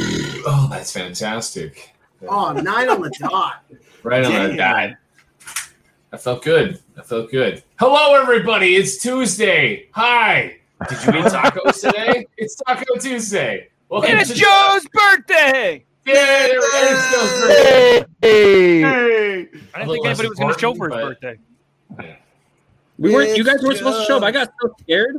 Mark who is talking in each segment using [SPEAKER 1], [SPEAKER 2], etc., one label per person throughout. [SPEAKER 1] Oh, that's fantastic.
[SPEAKER 2] Oh, nine on the dot.
[SPEAKER 1] Right on that.
[SPEAKER 3] Damn.
[SPEAKER 1] dot. I felt good. I felt good. Hello, everybody. It's Tuesday. Hi. Did you eat tacos today? It's Taco Tuesday. Welcome
[SPEAKER 3] It's
[SPEAKER 1] to
[SPEAKER 3] Joe's birthday.
[SPEAKER 1] Yeah, there it is. Joe's birthday.
[SPEAKER 4] Hey!
[SPEAKER 3] Hey. I didn't
[SPEAKER 1] Although
[SPEAKER 3] think
[SPEAKER 1] that's
[SPEAKER 3] anybody was going to show
[SPEAKER 1] important,
[SPEAKER 3] for his
[SPEAKER 1] but-
[SPEAKER 3] birthday.
[SPEAKER 4] We weren't. You guys weren't supposed to show up. I got so scared.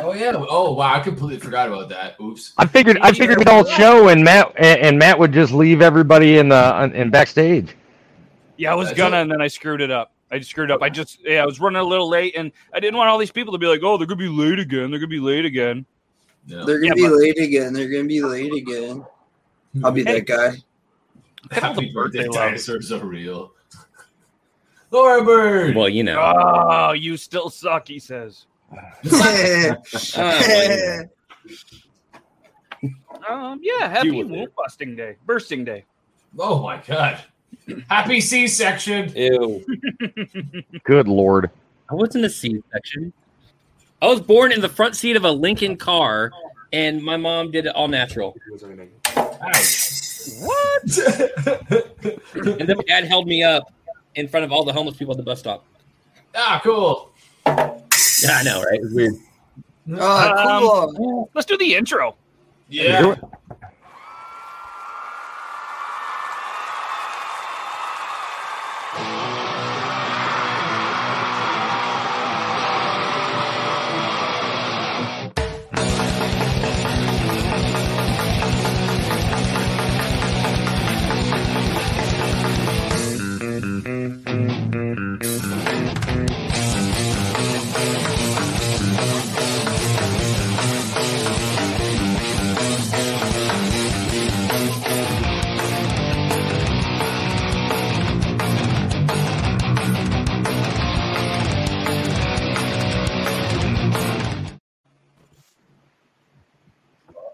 [SPEAKER 1] Oh yeah. Oh wow. I completely forgot about that. Oops.
[SPEAKER 5] I figured I figured we'd all show and Matt and, and Matt would just leave everybody in the in backstage.
[SPEAKER 3] Yeah, I was
[SPEAKER 1] That's
[SPEAKER 3] gonna,
[SPEAKER 1] it.
[SPEAKER 3] and then I screwed it up. I just screwed up. I just, yeah, I was running a little late, and I didn't want all these people to be like, "Oh, they're gonna be late again. They're gonna be late again."
[SPEAKER 1] No.
[SPEAKER 6] They're gonna
[SPEAKER 3] Yeah,
[SPEAKER 6] be
[SPEAKER 3] but-
[SPEAKER 6] late again. They're gonna be late again. I'll be
[SPEAKER 3] Hey.
[SPEAKER 6] that guy.
[SPEAKER 1] Happy birthday,
[SPEAKER 3] love.
[SPEAKER 1] dinosaurs are real. Laura Bird.
[SPEAKER 4] Well, you know.
[SPEAKER 1] Ah!
[SPEAKER 3] Oh, you still suck, he says. Um, yeah, happy
[SPEAKER 4] with it.
[SPEAKER 3] womb busting day, bursting day.
[SPEAKER 1] Oh my god. Happy C-section.
[SPEAKER 4] Ew.
[SPEAKER 5] Good lord.
[SPEAKER 4] I wasn't a C-section. I was born in the front seat of a Lincoln car, and my mom did it all natural.
[SPEAKER 3] What?
[SPEAKER 4] And then my dad held me up in front of all the homeless people at the bus stop.
[SPEAKER 1] ah, cool.
[SPEAKER 4] Yeah, I know, right? It was weird.
[SPEAKER 6] oh, cool.
[SPEAKER 3] Um, Let's do the intro.
[SPEAKER 1] Yeah.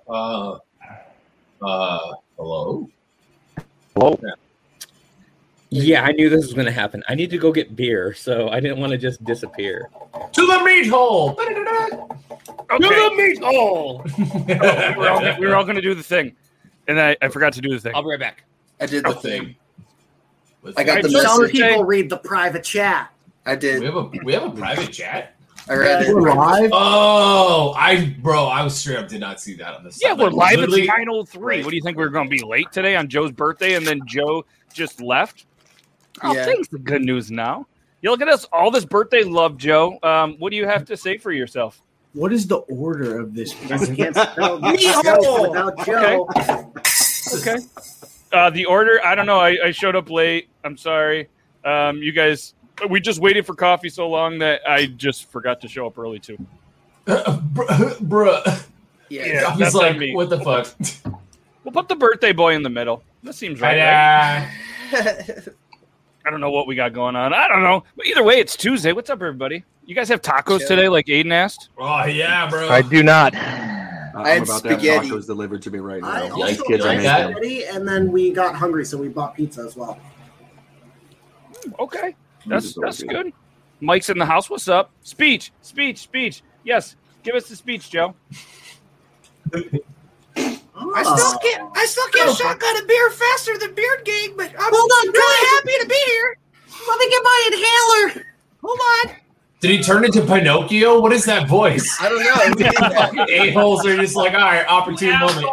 [SPEAKER 1] Uh, uh, hello.
[SPEAKER 5] Hello.
[SPEAKER 4] Yeah, I knew this was going to happen. I need to go get beer, so I didn't want to just disappear.
[SPEAKER 1] To the meat hole.
[SPEAKER 3] Okay,
[SPEAKER 4] meat hole.
[SPEAKER 3] we were all, we were all gonna do the thing, and I, I forgot to do the thing.
[SPEAKER 4] I'll be right back.
[SPEAKER 6] I did the thing.
[SPEAKER 1] Let's
[SPEAKER 6] I got
[SPEAKER 1] see.
[SPEAKER 6] the
[SPEAKER 2] Some
[SPEAKER 6] message.
[SPEAKER 2] people read the private chat.
[SPEAKER 6] I
[SPEAKER 1] We
[SPEAKER 6] did.
[SPEAKER 1] have a we have a private chat.
[SPEAKER 6] I read it.
[SPEAKER 2] We're live.
[SPEAKER 1] Oh, I bro, I was straight up did not see that on this.
[SPEAKER 3] Yeah, we're live. It's nine oh three.
[SPEAKER 1] Right.
[SPEAKER 3] What do you think we're going to be late today on Joe's birthday, and then Joe just left? Oh,
[SPEAKER 6] Yeah.
[SPEAKER 3] thanks. The good news now. You look at us, all this birthday love, Joe. Um, what do you have to say for yourself?
[SPEAKER 2] What is the order of this? Because I can't spell Joe without Joe.
[SPEAKER 3] Okay. Uh, the order. I don't know. I, I showed up late. I'm sorry. Um, you guys, we just waited for coffee so long that I just forgot to show up early too.
[SPEAKER 1] Bruh,
[SPEAKER 6] Yeah.
[SPEAKER 3] Yeah,
[SPEAKER 1] I was
[SPEAKER 3] that's
[SPEAKER 1] like,
[SPEAKER 3] on me.
[SPEAKER 1] what the fuck?
[SPEAKER 3] We'll put the birthday boy in the middle. That seems right. right?
[SPEAKER 1] Ta-da.
[SPEAKER 3] I don't know what we got going on. I don't know. But either way, it's Tuesday. What's up, everybody? You guys have tacos
[SPEAKER 6] Yeah.
[SPEAKER 3] today, like Aiden asked.
[SPEAKER 1] Oh yeah, bro.
[SPEAKER 5] I do not.
[SPEAKER 6] I had spaghetti.
[SPEAKER 7] tacos delivered to me right
[SPEAKER 2] I
[SPEAKER 7] now.
[SPEAKER 2] also
[SPEAKER 7] These kids are
[SPEAKER 1] like
[SPEAKER 2] got
[SPEAKER 1] that.
[SPEAKER 7] making.
[SPEAKER 2] spaghetti, and then we got hungry, so we bought pizza as well.
[SPEAKER 3] Okay.
[SPEAKER 7] These
[SPEAKER 3] That's
[SPEAKER 7] are
[SPEAKER 3] that's good. Mike's in the house. What's up? Speech, speech, speech. Yes, give us the speech, Joe.
[SPEAKER 8] I
[SPEAKER 2] Ah.
[SPEAKER 8] still can't. I still can't shotgun a beer faster than Beard Gang, but I'm
[SPEAKER 2] Oh. Hold on,
[SPEAKER 8] really
[SPEAKER 2] guys.
[SPEAKER 8] happy to be here.
[SPEAKER 2] Let me get my inhaler.
[SPEAKER 8] Hold on.
[SPEAKER 1] Did he turn into Pinocchio? What is that voice?
[SPEAKER 6] I don't know. It did that.
[SPEAKER 1] A-holes are just like, all right, opportune moment.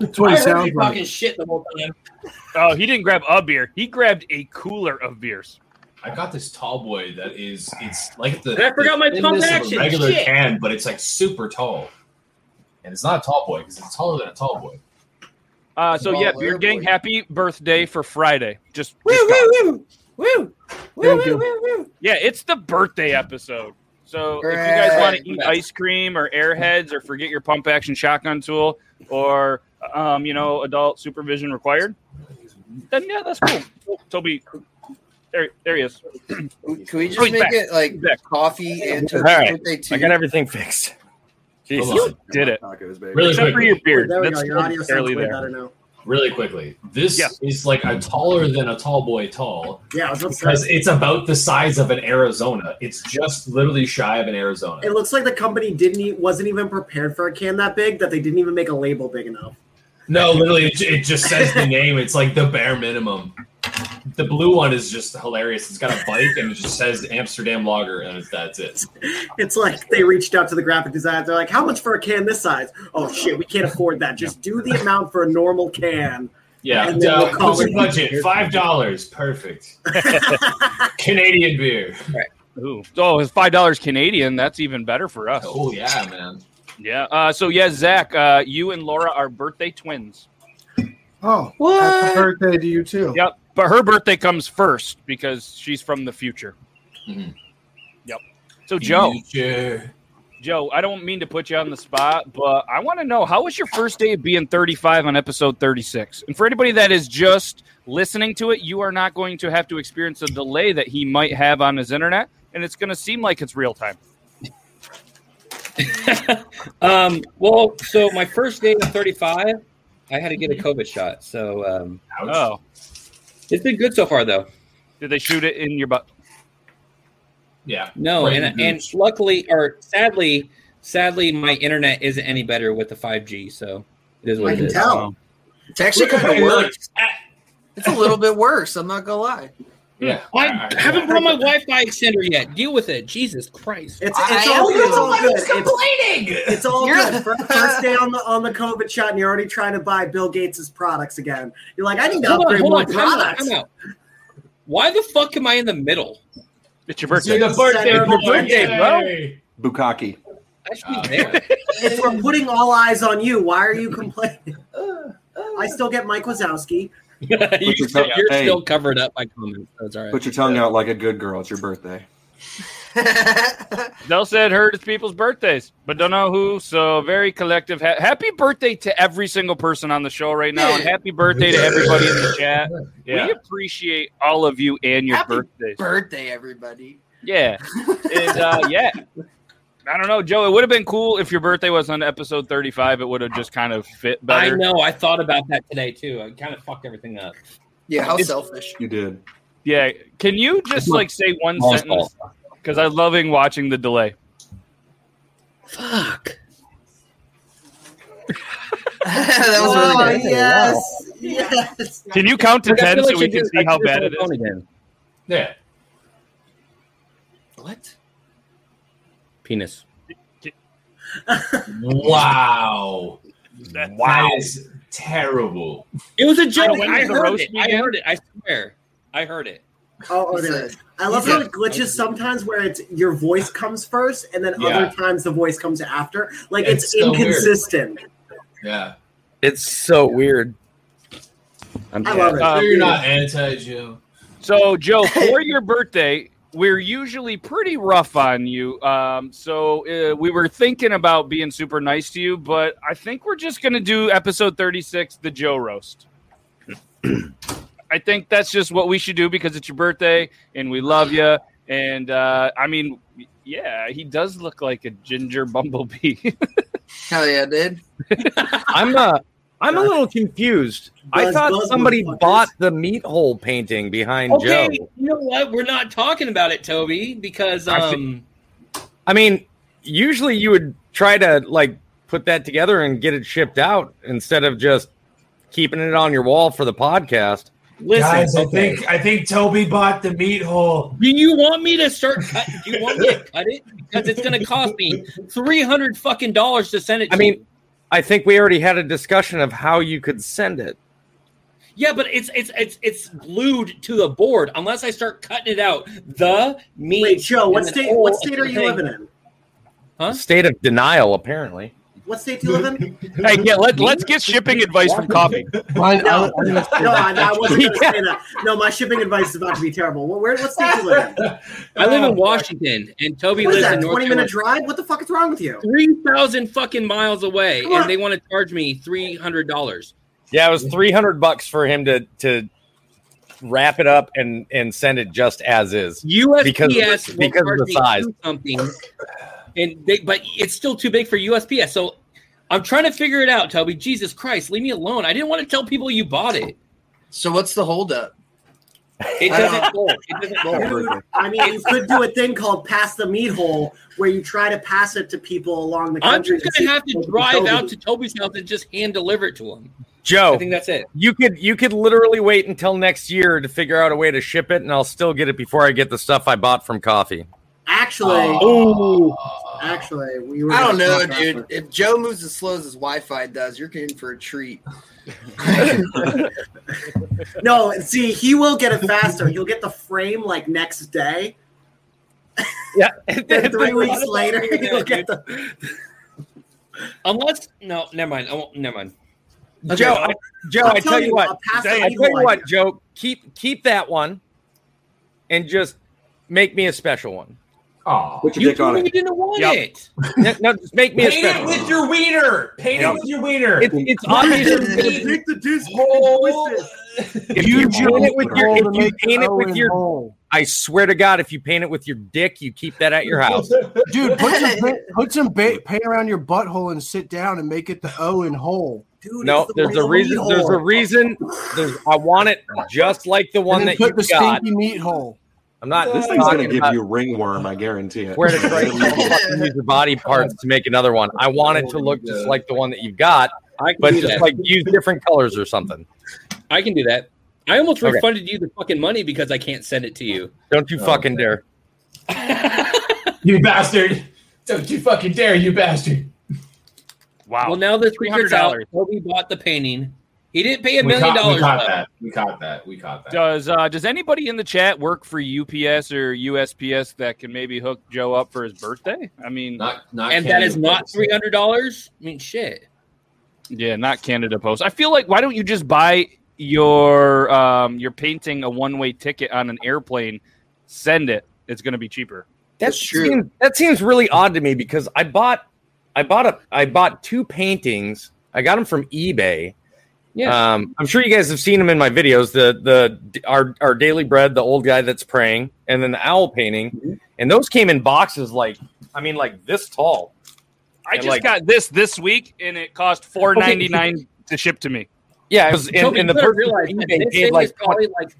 [SPEAKER 2] That's what
[SPEAKER 4] I
[SPEAKER 2] it
[SPEAKER 4] heard
[SPEAKER 2] sounds
[SPEAKER 4] you
[SPEAKER 2] like.
[SPEAKER 4] talking shit the whole time.
[SPEAKER 3] Oh, he didn't grab a beer. He grabbed a cooler of beers.
[SPEAKER 1] I got this
[SPEAKER 4] Oh,
[SPEAKER 1] tall boy that is, it's like the
[SPEAKER 4] And I forgot my
[SPEAKER 1] thinness
[SPEAKER 4] pump
[SPEAKER 1] of a
[SPEAKER 4] action.
[SPEAKER 1] regular
[SPEAKER 4] Shit.
[SPEAKER 1] can, but it's like super tall. And it's not a tall boy because it's taller than a tall boy.
[SPEAKER 3] Uh, so
[SPEAKER 6] Well,
[SPEAKER 3] yeah, Beard
[SPEAKER 6] there,
[SPEAKER 3] Gang,
[SPEAKER 6] boy.
[SPEAKER 3] happy birthday for Friday. Just,
[SPEAKER 8] Woo
[SPEAKER 3] just got-
[SPEAKER 8] woo woo woo woo
[SPEAKER 2] Thank you.
[SPEAKER 8] woo woo woo.
[SPEAKER 3] yeah, it's the birthday episode. So if you guys want to eat
[SPEAKER 4] Correct.
[SPEAKER 3] ice cream or Airheads or forget your pump action shotgun tool or um, you know adult supervision required, then yeah, that's cool. Toby, there, there he is.
[SPEAKER 6] Can we just
[SPEAKER 3] Oh, he's
[SPEAKER 6] make
[SPEAKER 3] back.
[SPEAKER 6] it like
[SPEAKER 3] He's back.
[SPEAKER 6] coffee and toast
[SPEAKER 5] All right.
[SPEAKER 6] birthday too?
[SPEAKER 5] I got everything fixed.
[SPEAKER 1] Hold
[SPEAKER 5] Jesus.
[SPEAKER 1] on.
[SPEAKER 3] Did it.
[SPEAKER 7] Tacos, baby.
[SPEAKER 1] Really
[SPEAKER 3] Except for
[SPEAKER 1] quickly.
[SPEAKER 3] your beard.
[SPEAKER 2] There we
[SPEAKER 3] That's
[SPEAKER 2] go. Your audio sounds
[SPEAKER 3] barely
[SPEAKER 2] way
[SPEAKER 3] there.
[SPEAKER 2] better now.
[SPEAKER 1] really quickly. This is like a taller than a tall boy tall
[SPEAKER 2] Yeah, I was about to
[SPEAKER 1] because
[SPEAKER 2] say,
[SPEAKER 1] it's about the size of an Arizona. It's just literally shy of an Arizona.
[SPEAKER 2] It looks like the company didn't e- wasn't even prepared for a can that big that they didn't even make a label big enough.
[SPEAKER 1] No, literally, it, it just says the name. It's like the bare minimum. The blue one is just hilarious. It's got a bike and it just says Amsterdam Lager, and it's, that's it.
[SPEAKER 2] It's like they reached out to the graphic designer. They're like, "How much for a can this size? Oh shit, we can't afford that. Just do the amount for a normal can."
[SPEAKER 1] Yeah,
[SPEAKER 2] And then
[SPEAKER 1] uh,
[SPEAKER 2] we'll call
[SPEAKER 1] what's your
[SPEAKER 2] it-
[SPEAKER 1] budget? Five dollars, perfect. Canadian beer.
[SPEAKER 3] Ooh. Oh, it's five dollars Canadian. That's even better for us.
[SPEAKER 1] Oh yeah, man.
[SPEAKER 3] Yeah. Uh, so yeah, Zach, uh, you and Laura are birthday twins.
[SPEAKER 7] Oh, happy birthday to you too.
[SPEAKER 3] Yep. But her birthday comes first because she's from the future.
[SPEAKER 1] Mhm.
[SPEAKER 3] Yep. So Joe,
[SPEAKER 1] Future.
[SPEAKER 3] Joe, I don't mean to put you on the spot, but I want to know how was your first day of being 35 on episode 36? And for anybody that is just listening to it, you are not going to have to experience the delay that he might have on his internet, and it's going to seem like it's real time.
[SPEAKER 4] um, well, so my first day of 35, I had to get a COVID shot. So um,
[SPEAKER 3] Oh,
[SPEAKER 4] it's been good so far, though.
[SPEAKER 3] did they shoot it in your butt?
[SPEAKER 1] Yeah.
[SPEAKER 4] No,
[SPEAKER 1] Right, Mm-hmm.
[SPEAKER 4] and
[SPEAKER 1] dude.
[SPEAKER 4] and luckily or sadly, sadly, my internet isn't any better with the 5G. So it is what
[SPEAKER 2] I
[SPEAKER 4] it
[SPEAKER 2] can
[SPEAKER 4] is.
[SPEAKER 2] tell.
[SPEAKER 6] It's actually kind of worse. It's a little bit worse. I'm not gonna lie.
[SPEAKER 1] Yeah.
[SPEAKER 4] I
[SPEAKER 1] All right.
[SPEAKER 4] haven't brought my Wi-Fi extender yet. Deal with it. Jesus Christ.
[SPEAKER 2] It's
[SPEAKER 6] I
[SPEAKER 2] it's
[SPEAKER 6] am
[SPEAKER 2] all,
[SPEAKER 6] the
[SPEAKER 2] it's all
[SPEAKER 6] one
[SPEAKER 2] good. It's,
[SPEAKER 1] complaining.
[SPEAKER 2] it's all
[SPEAKER 6] You're-
[SPEAKER 2] good. Fir- First day on the on the COVID shot, and you're already trying to buy Bill Gates' products again. You're like, I need to upgrade more
[SPEAKER 4] time out,
[SPEAKER 2] products.
[SPEAKER 4] time out. Why the fuck am I in the middle?
[SPEAKER 3] It's your
[SPEAKER 1] It's your
[SPEAKER 3] birthday.
[SPEAKER 1] birthday,
[SPEAKER 2] It's your
[SPEAKER 3] birthday, bro.
[SPEAKER 1] Yay.
[SPEAKER 9] Bukaki.
[SPEAKER 4] I should be
[SPEAKER 1] Oh,
[SPEAKER 4] there.
[SPEAKER 2] If we're putting all eyes on you, why are you complaining? I still get Mike Wazowski.
[SPEAKER 4] you
[SPEAKER 9] your
[SPEAKER 4] still,
[SPEAKER 9] tongue-
[SPEAKER 4] you're
[SPEAKER 9] hey.
[SPEAKER 4] still covered up by comments. That's all right.
[SPEAKER 9] Put your tongue out like a good girl. It's your birthday.
[SPEAKER 3] Del said heard it's people's birthdays, but don't know who. So very collective. Ha- happy birthday to every single person on the show right now, and happy birthday to everybody in the chat.
[SPEAKER 1] Yeah.
[SPEAKER 3] We appreciate all of you and your
[SPEAKER 6] Happy
[SPEAKER 3] birthdays.
[SPEAKER 6] Birthday, everybody.
[SPEAKER 3] yeah, and uh, yeah. I don't know, Joe. It would have been cool if your birthday was on episode thirty-five. It would have just kind of fit
[SPEAKER 4] I
[SPEAKER 3] better.
[SPEAKER 4] know. I thought about that today too. I kind of fucked everything up.
[SPEAKER 6] Yeah, how
[SPEAKER 3] It's-
[SPEAKER 6] selfish.
[SPEAKER 9] You did.
[SPEAKER 3] Yeah. Can you just like say one
[SPEAKER 4] Paul's
[SPEAKER 3] sentence? Because I'm loving watching the delay.
[SPEAKER 4] Fuck.
[SPEAKER 6] that was
[SPEAKER 2] Oh,
[SPEAKER 6] really good.
[SPEAKER 2] yes, yes.
[SPEAKER 3] Can you count to
[SPEAKER 4] Like, I
[SPEAKER 3] ten
[SPEAKER 4] feel like
[SPEAKER 3] so we
[SPEAKER 4] you
[SPEAKER 3] can
[SPEAKER 4] do-
[SPEAKER 3] see
[SPEAKER 4] like,
[SPEAKER 3] how
[SPEAKER 4] you're
[SPEAKER 3] bad
[SPEAKER 4] so
[SPEAKER 3] it is?
[SPEAKER 4] phone Again.
[SPEAKER 1] Yeah.
[SPEAKER 6] What?
[SPEAKER 4] Penis.
[SPEAKER 1] Wow.
[SPEAKER 3] That's-
[SPEAKER 1] Wow. That is terrible.
[SPEAKER 4] It was a
[SPEAKER 3] Oh,
[SPEAKER 4] joke.
[SPEAKER 3] when
[SPEAKER 4] I
[SPEAKER 3] did the
[SPEAKER 4] heard
[SPEAKER 3] roast
[SPEAKER 4] it. I
[SPEAKER 3] begin?
[SPEAKER 4] heard it. I swear. I heard it.
[SPEAKER 2] Oh, oh,
[SPEAKER 6] He
[SPEAKER 2] there it
[SPEAKER 6] said-
[SPEAKER 2] is. I love
[SPEAKER 4] he
[SPEAKER 2] how
[SPEAKER 4] said-
[SPEAKER 2] it glitches sometimes where it's your voice comes first and then
[SPEAKER 1] Yeah.
[SPEAKER 2] other times the voice comes after. Like
[SPEAKER 1] It's
[SPEAKER 2] it's,
[SPEAKER 1] so weird.
[SPEAKER 2] inconsistent.
[SPEAKER 1] Yeah.
[SPEAKER 10] It's so weird.
[SPEAKER 2] I love it.
[SPEAKER 3] Uh,
[SPEAKER 1] So you're not anti Joe.
[SPEAKER 3] So, Joe, for your birthday, we're usually pretty rough on you. Um, so, uh, we were thinking about being super nice to you, but I think we're just going to do episode 36, the Joe Roast. I think that's just what we should do because it's your birthday and we love you. And uh, I mean, yeah, he does look like a ginger bumblebee.
[SPEAKER 6] Hell yeah, dude.
[SPEAKER 10] I'm uh I'm a little confused. I
[SPEAKER 2] Buzz,
[SPEAKER 10] thought
[SPEAKER 2] buzz,
[SPEAKER 10] somebody
[SPEAKER 2] motherfuckers.
[SPEAKER 10] bought the meat hole painting behind
[SPEAKER 4] Okay,
[SPEAKER 10] Joe.
[SPEAKER 4] you know what? We're not talking about it, Toby, because
[SPEAKER 3] I
[SPEAKER 4] um,
[SPEAKER 10] I mean, usually you would try to like put that together and get it shipped out instead of just keeping it on your wall for the podcast.
[SPEAKER 4] listen.
[SPEAKER 1] Guys, I
[SPEAKER 4] okay.
[SPEAKER 1] think I think Toby bought the meat hole.
[SPEAKER 4] Do you want me to start cutting? Do you want me to cut it? Because it's going to cost me three hundred fucking dollars to send it.
[SPEAKER 10] I
[SPEAKER 4] to
[SPEAKER 10] mean-
[SPEAKER 4] you.
[SPEAKER 10] I think we already had a discussion of how you could send it.
[SPEAKER 4] yeah, but it's it's it's it's glued to the board. Unless I start cutting it out, the meat.
[SPEAKER 2] Wait, Joe, what
[SPEAKER 4] and then
[SPEAKER 2] state
[SPEAKER 4] all
[SPEAKER 2] what
[SPEAKER 4] of
[SPEAKER 2] state
[SPEAKER 4] the
[SPEAKER 2] are you
[SPEAKER 4] thing.
[SPEAKER 2] living in?
[SPEAKER 10] State of denial, apparently.
[SPEAKER 2] What state do you live in?
[SPEAKER 3] hey, yeah, let, let's get shipping advice from coffee.
[SPEAKER 2] No, no, I, I wasn't going to say that. No, my shipping advice is about to be terrible. Where, where what state do you live in?
[SPEAKER 4] I live in Washington, and Toby
[SPEAKER 2] Oh, What is
[SPEAKER 4] lives
[SPEAKER 2] that?
[SPEAKER 4] in North
[SPEAKER 2] Twenty minute drive? What the fuck is wrong with you?
[SPEAKER 4] Three thousand fucking miles away,
[SPEAKER 2] Come on.
[SPEAKER 4] and they want to charge me three hundred dollars.
[SPEAKER 10] Yeah, it was three hundred bucks for him to to wrap it up and and send it just as is.
[SPEAKER 4] USPS
[SPEAKER 10] Because-
[SPEAKER 4] will
[SPEAKER 10] because of
[SPEAKER 4] charge
[SPEAKER 10] the
[SPEAKER 4] me
[SPEAKER 10] size.
[SPEAKER 4] something, and they but it's still too big for USPS. So I'm trying to figure it out, Toby. Jesus Christ, leave me alone. I didn't want to tell people you bought it.
[SPEAKER 6] So what's the holdup?
[SPEAKER 4] It doesn't roll. It doesn't
[SPEAKER 2] Dude,
[SPEAKER 4] roll.
[SPEAKER 2] I mean, you could do a thing called pass the meat hole, where you try to pass it to people along the
[SPEAKER 4] I'm
[SPEAKER 2] country.
[SPEAKER 4] just gonna have to drive out to Toby's house and just hand deliver it to him. I
[SPEAKER 10] Joe,
[SPEAKER 4] think that's it.
[SPEAKER 10] you could you could literally wait until next year to figure out a way to ship it, and I'll still get it before I get the stuff I bought from coffee.
[SPEAKER 2] actually,
[SPEAKER 10] Oh,
[SPEAKER 2] actually, we were.
[SPEAKER 6] I don't
[SPEAKER 2] gonna
[SPEAKER 6] know,
[SPEAKER 2] talk about
[SPEAKER 6] dude.
[SPEAKER 2] this.
[SPEAKER 6] If Joe moves as slow as his Wi-Fi does, you're in for a treat.
[SPEAKER 2] No, see, he will get it faster. He'll get the frame like next day.
[SPEAKER 10] yeah.
[SPEAKER 2] Then three weeks later, he'll get the.
[SPEAKER 4] Unless no, never mind. I won't, never mind.
[SPEAKER 10] Joe, I, Joe,
[SPEAKER 2] I'll
[SPEAKER 10] i tell you what,
[SPEAKER 2] I'll pass the
[SPEAKER 10] I tell
[SPEAKER 2] meat
[SPEAKER 10] you
[SPEAKER 2] hole
[SPEAKER 10] what,
[SPEAKER 2] idea.
[SPEAKER 10] Joe, keep keep that one, and just make me a special one.
[SPEAKER 1] Oh,
[SPEAKER 9] Put your
[SPEAKER 4] You
[SPEAKER 9] dick on
[SPEAKER 4] told me you
[SPEAKER 9] it.
[SPEAKER 4] didn't want
[SPEAKER 10] Yep.
[SPEAKER 4] it.
[SPEAKER 10] No, no, just make me a
[SPEAKER 1] paint it
[SPEAKER 10] special.
[SPEAKER 1] with your wiener. Paint it with your wiener.
[SPEAKER 10] It's, it's obvious.
[SPEAKER 7] Pick the disc.
[SPEAKER 1] Whole-
[SPEAKER 10] If you paint it with your, if you paint it with your,
[SPEAKER 7] hole.
[SPEAKER 10] I swear to God, if you paint it with your dick, you keep that at your house.
[SPEAKER 7] dude. Put some pa- put some ba- paint around your butthole and sit down and make it the O in hole.
[SPEAKER 2] Dude,
[SPEAKER 10] No,
[SPEAKER 2] it's the
[SPEAKER 10] there's a
[SPEAKER 2] real
[SPEAKER 10] reason.
[SPEAKER 2] meat
[SPEAKER 10] There's a
[SPEAKER 2] hole.
[SPEAKER 10] reason. There's, I want it just like the one
[SPEAKER 7] and
[SPEAKER 10] that
[SPEAKER 7] then
[SPEAKER 10] you
[SPEAKER 7] put the
[SPEAKER 10] got.
[SPEAKER 7] stinky meat hole.
[SPEAKER 10] I'm not.
[SPEAKER 9] This thing's
[SPEAKER 10] talking
[SPEAKER 9] gonna give
[SPEAKER 10] about
[SPEAKER 9] you ringworm, I guarantee it.
[SPEAKER 10] Where to trade fucking use your body parts to make another one. I want it to look just like the one that you've got,
[SPEAKER 4] I can
[SPEAKER 10] but
[SPEAKER 4] do
[SPEAKER 10] just
[SPEAKER 4] that.
[SPEAKER 10] like use different colors or something.
[SPEAKER 4] I can do that. I almost
[SPEAKER 10] Okay.
[SPEAKER 4] refunded you the fucking money because I can't send it to you.
[SPEAKER 10] Don't
[SPEAKER 9] Oh,
[SPEAKER 10] you fucking dare.
[SPEAKER 1] you bastard. Don't you fucking dare, you bastard.
[SPEAKER 3] Wow.
[SPEAKER 4] Well, now this secret's out.
[SPEAKER 3] $200.
[SPEAKER 4] Toby bought the painting. He didn't pay a
[SPEAKER 1] We
[SPEAKER 4] million
[SPEAKER 1] caught,
[SPEAKER 4] dollars.
[SPEAKER 1] we caught
[SPEAKER 4] though.
[SPEAKER 1] that. We caught that. We caught that.
[SPEAKER 3] Does uh, does anybody in the chat work for UPS or USPS that can maybe hook Joe up for his birthday? I mean,
[SPEAKER 1] Not, not
[SPEAKER 4] And that
[SPEAKER 1] Canada
[SPEAKER 4] is not
[SPEAKER 1] Post.
[SPEAKER 4] three hundred dollars. I mean, shit.
[SPEAKER 3] yeah, not Canada Post. I feel like why don't you just buy your um, your painting a one way ticket on an airplane, send it. It's going to be cheaper.
[SPEAKER 10] That
[SPEAKER 6] It's true.
[SPEAKER 10] seems that seems really odd to me because I bought I bought a I bought two paintings. I got them from eBay.
[SPEAKER 4] Yeah.
[SPEAKER 10] Um, I'm sure you guys have seen them in my videos. The the our our daily bread, the old guy that's praying, and then the owl painting, and those came in boxes like I mean like this tall.
[SPEAKER 3] I
[SPEAKER 10] And,
[SPEAKER 3] just
[SPEAKER 10] like-
[SPEAKER 3] got this this week, and it cost four ninety nine to ship to me.
[SPEAKER 10] Yeah, it was, and,
[SPEAKER 4] Toby,
[SPEAKER 10] and the
[SPEAKER 4] you better
[SPEAKER 10] person
[SPEAKER 4] realize
[SPEAKER 10] from
[SPEAKER 4] that
[SPEAKER 10] eBay
[SPEAKER 4] this
[SPEAKER 10] paid
[SPEAKER 4] thing
[SPEAKER 10] like
[SPEAKER 4] is probably like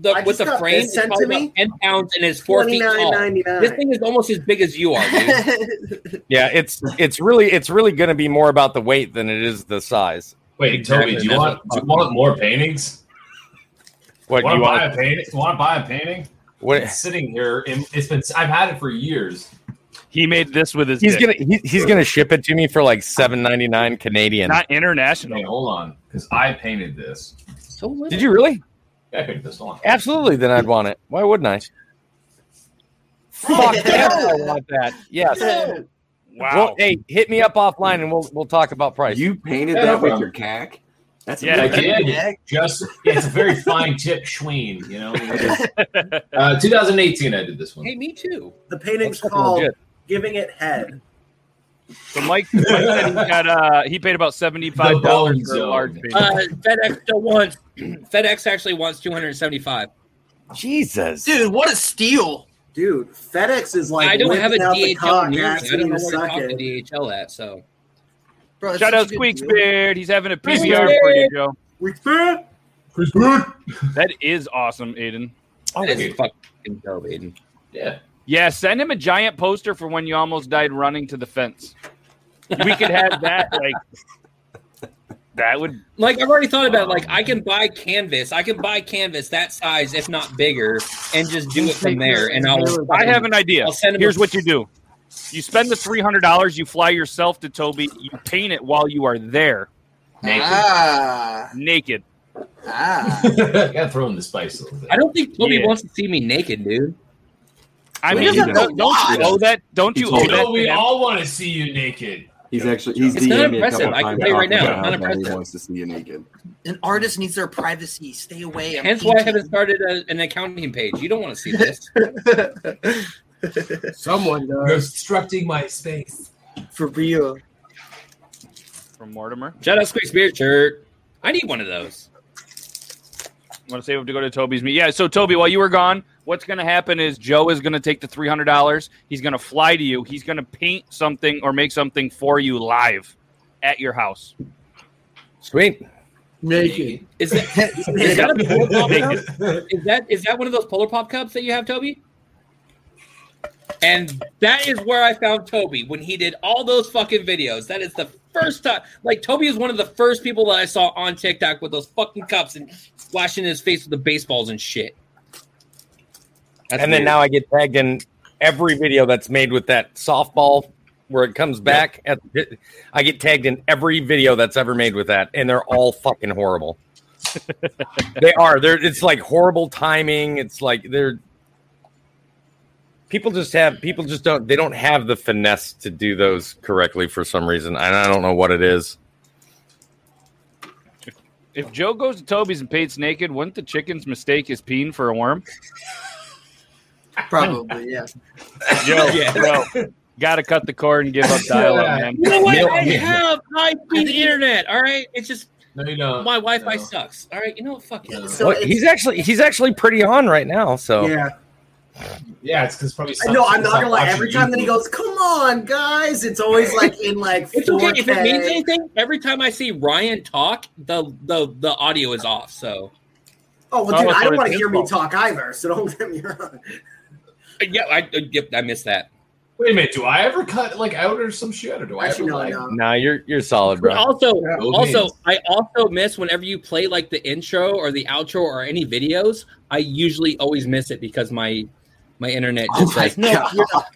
[SPEAKER 4] the
[SPEAKER 2] I
[SPEAKER 4] with
[SPEAKER 2] just
[SPEAKER 4] the
[SPEAKER 2] got
[SPEAKER 4] frame
[SPEAKER 2] this
[SPEAKER 4] is
[SPEAKER 2] sent
[SPEAKER 4] probably
[SPEAKER 2] to
[SPEAKER 4] about
[SPEAKER 2] me.
[SPEAKER 4] ten pounds and is four feet tall. This
[SPEAKER 2] 29.99.
[SPEAKER 4] thing is almost as big as you are, dude.
[SPEAKER 10] Yeah, it's it's really it's really going to be more about the weight than it is the size.
[SPEAKER 1] Wait, Toby, do you
[SPEAKER 10] That's
[SPEAKER 1] want do you want more paintings?
[SPEAKER 10] What
[SPEAKER 1] Want
[SPEAKER 10] you
[SPEAKER 1] to buy
[SPEAKER 10] want?
[SPEAKER 1] a painting? Want to buy a painting? It's
[SPEAKER 10] What,
[SPEAKER 1] sitting here. and It's been. I've had it for years.
[SPEAKER 3] He made this with his.
[SPEAKER 10] he's
[SPEAKER 3] dick.
[SPEAKER 10] gonna he, he's gonna ship it to me for like seven ninety nine Canadian.
[SPEAKER 3] not
[SPEAKER 1] Hey,
[SPEAKER 3] international.
[SPEAKER 1] hold on, because I painted this.
[SPEAKER 4] So little.
[SPEAKER 10] Did you really?
[SPEAKER 1] I painted this one.
[SPEAKER 10] Absolutely. Then I'd want it. Why wouldn't I? Fuck yeah, I want that. Yes.
[SPEAKER 3] Wow.
[SPEAKER 10] Well, hey, hit me up offline and we'll we'll talk about price.
[SPEAKER 9] You painted
[SPEAKER 1] Yeah,
[SPEAKER 9] that
[SPEAKER 1] no
[SPEAKER 9] with your cack. That's
[SPEAKER 3] Yeah,
[SPEAKER 1] I
[SPEAKER 9] amazing.
[SPEAKER 1] did. Just yeah, it's a very fine tip, Schween. You know, uh, 2018. I did this one.
[SPEAKER 4] Hey, me too.
[SPEAKER 2] The painting's
[SPEAKER 10] That's
[SPEAKER 2] called
[SPEAKER 10] legit.
[SPEAKER 2] "Giving It Head."
[SPEAKER 3] So Mike, Mike said he got uh he paid about seventy five dollars
[SPEAKER 1] The
[SPEAKER 3] for a
[SPEAKER 1] bone
[SPEAKER 3] large
[SPEAKER 1] zone.
[SPEAKER 3] baby.
[SPEAKER 4] Uh, FedEx still wants. FedEx actually wants two hundred seventy-five.
[SPEAKER 10] Jesus.
[SPEAKER 6] dude, what a steal!
[SPEAKER 2] Dude, FedEx is like
[SPEAKER 4] I don't have a
[SPEAKER 2] whipping out the cock,
[SPEAKER 4] DHL. near me. I
[SPEAKER 2] asking you
[SPEAKER 4] don't know
[SPEAKER 2] to
[SPEAKER 4] where to
[SPEAKER 2] suck
[SPEAKER 4] talk to
[SPEAKER 2] it.
[SPEAKER 4] DHL at. So
[SPEAKER 6] Bro, that's
[SPEAKER 3] Shout
[SPEAKER 6] such a
[SPEAKER 3] out
[SPEAKER 6] good
[SPEAKER 3] Squeaks
[SPEAKER 6] deal.
[SPEAKER 3] Beard. He's having a
[SPEAKER 1] Squeaks
[SPEAKER 3] PBR for you, Joe.
[SPEAKER 1] Chris Bird.
[SPEAKER 3] That is awesome, Aiden.
[SPEAKER 4] oh,
[SPEAKER 1] dude.
[SPEAKER 4] fucking dope, Aiden.
[SPEAKER 1] Yeah.
[SPEAKER 3] Yeah, send him a giant poster for when you almost died running to the fence. We could have that like that would
[SPEAKER 4] Like I've already thought about. it. Like I can buy canvas. I can buy canvas that size, if not bigger, and just do it from there. And I'll.
[SPEAKER 3] I have an idea.
[SPEAKER 4] I'll send him
[SPEAKER 3] Here's
[SPEAKER 4] a-
[SPEAKER 3] what you do. You spend the three hundred dollars, you fly yourself to Toby, you paint it while you are there,
[SPEAKER 1] Naked.
[SPEAKER 6] Ah,
[SPEAKER 3] naked.
[SPEAKER 6] ah.
[SPEAKER 1] Gotta throw in the spice a little bit.
[SPEAKER 4] I don't think Toby
[SPEAKER 3] Yeah.
[SPEAKER 4] wants to see me naked, dude.
[SPEAKER 3] I
[SPEAKER 9] Well,
[SPEAKER 3] mean
[SPEAKER 9] he doesn't
[SPEAKER 3] don't,
[SPEAKER 6] know
[SPEAKER 3] don't you
[SPEAKER 6] why.
[SPEAKER 3] owe that don't you
[SPEAKER 9] He's
[SPEAKER 3] owe
[SPEAKER 1] You
[SPEAKER 9] naked.
[SPEAKER 3] that
[SPEAKER 1] know, we
[SPEAKER 3] to him?
[SPEAKER 1] all want to see you naked.
[SPEAKER 9] He's actually he's
[SPEAKER 4] It's
[SPEAKER 9] DM'd
[SPEAKER 4] not
[SPEAKER 9] me
[SPEAKER 4] impressive.
[SPEAKER 9] A couple
[SPEAKER 4] I can
[SPEAKER 9] times
[SPEAKER 4] tell you right now,
[SPEAKER 9] talking
[SPEAKER 4] it's
[SPEAKER 9] about how
[SPEAKER 4] not
[SPEAKER 9] bad
[SPEAKER 4] impressive.
[SPEAKER 9] He wants to see you naked.
[SPEAKER 6] An artist needs their privacy. Stay away. I'm
[SPEAKER 4] Hence why I
[SPEAKER 6] PG.
[SPEAKER 4] haven't started a, an accounting page. You don't want to see this.
[SPEAKER 7] Someone
[SPEAKER 1] You're
[SPEAKER 7] does.
[SPEAKER 1] obstructing my space.
[SPEAKER 6] for real.
[SPEAKER 3] From Mortimer.
[SPEAKER 4] Shout out Squeaks Beard shirt. I need one of those.
[SPEAKER 3] want to save up to go to Toby's meet. Yeah. So Toby, while you were gone, what's going to happen is Joe is going to take the three hundred dollars. He's going to fly to you. He's going to paint something or make something for you live. at your house.
[SPEAKER 10] Sweet.
[SPEAKER 7] Naked.
[SPEAKER 4] Is that, is that, a polar pop cup? Is that is that one of those polar pop cups that you have, Toby? And that is where I found Toby when he did all those fucking videos. That is the first time. Like Toby is one of the first people that I saw on TikTok with those fucking cups and splashing his face with the baseballs and shit. That's
[SPEAKER 10] and
[SPEAKER 4] weird.
[SPEAKER 10] then now I get tagged in every video that's made with that softball where it comes back. At, I get tagged in every video that's ever made with that, and they're all fucking horrible. they are. They're. It's like horrible timing. It's like they're. People just have people just don't they don't have the finesse to do those correctly for some reason. And I don't know what it is.
[SPEAKER 3] If Joe goes to Toby's and paints naked, wouldn't the chicken's mistake his peen for a worm?
[SPEAKER 6] Probably, yeah.
[SPEAKER 3] Joe, Joe, gotta cut the cord and give up dial-up, man.
[SPEAKER 4] You know what?
[SPEAKER 3] Milk-
[SPEAKER 4] I have high speed internet. All right, it's just
[SPEAKER 1] no, you don't.
[SPEAKER 4] my Wi-Fi sucks. All right, you know what? Fuck it.
[SPEAKER 2] So
[SPEAKER 10] Well,
[SPEAKER 2] it's-
[SPEAKER 10] he's actually he's actually pretty on right now. So
[SPEAKER 2] yeah.
[SPEAKER 1] Yeah, it's because probably.
[SPEAKER 2] I know. I'm not gonna lie. Every time that he goes, "Come on, guys," it's always like in like 4K.
[SPEAKER 4] It's okay if it means anything. Every time I see Ryan talk, the the the audio is off. So
[SPEAKER 2] Oh well,
[SPEAKER 3] Oh,
[SPEAKER 2] dude,
[SPEAKER 3] it's
[SPEAKER 2] I
[SPEAKER 3] what
[SPEAKER 2] don't want
[SPEAKER 3] it's
[SPEAKER 2] to hear me
[SPEAKER 3] about.
[SPEAKER 2] talk either. So don't get me wrong.
[SPEAKER 4] Uh, yeah, I uh, yep, I missed that.
[SPEAKER 1] Wait a minute. Do I ever cut like out or some shit, or do I
[SPEAKER 2] Actually,
[SPEAKER 1] ever
[SPEAKER 2] no,
[SPEAKER 1] like?
[SPEAKER 2] no.
[SPEAKER 10] nah, you're you're solid, bro.
[SPEAKER 4] But also,
[SPEAKER 1] Those
[SPEAKER 4] also,
[SPEAKER 1] hands.
[SPEAKER 4] I also miss whenever you play like the intro or the outro or any videos. I usually always miss it because my my internet
[SPEAKER 2] Oh
[SPEAKER 4] just
[SPEAKER 2] my
[SPEAKER 4] says no.
[SPEAKER 2] God.
[SPEAKER 4] you're not."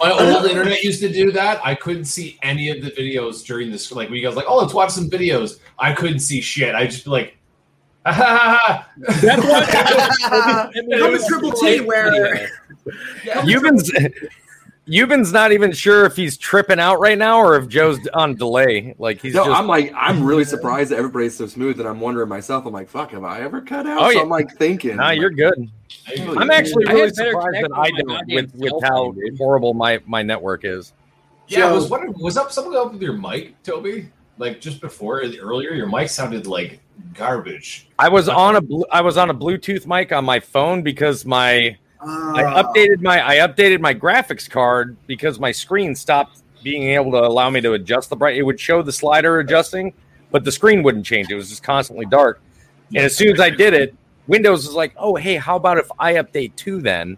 [SPEAKER 1] My old internet used to do that. I couldn't see any of the videos during this. Like when you guys like, oh, let's watch some videos. I couldn't see shit. I just be like, ah, ha, ha, ha.
[SPEAKER 4] That's why.
[SPEAKER 2] Come to Triple T where
[SPEAKER 10] Euban's Euban's not even sure if he's tripping out right now or if Joe's on delay. Like he's
[SPEAKER 9] no,
[SPEAKER 10] just
[SPEAKER 9] I'm like, I'm really surprised that everybody's so smooth, and I'm wondering myself. I'm like, fuck, have I ever cut out?
[SPEAKER 10] Oh,
[SPEAKER 9] so
[SPEAKER 10] yeah.
[SPEAKER 9] I'm like thinking.
[SPEAKER 10] nah,
[SPEAKER 9] I'm
[SPEAKER 10] you're
[SPEAKER 9] like,
[SPEAKER 10] good.
[SPEAKER 1] I-
[SPEAKER 10] I'm actually
[SPEAKER 4] I
[SPEAKER 10] really
[SPEAKER 4] had better
[SPEAKER 10] surprised that
[SPEAKER 4] connection
[SPEAKER 10] I
[SPEAKER 4] on my
[SPEAKER 10] don't
[SPEAKER 4] goddamn
[SPEAKER 10] with, with
[SPEAKER 4] cell
[SPEAKER 10] how
[SPEAKER 4] phone, dude.
[SPEAKER 10] horrible my, my network is.
[SPEAKER 1] yeah, I was
[SPEAKER 2] Joe-
[SPEAKER 1] wondering, was up something up with your mic, Toby? Like just before earlier, your mic sounded like garbage.
[SPEAKER 10] I was on a blu- I was on a Bluetooth mic on my phone because my I
[SPEAKER 2] Uh,
[SPEAKER 10] updated my I updated my graphics card because my screen stopped being able to allow me to adjust the bright. It would show the slider adjusting, but the screen wouldn't change. It was just constantly dark. And as soon as I did it, Windows was like, "Oh, hey, how about if I update two then?"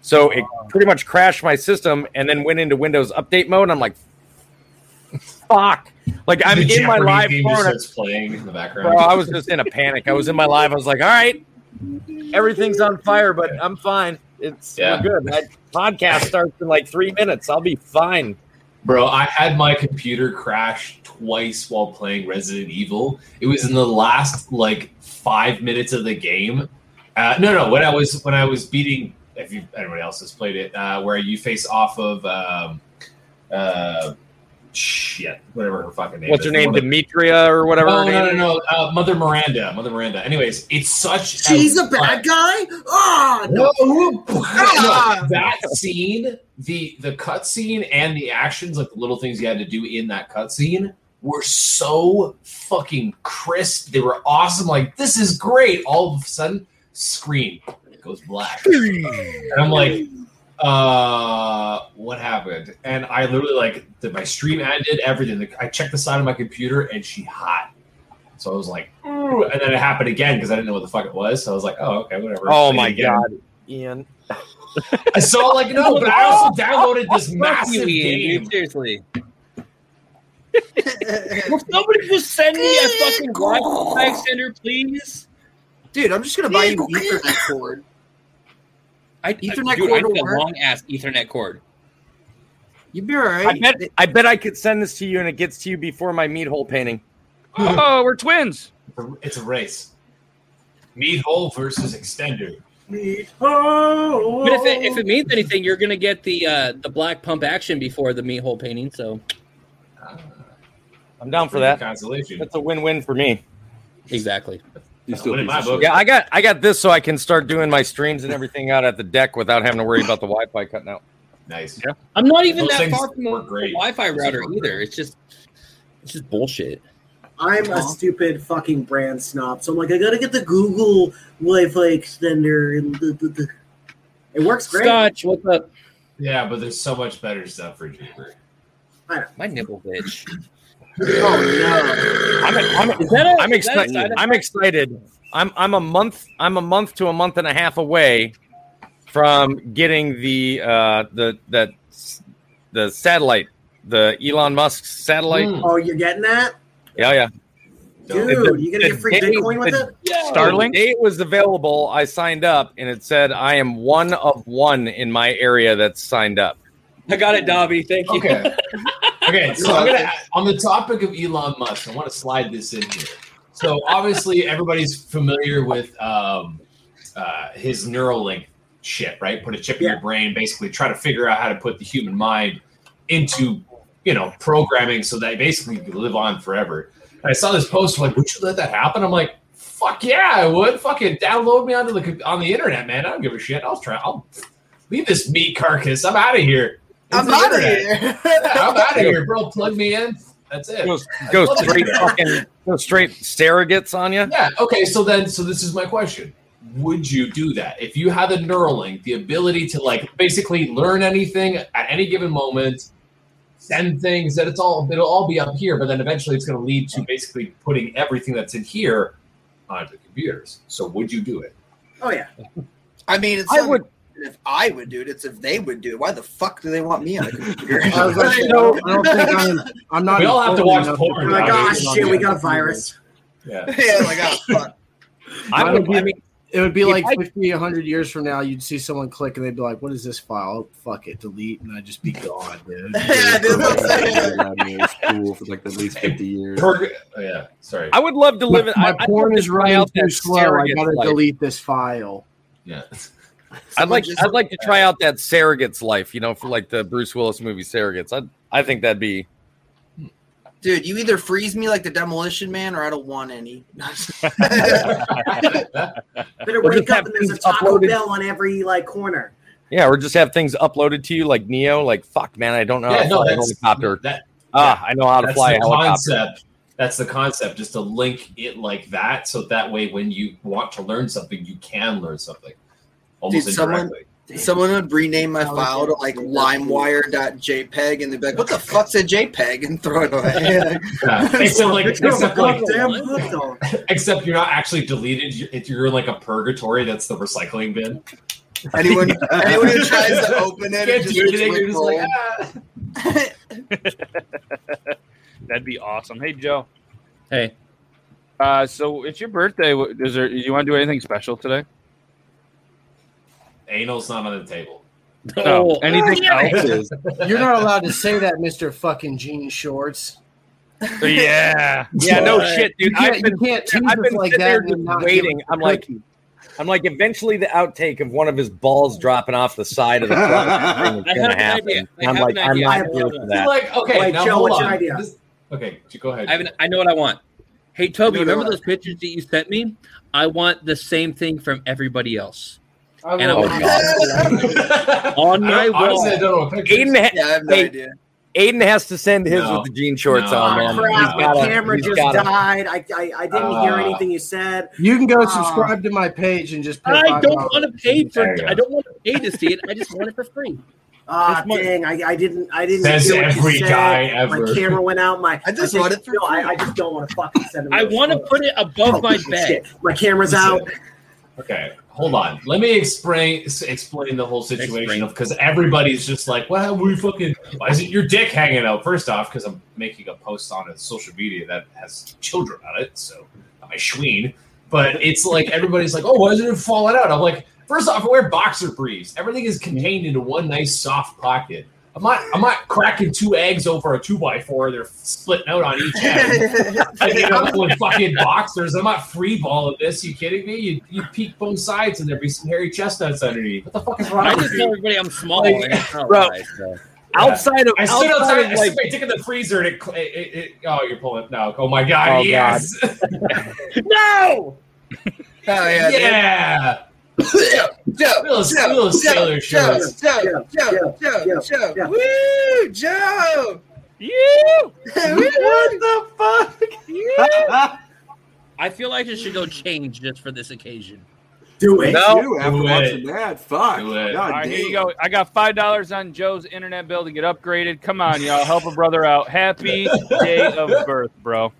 [SPEAKER 10] So it pretty much crashed my system and then went into Windows update mode. I'm like, "Fuck!" Like I'm
[SPEAKER 1] The
[SPEAKER 10] in my
[SPEAKER 1] Jeopardy
[SPEAKER 10] live
[SPEAKER 1] theme just
[SPEAKER 10] phone.
[SPEAKER 1] starts playing in the background.
[SPEAKER 10] Bro, I was just in a panic. I was in my live. I was like, all right, everything's on fire, but I'm fine. It's
[SPEAKER 1] Yeah.
[SPEAKER 10] we're good. My podcast starts in like three minutes. I'll be fine.
[SPEAKER 1] Bro, I had my computer crash twice while playing Resident Evil. It was in the last like five minutes of the game. Uh, no, no, when I was when I was beating, if you, anybody else has played it, uh, where you face off of um, uh, shit, whatever her fucking name.
[SPEAKER 10] What's
[SPEAKER 1] is.
[SPEAKER 10] her
[SPEAKER 1] The
[SPEAKER 10] name?
[SPEAKER 1] one that-
[SPEAKER 10] Demetria or whatever
[SPEAKER 1] No,
[SPEAKER 10] her name
[SPEAKER 1] no, no,
[SPEAKER 10] is?
[SPEAKER 1] no. Uh, Mother Miranda. Mother Miranda. Anyways, it's such.
[SPEAKER 2] she's a bad guy. Ah, no.
[SPEAKER 1] No, who-
[SPEAKER 6] Ah!
[SPEAKER 1] no, that scene, the the cutscene and the actions, like the little things you had to do in that cutscene, were so fucking crisp. They were awesome. Like this is great. All of a sudden, screen goes black, and I'm like, uh, what happened? And I literally like the, my stream ended. Everything. Like, I checked the side of my computer, and she hot. So I was like, ooh, and then it happened again because I didn't know what the fuck it was. So I was like, oh, okay, whatever.
[SPEAKER 10] Oh
[SPEAKER 1] Played
[SPEAKER 10] my
[SPEAKER 1] again.
[SPEAKER 10] god, Ian.
[SPEAKER 1] So like no, but I also downloaded this
[SPEAKER 4] Fuck
[SPEAKER 1] massive
[SPEAKER 4] you, Ian,
[SPEAKER 1] game.
[SPEAKER 4] dude, seriously. Will somebody just send me a fucking Wi-Fi extender, please?
[SPEAKER 6] Dude, I'm just gonna buy you an Ethernet cord.
[SPEAKER 4] I,
[SPEAKER 6] Ethernet
[SPEAKER 4] dude, I
[SPEAKER 6] cord
[SPEAKER 4] need a
[SPEAKER 6] will work.
[SPEAKER 4] long ass Ethernet cord.
[SPEAKER 6] You'd be all right.
[SPEAKER 10] I bet I bet I could send this to you and it gets to you before my meat hole painting.
[SPEAKER 3] Oh, we're twins.
[SPEAKER 1] It's a race. Meat hole versus extender.
[SPEAKER 2] Oh,
[SPEAKER 4] But if it, if it means anything, you're gonna get the uh, the black pump action before the meat hole painting. So
[SPEAKER 1] Uh,
[SPEAKER 10] I'm down for that.
[SPEAKER 1] consolation.
[SPEAKER 10] That's a win-win for me.
[SPEAKER 4] exactly.
[SPEAKER 9] You still
[SPEAKER 1] Win in
[SPEAKER 9] piece
[SPEAKER 1] my
[SPEAKER 9] of
[SPEAKER 1] book.
[SPEAKER 9] shit.
[SPEAKER 10] Yeah, I got I got this so I can start doing my streams and everything out at the deck without having to worry about the Wi-Fi cutting out.
[SPEAKER 1] Nice.
[SPEAKER 3] Yeah.
[SPEAKER 4] I'm not even
[SPEAKER 1] Those
[SPEAKER 4] that
[SPEAKER 1] things
[SPEAKER 4] far from the
[SPEAKER 1] work great.
[SPEAKER 4] Wi-Fi
[SPEAKER 1] Those
[SPEAKER 4] router
[SPEAKER 1] things work
[SPEAKER 4] either.
[SPEAKER 1] great.
[SPEAKER 4] It's just it's just bullshit.
[SPEAKER 2] I'm a stupid fucking brand snob, so I'm like, I gotta get the Google Wi-Fi extender. and the- the- the- It works great.
[SPEAKER 4] Scotch, what's up?
[SPEAKER 1] Yeah, but there's so much better stuff for Juniper.
[SPEAKER 4] My nipple bitch.
[SPEAKER 1] Oh,
[SPEAKER 10] I'm, I'm, I'm excited. I'm excited. I'm I'm a month. I'm a month to a month and a half away from getting the uh, the that the satellite, the Elon Musk satellite.
[SPEAKER 2] Oh, you're getting that?
[SPEAKER 10] Yeah, yeah.
[SPEAKER 2] Dude, you gonna get free Bitcoin with it?
[SPEAKER 10] Starling. Oh, The day it was available, I signed up, and it said I am one of one in my area that's signed up.
[SPEAKER 4] I got it, Dobby. Thank you.
[SPEAKER 1] Okay. Okay, so I'm gonna, on the topic of Elon Musk, I want to slide this in here. So obviously, everybody's familiar with um, uh, his Neuralink chip, right? Put a chip in your brain, basically try to figure out how to put the human mind into, you know, programming so that basically you live on forever. And I saw this post like, would you let that happen? I'm like, fuck yeah, I would. Fucking download me onto the co- on the internet, man. I don't give a shit. I'll try. I'll leave this meat carcass. I'm out of here. It's
[SPEAKER 8] I'm
[SPEAKER 1] the
[SPEAKER 8] out of
[SPEAKER 1] internet.
[SPEAKER 8] here.
[SPEAKER 1] I'm out of here, bro. Plug me in. That's it.
[SPEAKER 10] Goes, goes straight fucking goes straight surrogates on you.
[SPEAKER 1] Yeah. Okay. So then, so this is my question: Would you do that if you had the Neuralink, the ability to like basically learn anything at any given moment, send things that it's all it'll all be up here, but then eventually it's going to lead to basically putting everything that's in here onto computers. So would you do it?
[SPEAKER 2] Oh yeah.
[SPEAKER 6] I mean, it's I would if I would do it. It's if they would do it. Why the fuck do they want me on a computer?
[SPEAKER 7] I was like, no, I don't think I'm. I'm not.
[SPEAKER 1] We all have to watch porn.
[SPEAKER 7] important enough put
[SPEAKER 2] Oh my
[SPEAKER 1] Dobby.
[SPEAKER 2] gosh, shit, we got a virus.
[SPEAKER 1] Yeah.
[SPEAKER 6] yeah, like oh, fuck.
[SPEAKER 10] I
[SPEAKER 7] Mine
[SPEAKER 10] would.
[SPEAKER 7] be-
[SPEAKER 10] I mean,
[SPEAKER 7] It would be
[SPEAKER 10] If
[SPEAKER 7] like
[SPEAKER 10] I-
[SPEAKER 7] 50, 100 years from now, you'd see someone click and they'd be like, What is this file? Oh, fuck it, delete. And I'd just be gone, dude.
[SPEAKER 6] Yeah, dude, that's what I'm saying.
[SPEAKER 9] It's cool for like at least 50 years.
[SPEAKER 1] Purg- oh, yeah. Sorry.
[SPEAKER 10] I would love to live in.
[SPEAKER 7] my
[SPEAKER 10] I, I'd love
[SPEAKER 7] porn
[SPEAKER 10] to
[SPEAKER 7] is
[SPEAKER 10] try
[SPEAKER 7] running
[SPEAKER 10] out
[SPEAKER 7] too
[SPEAKER 10] that
[SPEAKER 7] slow. I
[SPEAKER 10] surrogates
[SPEAKER 7] gotta
[SPEAKER 10] life.
[SPEAKER 7] delete this file.
[SPEAKER 1] Yeah.
[SPEAKER 10] I'd like.
[SPEAKER 6] Someone just-
[SPEAKER 10] I'd like to try out that surrogates life. You know, for like the Bruce Willis movie Surrogates. I. I think that'd be.
[SPEAKER 6] Dude, you either freeze me like the Demolition Man, or I don't want any.
[SPEAKER 2] Better
[SPEAKER 10] We'll
[SPEAKER 2] wake
[SPEAKER 10] just
[SPEAKER 2] up
[SPEAKER 10] have
[SPEAKER 2] and there's a
[SPEAKER 10] things
[SPEAKER 2] Taco
[SPEAKER 10] uploaded.
[SPEAKER 2] Bell on every like corner.
[SPEAKER 10] Yeah, or just have things uploaded to you like Neo. Like fuck, man, I don't know how
[SPEAKER 1] yeah.
[SPEAKER 10] to
[SPEAKER 1] No,
[SPEAKER 10] fly a
[SPEAKER 1] that's
[SPEAKER 10] helicopter.
[SPEAKER 1] that.
[SPEAKER 10] ah, I know how to
[SPEAKER 1] that's
[SPEAKER 10] fly a
[SPEAKER 1] the
[SPEAKER 10] helicopter.
[SPEAKER 1] concept. That's the concept, just to link it like that, so that way when you want to learn something, you can learn something almost
[SPEAKER 6] Dude, someone-
[SPEAKER 1] indirectly.
[SPEAKER 6] Someone would rename my file to like LimeWire.jpg, and they'd be like, "What the fuck's a JPEG?" and throw it away.
[SPEAKER 1] Yeah. Except like, except, like
[SPEAKER 2] Goddamn book, though.
[SPEAKER 1] except you're not actually deleted. you- If you're in like a purgatory, that's the recycling bin.
[SPEAKER 6] anyone, anyone who tries to open
[SPEAKER 1] You
[SPEAKER 6] it,
[SPEAKER 1] can't
[SPEAKER 6] it just
[SPEAKER 1] do anything. You're
[SPEAKER 6] gets
[SPEAKER 1] just like,
[SPEAKER 6] like,
[SPEAKER 1] ah.
[SPEAKER 3] That'd be awesome. Hey, Joe.
[SPEAKER 4] Hey.
[SPEAKER 3] Uh, so it's your birthday. Wh- Is there? Do you want to do anything special today?
[SPEAKER 1] anal's not on the table.
[SPEAKER 2] Oh,
[SPEAKER 3] No. Oh, Anything else?
[SPEAKER 9] It is.
[SPEAKER 7] You're not allowed to say that, Mr. fucking Gene Shorts.
[SPEAKER 3] yeah.
[SPEAKER 10] Yeah, no shit,
[SPEAKER 7] You
[SPEAKER 10] dude.
[SPEAKER 7] can't,
[SPEAKER 10] I've been,
[SPEAKER 7] you can't tease
[SPEAKER 10] I've
[SPEAKER 7] us
[SPEAKER 10] been
[SPEAKER 7] like
[SPEAKER 10] sitting
[SPEAKER 7] that
[SPEAKER 10] there
[SPEAKER 7] and then
[SPEAKER 10] just
[SPEAKER 7] not
[SPEAKER 10] waiting.
[SPEAKER 7] give us
[SPEAKER 10] I'm
[SPEAKER 7] a
[SPEAKER 10] like,
[SPEAKER 7] cookie.
[SPEAKER 10] I'm like, eventually the outtake of one of his balls dropping off the side of the plane is
[SPEAKER 4] I
[SPEAKER 10] gonna
[SPEAKER 4] have an
[SPEAKER 10] happen.
[SPEAKER 4] idea. I
[SPEAKER 10] And I'm
[SPEAKER 4] have
[SPEAKER 10] like,
[SPEAKER 4] an
[SPEAKER 10] I'm
[SPEAKER 4] idea.
[SPEAKER 10] not
[SPEAKER 2] I have
[SPEAKER 10] here
[SPEAKER 2] one.
[SPEAKER 10] for
[SPEAKER 1] You're
[SPEAKER 10] that.
[SPEAKER 1] like, okay,
[SPEAKER 2] Wait,
[SPEAKER 1] now
[SPEAKER 2] Joe,
[SPEAKER 1] hold
[SPEAKER 2] what's your
[SPEAKER 1] on.
[SPEAKER 2] idea?
[SPEAKER 1] This- okay, you go ahead.
[SPEAKER 4] I, have an, I know what I want. Hey Toby,
[SPEAKER 6] No, no,
[SPEAKER 4] remember
[SPEAKER 6] no.
[SPEAKER 4] those pictures that you sent me? I want the same thing from everybody else
[SPEAKER 7] I
[SPEAKER 4] and
[SPEAKER 7] will-
[SPEAKER 10] Oh, God.
[SPEAKER 4] on
[SPEAKER 1] I
[SPEAKER 4] my
[SPEAKER 1] don't- honestly, I
[SPEAKER 4] wall.
[SPEAKER 1] don't know what pictures.
[SPEAKER 10] Aiden, ha-
[SPEAKER 6] yeah, I have no
[SPEAKER 10] Hey,
[SPEAKER 6] idea.
[SPEAKER 10] Aiden has to send his
[SPEAKER 1] No.
[SPEAKER 10] with the jean shorts
[SPEAKER 1] No.
[SPEAKER 10] on,
[SPEAKER 1] Oh,
[SPEAKER 10] man.
[SPEAKER 1] crap,
[SPEAKER 10] Um, He's
[SPEAKER 2] my
[SPEAKER 10] gotta-
[SPEAKER 2] camera
[SPEAKER 10] he's
[SPEAKER 2] just
[SPEAKER 10] gotta- Uh,
[SPEAKER 2] died. I, I, I didn't hear
[SPEAKER 1] Ah.
[SPEAKER 2] anything you said.
[SPEAKER 7] You can go
[SPEAKER 2] Ah.
[SPEAKER 7] subscribe to my page and just pay
[SPEAKER 4] I
[SPEAKER 7] five
[SPEAKER 4] don't
[SPEAKER 7] dollars.
[SPEAKER 4] want to pay for.
[SPEAKER 1] There you go.
[SPEAKER 4] I don't want to pay to see it. I just want it for free.
[SPEAKER 2] Ah,
[SPEAKER 10] This month-
[SPEAKER 2] dang! I, I didn't. I didn't.
[SPEAKER 1] Says
[SPEAKER 2] hear what you
[SPEAKER 1] every
[SPEAKER 2] said.
[SPEAKER 1] guy
[SPEAKER 2] My
[SPEAKER 1] ever.
[SPEAKER 2] camera went out. My
[SPEAKER 6] I just
[SPEAKER 2] my-
[SPEAKER 6] want it for
[SPEAKER 2] No, I,
[SPEAKER 6] free.
[SPEAKER 2] I just don't want to fucking send. them
[SPEAKER 4] I
[SPEAKER 2] those
[SPEAKER 4] want to
[SPEAKER 2] photos.
[SPEAKER 4] put it
[SPEAKER 10] Oh,
[SPEAKER 4] above my
[SPEAKER 2] shit.
[SPEAKER 4] bed.
[SPEAKER 2] My camera's
[SPEAKER 1] Listen.
[SPEAKER 2] out.
[SPEAKER 1] Okay, hold on. Let me explain s- explain the whole situation
[SPEAKER 4] Explain.
[SPEAKER 1] of because everybody's just like, "Well, we fucking why is it your dick hanging out?" First off, because I'm making a post on a social media that has children on it, so I'm a schween. But it's like everybody's like, "Oh, why isn't it falling out?" I'm like, first off, I wear boxer briefs. Everything is contained into one nice soft pocket. I'm not I'm not cracking two eggs over a two by four. They're splitting out on each end. I get up with fucking boxers. I'm not free balling this. You kidding me? You you peek both sides and there'd be some hairy chestnuts underneath. What the fuck is
[SPEAKER 4] I
[SPEAKER 1] wrong with
[SPEAKER 4] just tell
[SPEAKER 1] you?
[SPEAKER 4] everybody I'm small.
[SPEAKER 10] Like,
[SPEAKER 4] and it's not
[SPEAKER 10] bro.
[SPEAKER 4] right, so.
[SPEAKER 10] Outside of,
[SPEAKER 1] I stood
[SPEAKER 10] outside
[SPEAKER 1] outside.
[SPEAKER 10] of
[SPEAKER 1] I
[SPEAKER 10] like,
[SPEAKER 1] stood my dick in the freezer and it, cl- it, it, it- Oh, you're pulling it now. Oh my god!
[SPEAKER 10] Oh, God.
[SPEAKER 1] yes.
[SPEAKER 4] No.
[SPEAKER 6] Oh yeah, dude.
[SPEAKER 1] yeah.
[SPEAKER 6] Joe, Joe,
[SPEAKER 1] Little,
[SPEAKER 6] Joe,
[SPEAKER 1] little sailor
[SPEAKER 6] Joe,
[SPEAKER 1] shorts.
[SPEAKER 6] Joe, Joe, Joe, Joe,
[SPEAKER 2] yeah.
[SPEAKER 6] woo, Joe.
[SPEAKER 3] You.
[SPEAKER 1] What the fuck?
[SPEAKER 4] I feel like I should go change just for this occasion.
[SPEAKER 2] Do it.
[SPEAKER 10] No.
[SPEAKER 9] Dude, after
[SPEAKER 10] Do
[SPEAKER 9] watching
[SPEAKER 10] it.
[SPEAKER 9] that, fuck.
[SPEAKER 1] Do it.
[SPEAKER 9] God
[SPEAKER 3] All right, here
[SPEAKER 9] damn.
[SPEAKER 3] you go. I got five dollars on Joe's internet bill to get upgraded. Come on, y'all, help a brother out. Happy day of birth, bro.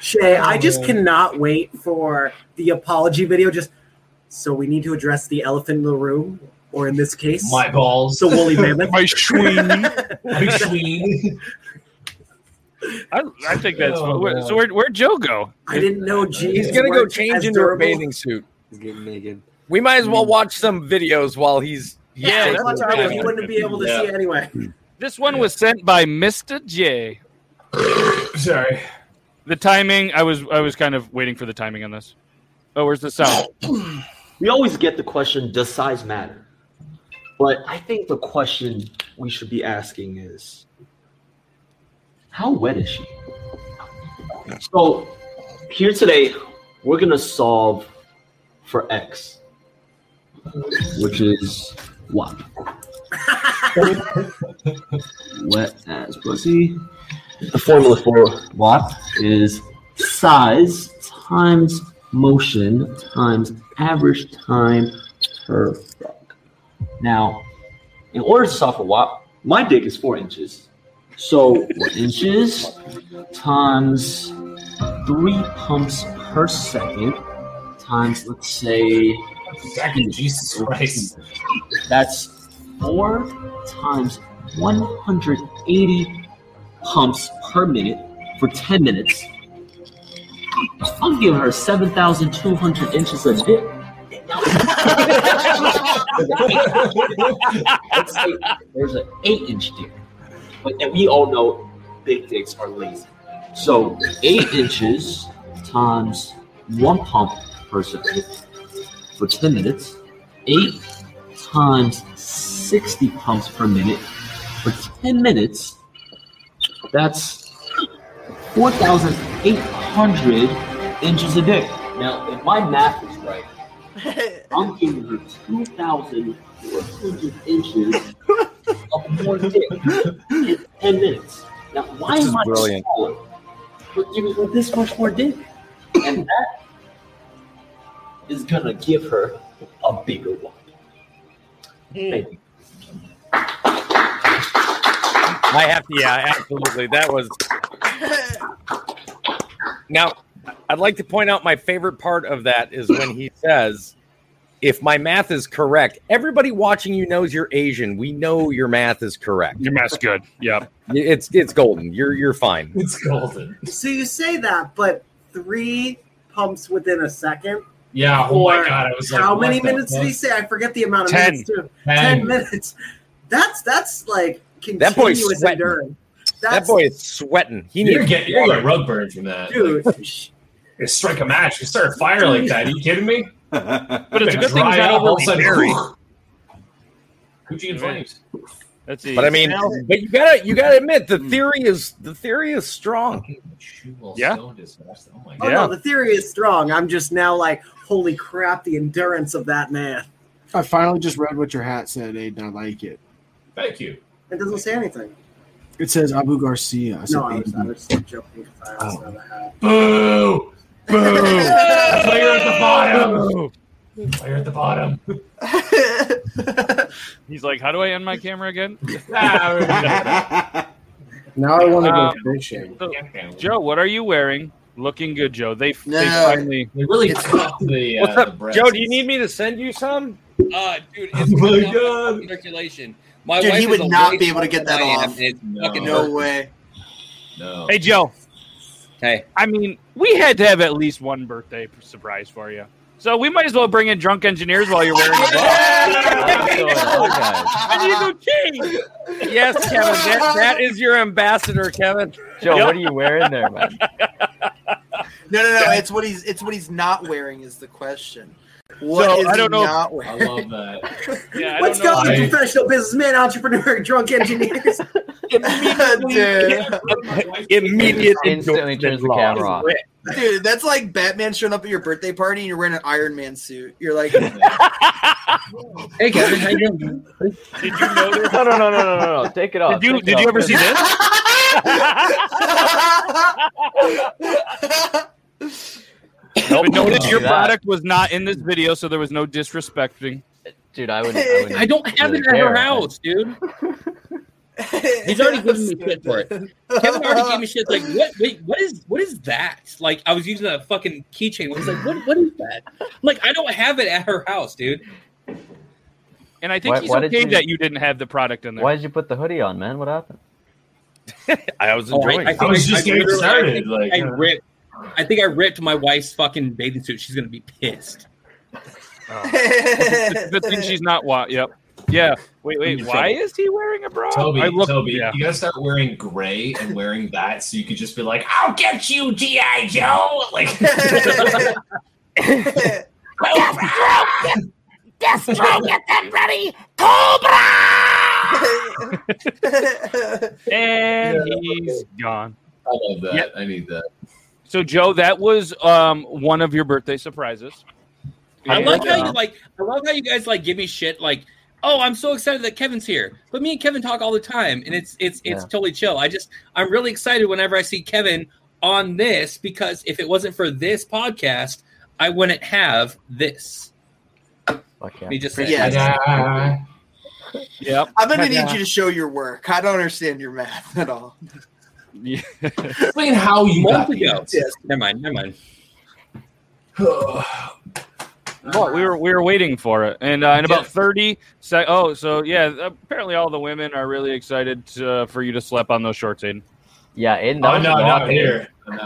[SPEAKER 2] Shay,
[SPEAKER 4] Oh,
[SPEAKER 2] I just cannot wait for the apology video. Just so we need to address the elephant in the room, or in this case,
[SPEAKER 1] My balls.
[SPEAKER 2] the woolly mammoth.
[SPEAKER 3] My Sweeney.
[SPEAKER 1] Big Sweeney.
[SPEAKER 3] I, I think that's
[SPEAKER 1] Oh,
[SPEAKER 3] where,
[SPEAKER 1] man.
[SPEAKER 3] so. Where, where'd Joe go?
[SPEAKER 2] I didn't know jeans.
[SPEAKER 10] He's gonna go
[SPEAKER 2] weren't as
[SPEAKER 10] change into a
[SPEAKER 2] durable.
[SPEAKER 10] bathing suit.
[SPEAKER 9] He's getting naked.
[SPEAKER 10] We might as well watch some videos while he's.
[SPEAKER 3] Yeah,
[SPEAKER 2] Yeah,
[SPEAKER 3] that's what
[SPEAKER 2] that's all
[SPEAKER 3] I
[SPEAKER 2] right.
[SPEAKER 3] was
[SPEAKER 2] You wouldn't be able to
[SPEAKER 1] Yeah.
[SPEAKER 2] see it anyway.
[SPEAKER 3] This one was sent by Mister J.
[SPEAKER 1] Sorry.
[SPEAKER 3] The timing, I was, I was kind of waiting for the timing on this. Oh, where's the sound?
[SPEAKER 11] We always get the question, does size matter? But I think the question we should be asking is, how wet is she? So, here today, we're going to solve for X, which is what? wet as pussy. The formula for what is size times motion times average time per frog. Now, in order to solve for WAP, my dick is four inches. So what inches times three pumps per second times let's say
[SPEAKER 1] Second, Jesus Christ.
[SPEAKER 11] that's four times 180 pumps per minute for 10 minutes. I'm giving her 7,200 inches of dick. Let's say There's an eight inch dick. But and we all know big dicks are lazy. So eight inches times one pump per second for 10 minutes, eight times 60 pumps per minute for 10 minutes, that's 4,800 inches a day. Now, if my math is right, I'm giving her 2,400 inches of more dick in 10 minutes. Now, why
[SPEAKER 10] This is
[SPEAKER 11] am I
[SPEAKER 10] brilliant.
[SPEAKER 11] smaller? But giving her this much more dick. And that is going to give her a bigger one. Thank you.
[SPEAKER 10] I have to. Yeah, absolutely. That was. Now, I'd like to point out my favorite part of that is when he says, "If my math is correct, everybody watching you knows you're Asian. We know your math is correct.
[SPEAKER 3] Your math's good. Yep.
[SPEAKER 10] It's it's golden. You're you're fine."
[SPEAKER 1] It's golden.
[SPEAKER 2] So you say that, but three pumps within a second.
[SPEAKER 1] Yeah. Oh my
[SPEAKER 2] Or
[SPEAKER 1] God. I was like,
[SPEAKER 2] how
[SPEAKER 1] what
[SPEAKER 2] many
[SPEAKER 1] the
[SPEAKER 2] minutes did he
[SPEAKER 1] fuck?
[SPEAKER 2] say? I forget the amount of
[SPEAKER 3] Ten.
[SPEAKER 2] minutes too.
[SPEAKER 1] Ten.
[SPEAKER 2] Ten minutes. That's that's like
[SPEAKER 10] That boy's
[SPEAKER 2] continuous
[SPEAKER 10] sweating.
[SPEAKER 2] endurance.
[SPEAKER 10] That
[SPEAKER 2] That's,
[SPEAKER 10] boy is sweating. He
[SPEAKER 1] You're
[SPEAKER 10] needs
[SPEAKER 1] getting you're getting rug burn from that.
[SPEAKER 2] dude.
[SPEAKER 1] You strike a match. You start a fire like that. Are you kidding me?
[SPEAKER 3] But it's a
[SPEAKER 1] Gonna
[SPEAKER 3] good thing
[SPEAKER 1] dry
[SPEAKER 3] it's not
[SPEAKER 1] up, all of
[SPEAKER 3] overly
[SPEAKER 1] a sudden,
[SPEAKER 3] buried.
[SPEAKER 1] Coochie and
[SPEAKER 3] Right.
[SPEAKER 1] flames.
[SPEAKER 3] Let's see.
[SPEAKER 10] But I mean, but you gotta you gotta admit the
[SPEAKER 6] Hmm.
[SPEAKER 10] theory is the theory is strong.
[SPEAKER 3] Yeah.
[SPEAKER 1] Oh my
[SPEAKER 2] Oh
[SPEAKER 1] God.
[SPEAKER 3] Yeah.
[SPEAKER 2] no, the theory is strong. I'm just now like, holy crap, the endurance of that man.
[SPEAKER 7] I finally just read what your hat said, Aiden. I like it.
[SPEAKER 1] Thank you.
[SPEAKER 2] It doesn't say anything.
[SPEAKER 7] It says Abu Garcia. I said,
[SPEAKER 2] No, I was, I
[SPEAKER 7] Aiden.
[SPEAKER 2] was just joking because I also have a hat.
[SPEAKER 1] Boo! Boo! Player at the bottom. Player at the bottom.
[SPEAKER 3] he's like, how do I end my camera again?
[SPEAKER 1] Ah, we're gonna-
[SPEAKER 7] now I want to
[SPEAKER 3] Um,
[SPEAKER 7] go fishing.
[SPEAKER 3] So, Joe, what are you wearing? Looking good, Joe. They, they
[SPEAKER 6] No.
[SPEAKER 3] finally.
[SPEAKER 1] They really cut the. Uh,
[SPEAKER 10] What's
[SPEAKER 1] the
[SPEAKER 10] up,
[SPEAKER 1] breasts.
[SPEAKER 10] Joe? Do you need me to send you some?
[SPEAKER 4] Uh, dude,
[SPEAKER 1] Oh
[SPEAKER 4] it's
[SPEAKER 1] my
[SPEAKER 4] coming off
[SPEAKER 1] God.
[SPEAKER 4] fucking circulation. My
[SPEAKER 6] Dude,
[SPEAKER 4] wife
[SPEAKER 6] he
[SPEAKER 4] is
[SPEAKER 6] would
[SPEAKER 4] a
[SPEAKER 6] not
[SPEAKER 4] way
[SPEAKER 6] be able to get
[SPEAKER 4] smarter
[SPEAKER 6] that
[SPEAKER 4] than I am,
[SPEAKER 6] off.
[SPEAKER 4] and it's
[SPEAKER 1] No.
[SPEAKER 4] fucking
[SPEAKER 6] No
[SPEAKER 4] hurts.
[SPEAKER 6] way.
[SPEAKER 1] No.
[SPEAKER 3] Hey, Joe.
[SPEAKER 4] Hey,
[SPEAKER 3] I mean, we had to have at least one birthday p- surprise for you. So we might as well bring in drunk engineers while you're wearing the bra. I need to go change.
[SPEAKER 10] Yes, Kevin. That, that is your ambassador, Kevin.
[SPEAKER 12] Joe,
[SPEAKER 3] Yep.
[SPEAKER 12] what are you wearing there, man?
[SPEAKER 6] No, no, no. It's what he's it's what he's not wearing is the question. What
[SPEAKER 3] So,
[SPEAKER 6] is
[SPEAKER 3] I don't
[SPEAKER 6] he
[SPEAKER 3] know-
[SPEAKER 6] not
[SPEAKER 1] I
[SPEAKER 6] wearing?
[SPEAKER 1] love that.
[SPEAKER 3] Yeah, I
[SPEAKER 2] What's
[SPEAKER 3] don't know.
[SPEAKER 2] going,
[SPEAKER 1] Oh. I-
[SPEAKER 2] professional businessman, entrepreneur, drunk engineers?
[SPEAKER 6] dude,
[SPEAKER 10] Immediately
[SPEAKER 12] Instantly turns the
[SPEAKER 10] Law.
[SPEAKER 12] camera off.
[SPEAKER 6] dude, that's like Batman showing up at your birthday party and you're wearing an Iron Man suit. You're like,
[SPEAKER 4] hey, Kevin, how you doing?
[SPEAKER 3] Did you notice?
[SPEAKER 12] No, no, no, no, no, no, no. Take it off.
[SPEAKER 3] Did you,
[SPEAKER 12] take it
[SPEAKER 3] did you
[SPEAKER 12] off.
[SPEAKER 3] ever see this?
[SPEAKER 6] oh
[SPEAKER 10] Nope.
[SPEAKER 3] But notice
[SPEAKER 10] Don't
[SPEAKER 3] your
[SPEAKER 10] do that.
[SPEAKER 3] product was not in this video, so there was no disrespecting.
[SPEAKER 12] Dude, I
[SPEAKER 3] wouldn't.
[SPEAKER 4] I, don't have it at her house, dude. He's already giving me shit for it. Kevin already gave me shit. Like, what? Wait, what is what is that? Like, I was using a fucking keychain. I was like, what? What is that? I'm like, I don't have it at her house, dude.
[SPEAKER 3] And I think
[SPEAKER 12] Why-
[SPEAKER 3] he's
[SPEAKER 12] why did
[SPEAKER 3] okay
[SPEAKER 12] you-
[SPEAKER 3] that you didn't have the product in there.
[SPEAKER 12] Why did you put the hoodie on, man? What happened?
[SPEAKER 10] I was
[SPEAKER 4] Oh,
[SPEAKER 12] enjoying.
[SPEAKER 4] I, I think literally- I, think I ripped. I think I ripped my wife's fucking bathing suit. She's gonna be pissed.
[SPEAKER 3] the thing she's not. Wa- yep. Yeah. Wait. Wait. Why is he wearing a bra?
[SPEAKER 1] Toby,
[SPEAKER 3] I look-
[SPEAKER 1] Toby,
[SPEAKER 3] yeah.
[SPEAKER 1] you gotta start wearing gray and wearing that, so you could just be like, "I'll get you, GI Joe!" Like,
[SPEAKER 8] Deathstroke, get them ready! Cobra!
[SPEAKER 3] and he's gone.
[SPEAKER 1] I love that. I need that.
[SPEAKER 3] So Joe, that was um one of your birthday surprises.
[SPEAKER 4] I
[SPEAKER 3] And,
[SPEAKER 4] like how you
[SPEAKER 3] uh,
[SPEAKER 4] like. I love how you guys like give me shit. Like, oh, I'm so excited that Kevin's here. But me and Kevin talk all the time, and it's it's it's
[SPEAKER 3] Yeah.
[SPEAKER 4] totally chill. I just I'm really excited whenever I see Kevin on this because if it wasn't for this podcast, I wouldn't have this.
[SPEAKER 12] Fuck
[SPEAKER 4] He just said-
[SPEAKER 6] Yeah.
[SPEAKER 3] Yep.
[SPEAKER 6] I'm gonna need you to show your work. I don't understand your math at all.
[SPEAKER 1] Explain
[SPEAKER 4] Oh,
[SPEAKER 1] how you got
[SPEAKER 4] Months ago.
[SPEAKER 6] Yes.
[SPEAKER 4] Never mind. Never mind.
[SPEAKER 3] Well, we were we were waiting for it, and uh, in about thirty sec. Oh, so yeah, apparently all the women are really excited uh, for you to slap on those shorts, Aiden.
[SPEAKER 12] Yeah, Aiden.
[SPEAKER 3] that Oh, was no, a lot, not Aiden. here.
[SPEAKER 1] No.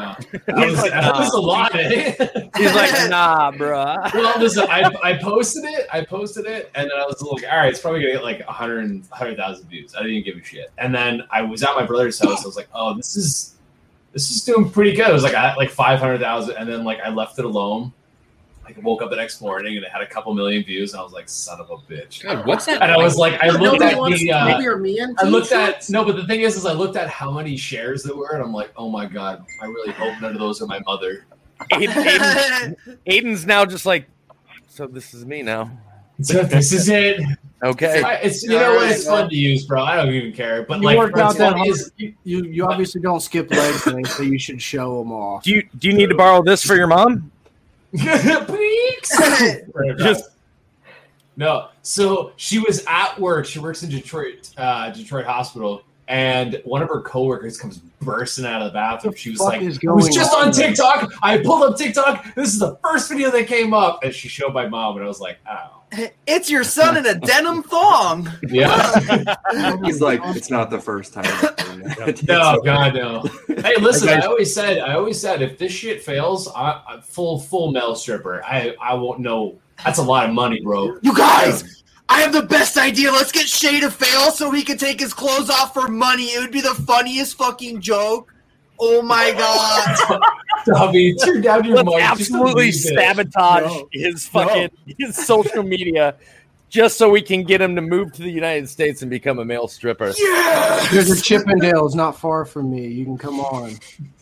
[SPEAKER 3] That was-
[SPEAKER 1] that was a lot, eh?
[SPEAKER 12] He's like, nah, bruh.
[SPEAKER 1] well, listen, I, I posted it. I posted it, and then I was like, all right, it's probably gonna get like 100 and- 100,000 views. I didn't even give a shit. And then I was at my brother's house. I was like, oh, this is this is doing pretty good. It was like I like 500,000, and then like I left it alone. Like woke up the next morning and it had a couple million views, and I was like, son of a bitch.
[SPEAKER 4] God, what's that
[SPEAKER 1] And I was like, I
[SPEAKER 2] No,
[SPEAKER 1] looked
[SPEAKER 2] nobody
[SPEAKER 1] at
[SPEAKER 2] wants
[SPEAKER 1] the.
[SPEAKER 2] to
[SPEAKER 1] Uh,
[SPEAKER 2] be your man
[SPEAKER 1] I looked
[SPEAKER 2] t-shirts?
[SPEAKER 1] at no, but the thing is, is I looked at how many shares there were, and I'm like, oh my god, I really hope none of those are my mother.
[SPEAKER 10] Aiden, Aiden- Aiden's now just like, so this is me now.
[SPEAKER 1] this is it.
[SPEAKER 10] Okay.
[SPEAKER 1] I- it's you know what? It's fun to use, bro. I don't even care. But
[SPEAKER 7] you
[SPEAKER 1] like,
[SPEAKER 7] work
[SPEAKER 1] what's
[SPEAKER 7] out that
[SPEAKER 1] funny
[SPEAKER 7] hard.
[SPEAKER 1] is-
[SPEAKER 7] you, you you obviously don't skip legs, things, so you should show them off.
[SPEAKER 10] Do you do you need to borrow this for your mom?
[SPEAKER 1] Just no. So she was at work. She works in Detroit, uh, Detroit Hospital, and one of her coworkers comes bursting out of the bathroom. She was
[SPEAKER 7] fuck
[SPEAKER 1] like,
[SPEAKER 7] is
[SPEAKER 1] "It was
[SPEAKER 7] going
[SPEAKER 1] just
[SPEAKER 7] on
[SPEAKER 1] on
[SPEAKER 7] there?"
[SPEAKER 1] TikTok. I pulled up TikTok. This is the first video that came up," and she showed my mom, and I was like, "Oh,
[SPEAKER 6] It's your son in a denim thong.
[SPEAKER 1] yeah."
[SPEAKER 9] He's like, it's not the first time.
[SPEAKER 1] No, God, no. Hey, listen.
[SPEAKER 9] Okay.
[SPEAKER 1] I always said, I always said, if this shit fails, I, I full full male stripper. I I won't know. That's a lot of money, bro.
[SPEAKER 6] You guys, I have the best idea. Let's get Shay to fail so he can take his clothes off for money. It would be the funniest fucking joke. Oh my god.
[SPEAKER 1] Tommy, turn down your
[SPEAKER 10] Let's
[SPEAKER 1] mic. Just
[SPEAKER 10] absolutely
[SPEAKER 1] leave it.
[SPEAKER 10] sabotage
[SPEAKER 1] No.
[SPEAKER 10] his fucking his social media just so we can get him to move to the United States and become a male stripper.
[SPEAKER 7] There's a Chippendale. It's not far from me. You can come on.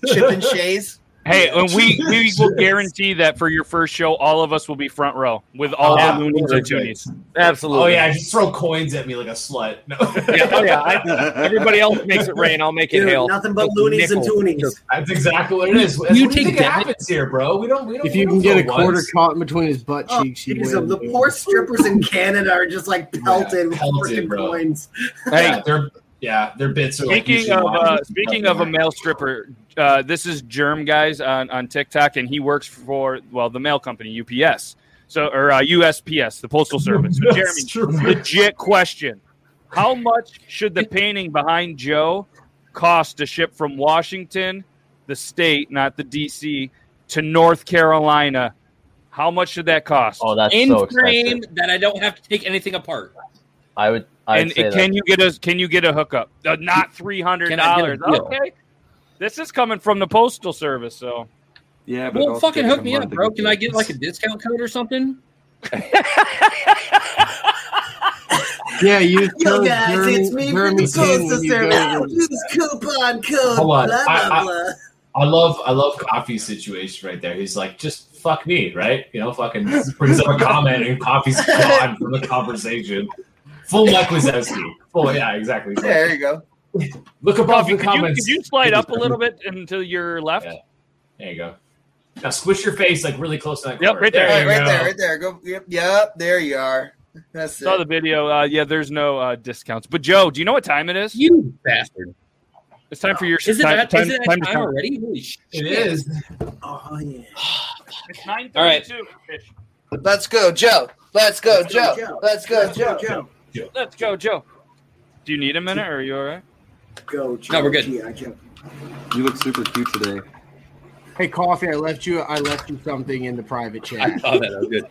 [SPEAKER 6] Chip and Shays.
[SPEAKER 3] Hey, and we we will guarantee that for your first show, all of us will be front row with all
[SPEAKER 1] Yeah.
[SPEAKER 3] the loonies and toonies.
[SPEAKER 10] Absolutely.
[SPEAKER 1] Oh yeah, just throw coins at me like a slut. No.
[SPEAKER 10] Yeah, oh yeah. I, everybody else makes it rain. I'll make it
[SPEAKER 1] Dude,
[SPEAKER 10] hail.
[SPEAKER 1] nothing but loonies and
[SPEAKER 10] Nickel.
[SPEAKER 1] toonies. That's exactly what it is. That's
[SPEAKER 7] You
[SPEAKER 1] what do
[SPEAKER 7] take
[SPEAKER 1] think
[SPEAKER 7] that-
[SPEAKER 1] happens here, bro? We don't. We don't.
[SPEAKER 7] If you
[SPEAKER 1] we
[SPEAKER 7] can
[SPEAKER 1] don't
[SPEAKER 7] get a
[SPEAKER 1] go
[SPEAKER 7] quarter
[SPEAKER 1] once.
[SPEAKER 7] caught in between his butt
[SPEAKER 2] Oh,
[SPEAKER 7] cheeks, you
[SPEAKER 2] Jesus,
[SPEAKER 7] win.
[SPEAKER 2] the poor strippers in Canada are just like pelted with
[SPEAKER 1] pelted,
[SPEAKER 2] freaking
[SPEAKER 1] bro.
[SPEAKER 2] coins.
[SPEAKER 1] yeah, they're yeah, their bits are. like, you
[SPEAKER 3] Speaking
[SPEAKER 1] should
[SPEAKER 3] of
[SPEAKER 1] watch
[SPEAKER 3] uh,
[SPEAKER 1] this.
[SPEAKER 3] speaking of a male stripper, uh, this is Germ Guys on, on TikTok, and he works for well the mail company UPS, so or uh, USPS, the postal service. So
[SPEAKER 10] That's
[SPEAKER 3] Jeremy, legit question: How much should the painting behind Joe cost to ship from Washington, the state, not the DC, to North Carolina? How much should that cost?
[SPEAKER 12] Oh, that's
[SPEAKER 4] in
[SPEAKER 12] so
[SPEAKER 4] frame
[SPEAKER 12] expensive.
[SPEAKER 4] that I don't have to take anything apart.
[SPEAKER 12] I would. I
[SPEAKER 3] and
[SPEAKER 12] would say
[SPEAKER 3] can
[SPEAKER 12] that.
[SPEAKER 3] you get a can you get a hookup? Uh, not three hundred
[SPEAKER 4] Can I get a
[SPEAKER 3] dollars.
[SPEAKER 4] deal?
[SPEAKER 3] Okay, this is coming from the postal service, so
[SPEAKER 9] Yeah,
[SPEAKER 4] well, fucking hook me up, bro. Can I get like a discount code or something?
[SPEAKER 7] Yeah, you.
[SPEAKER 2] Yo guys, it's me from the postal
[SPEAKER 7] Jeremy,
[SPEAKER 2] service. Use coupon code.
[SPEAKER 1] Hold on,
[SPEAKER 2] Blah
[SPEAKER 1] I- I-
[SPEAKER 2] blah blah.
[SPEAKER 1] I love I love Coffee's situation right there. He's like, just fuck me, right? You know, fucking brings up a comment and Coffee's gone from the conversation. Full Mike Wazowski. Full, yeah, exactly. He's like,
[SPEAKER 6] There you go.
[SPEAKER 1] Look above
[SPEAKER 3] Could
[SPEAKER 1] the
[SPEAKER 3] you,
[SPEAKER 1] comments.
[SPEAKER 3] could you slide up a little bit into your left?
[SPEAKER 1] There you go. Now squish your face like really close to that.
[SPEAKER 3] Yep,
[SPEAKER 1] corner.
[SPEAKER 3] right there.
[SPEAKER 1] you
[SPEAKER 6] right
[SPEAKER 1] go.
[SPEAKER 6] there, right there. Go. Yep, yep. There you are. That's
[SPEAKER 3] Saw the
[SPEAKER 6] it.
[SPEAKER 3] video. Uh, yeah, there's no uh, discounts. But Joe, do you know what time it is?
[SPEAKER 4] You bastard!
[SPEAKER 3] It's time for your
[SPEAKER 4] Is it
[SPEAKER 3] time,
[SPEAKER 4] that,
[SPEAKER 3] time,
[SPEAKER 4] is it that time,
[SPEAKER 3] time to count.
[SPEAKER 4] already? Holy shit.
[SPEAKER 1] It is.
[SPEAKER 2] Oh yeah.
[SPEAKER 3] It's nine
[SPEAKER 4] All right.
[SPEAKER 3] thirty-two.
[SPEAKER 6] Let's go, Joe. Let's go,
[SPEAKER 2] Let's
[SPEAKER 6] Joe.
[SPEAKER 2] go, Joe.
[SPEAKER 6] Let's go,
[SPEAKER 2] Let's
[SPEAKER 6] Joe.
[SPEAKER 2] go, Joe.
[SPEAKER 3] Let's go, Joe. Do you need a minute, or are you all right?
[SPEAKER 2] Go, Joe.
[SPEAKER 3] No, we're good.
[SPEAKER 2] G.I. Joe.
[SPEAKER 9] You look super cute today.
[SPEAKER 7] Hey, coffee. I left you. I left you something in the private
[SPEAKER 4] I
[SPEAKER 7] chat.
[SPEAKER 4] saw Oh, that. That was good.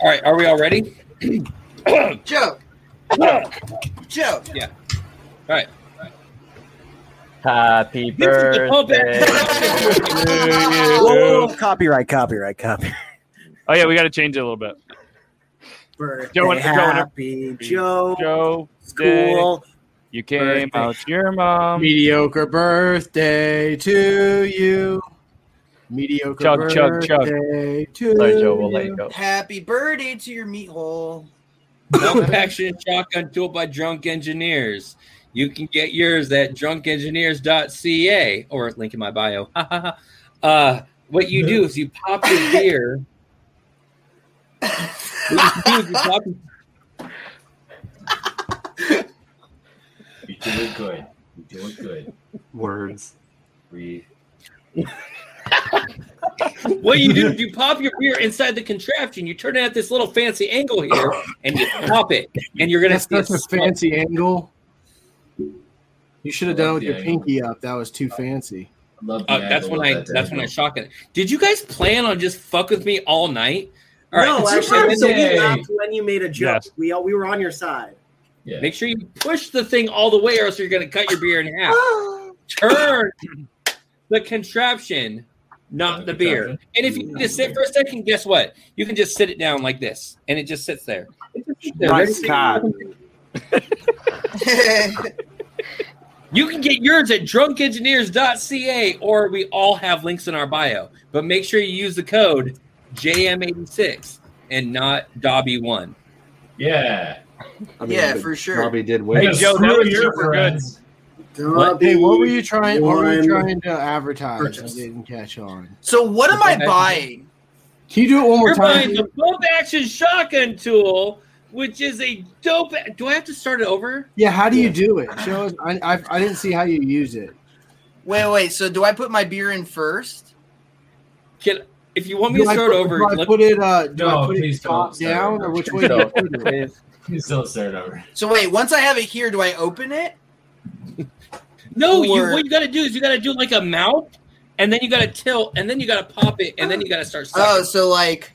[SPEAKER 4] All right, are we all ready?
[SPEAKER 6] Joe. Joe.
[SPEAKER 4] Yeah. All right.
[SPEAKER 12] Happy
[SPEAKER 4] This is the pump
[SPEAKER 12] birthday.
[SPEAKER 2] Oh, Whoa, copyright, copyright, copyright.
[SPEAKER 3] Oh yeah, we got to change it a little bit. Joe and- Joe and-
[SPEAKER 2] happy Joe.
[SPEAKER 3] Joe,
[SPEAKER 2] School.
[SPEAKER 3] you came out your mom.
[SPEAKER 7] Mediocre birthday to you. Mediocre
[SPEAKER 3] Chug, chug,
[SPEAKER 7] birthday
[SPEAKER 3] chug.
[SPEAKER 7] to
[SPEAKER 12] Sorry, Joe. We'll let you go.
[SPEAKER 6] Happy birthday to your meat hole.
[SPEAKER 4] Compaction and shotgun tool by Drunk Engineers. You can get yours at drunkengineers.ca or link in my bio. uh, what you do is you pop your beer. what you do is you pop
[SPEAKER 1] You're doing good. You're doing good.
[SPEAKER 9] Words.
[SPEAKER 1] Breathe.
[SPEAKER 4] what you do is you pop your beer inside the contraption. You turn it at this little fancy angle here, and you pop it, and you're gonna
[SPEAKER 7] That's
[SPEAKER 4] see a
[SPEAKER 7] such a
[SPEAKER 4] smoke.
[SPEAKER 7] fancy angle. You should have done it with
[SPEAKER 1] the
[SPEAKER 7] your
[SPEAKER 1] angle.
[SPEAKER 7] pinky up. That was too fancy.
[SPEAKER 1] I love the
[SPEAKER 4] Uh, that's
[SPEAKER 1] angle of
[SPEAKER 4] when I.
[SPEAKER 1] that
[SPEAKER 4] That's when I
[SPEAKER 1] angle.
[SPEAKER 4] shock it. Did you guys plan on just fuck with me all night? All right,
[SPEAKER 2] no,
[SPEAKER 4] it's
[SPEAKER 2] actually,
[SPEAKER 4] your
[SPEAKER 2] so we
[SPEAKER 4] birthday.
[SPEAKER 2] laughed when you made a joke.
[SPEAKER 3] Yes.
[SPEAKER 2] We all, we were on your side.
[SPEAKER 1] Yeah.
[SPEAKER 4] Make sure you push the thing all the way, or else you're gonna cut your beer in half. Turn the contraption, not the beer. And if you need to sit for a second, guess what? You can just sit it down like this, and it just sits there. It just sits there, ready to- You can get yours at drunkengineers.ca or we all have links in our bio. But make sure you use the code JM86 and not Dobby1.
[SPEAKER 1] Yeah.
[SPEAKER 9] I
[SPEAKER 6] Yeah, for sure.
[SPEAKER 9] Probably did
[SPEAKER 1] Hey,
[SPEAKER 9] win.
[SPEAKER 3] Joe, that
[SPEAKER 1] Screw
[SPEAKER 3] was
[SPEAKER 1] your
[SPEAKER 3] super good.
[SPEAKER 1] friends.
[SPEAKER 2] What?
[SPEAKER 7] Hey, what were you trying? What were you
[SPEAKER 2] One
[SPEAKER 7] trying to advertise?
[SPEAKER 2] purchase.
[SPEAKER 7] I didn't catch on.
[SPEAKER 6] so what am I buying?
[SPEAKER 7] Can you do it one more
[SPEAKER 4] You're
[SPEAKER 7] time?
[SPEAKER 4] buying the pump action shotgun tool, which is a dope. Do I have to start it over?
[SPEAKER 7] Yeah, how do you do it? Show us. I, I, I didn't see how you use it.
[SPEAKER 6] Wait, wait. So do I put my beer in first?
[SPEAKER 4] Can, if you want me to
[SPEAKER 7] Do I
[SPEAKER 4] start
[SPEAKER 7] put-
[SPEAKER 4] over,
[SPEAKER 7] Do I
[SPEAKER 4] let-
[SPEAKER 7] put it? Uh, do
[SPEAKER 1] No,
[SPEAKER 7] I put
[SPEAKER 1] please
[SPEAKER 7] it
[SPEAKER 1] don't
[SPEAKER 7] top
[SPEAKER 1] start
[SPEAKER 7] down
[SPEAKER 1] over.
[SPEAKER 7] or which way? do I put it?
[SPEAKER 1] Please don't start over.
[SPEAKER 6] So wait, once I have it here, do I open it?
[SPEAKER 4] no, you,
[SPEAKER 6] Or-
[SPEAKER 4] what you got to do is you got to do like a mouth, and then you got to tilt, and then you got to pop it, and then you got to start.
[SPEAKER 6] Oh,
[SPEAKER 4] Sucking.
[SPEAKER 6] so like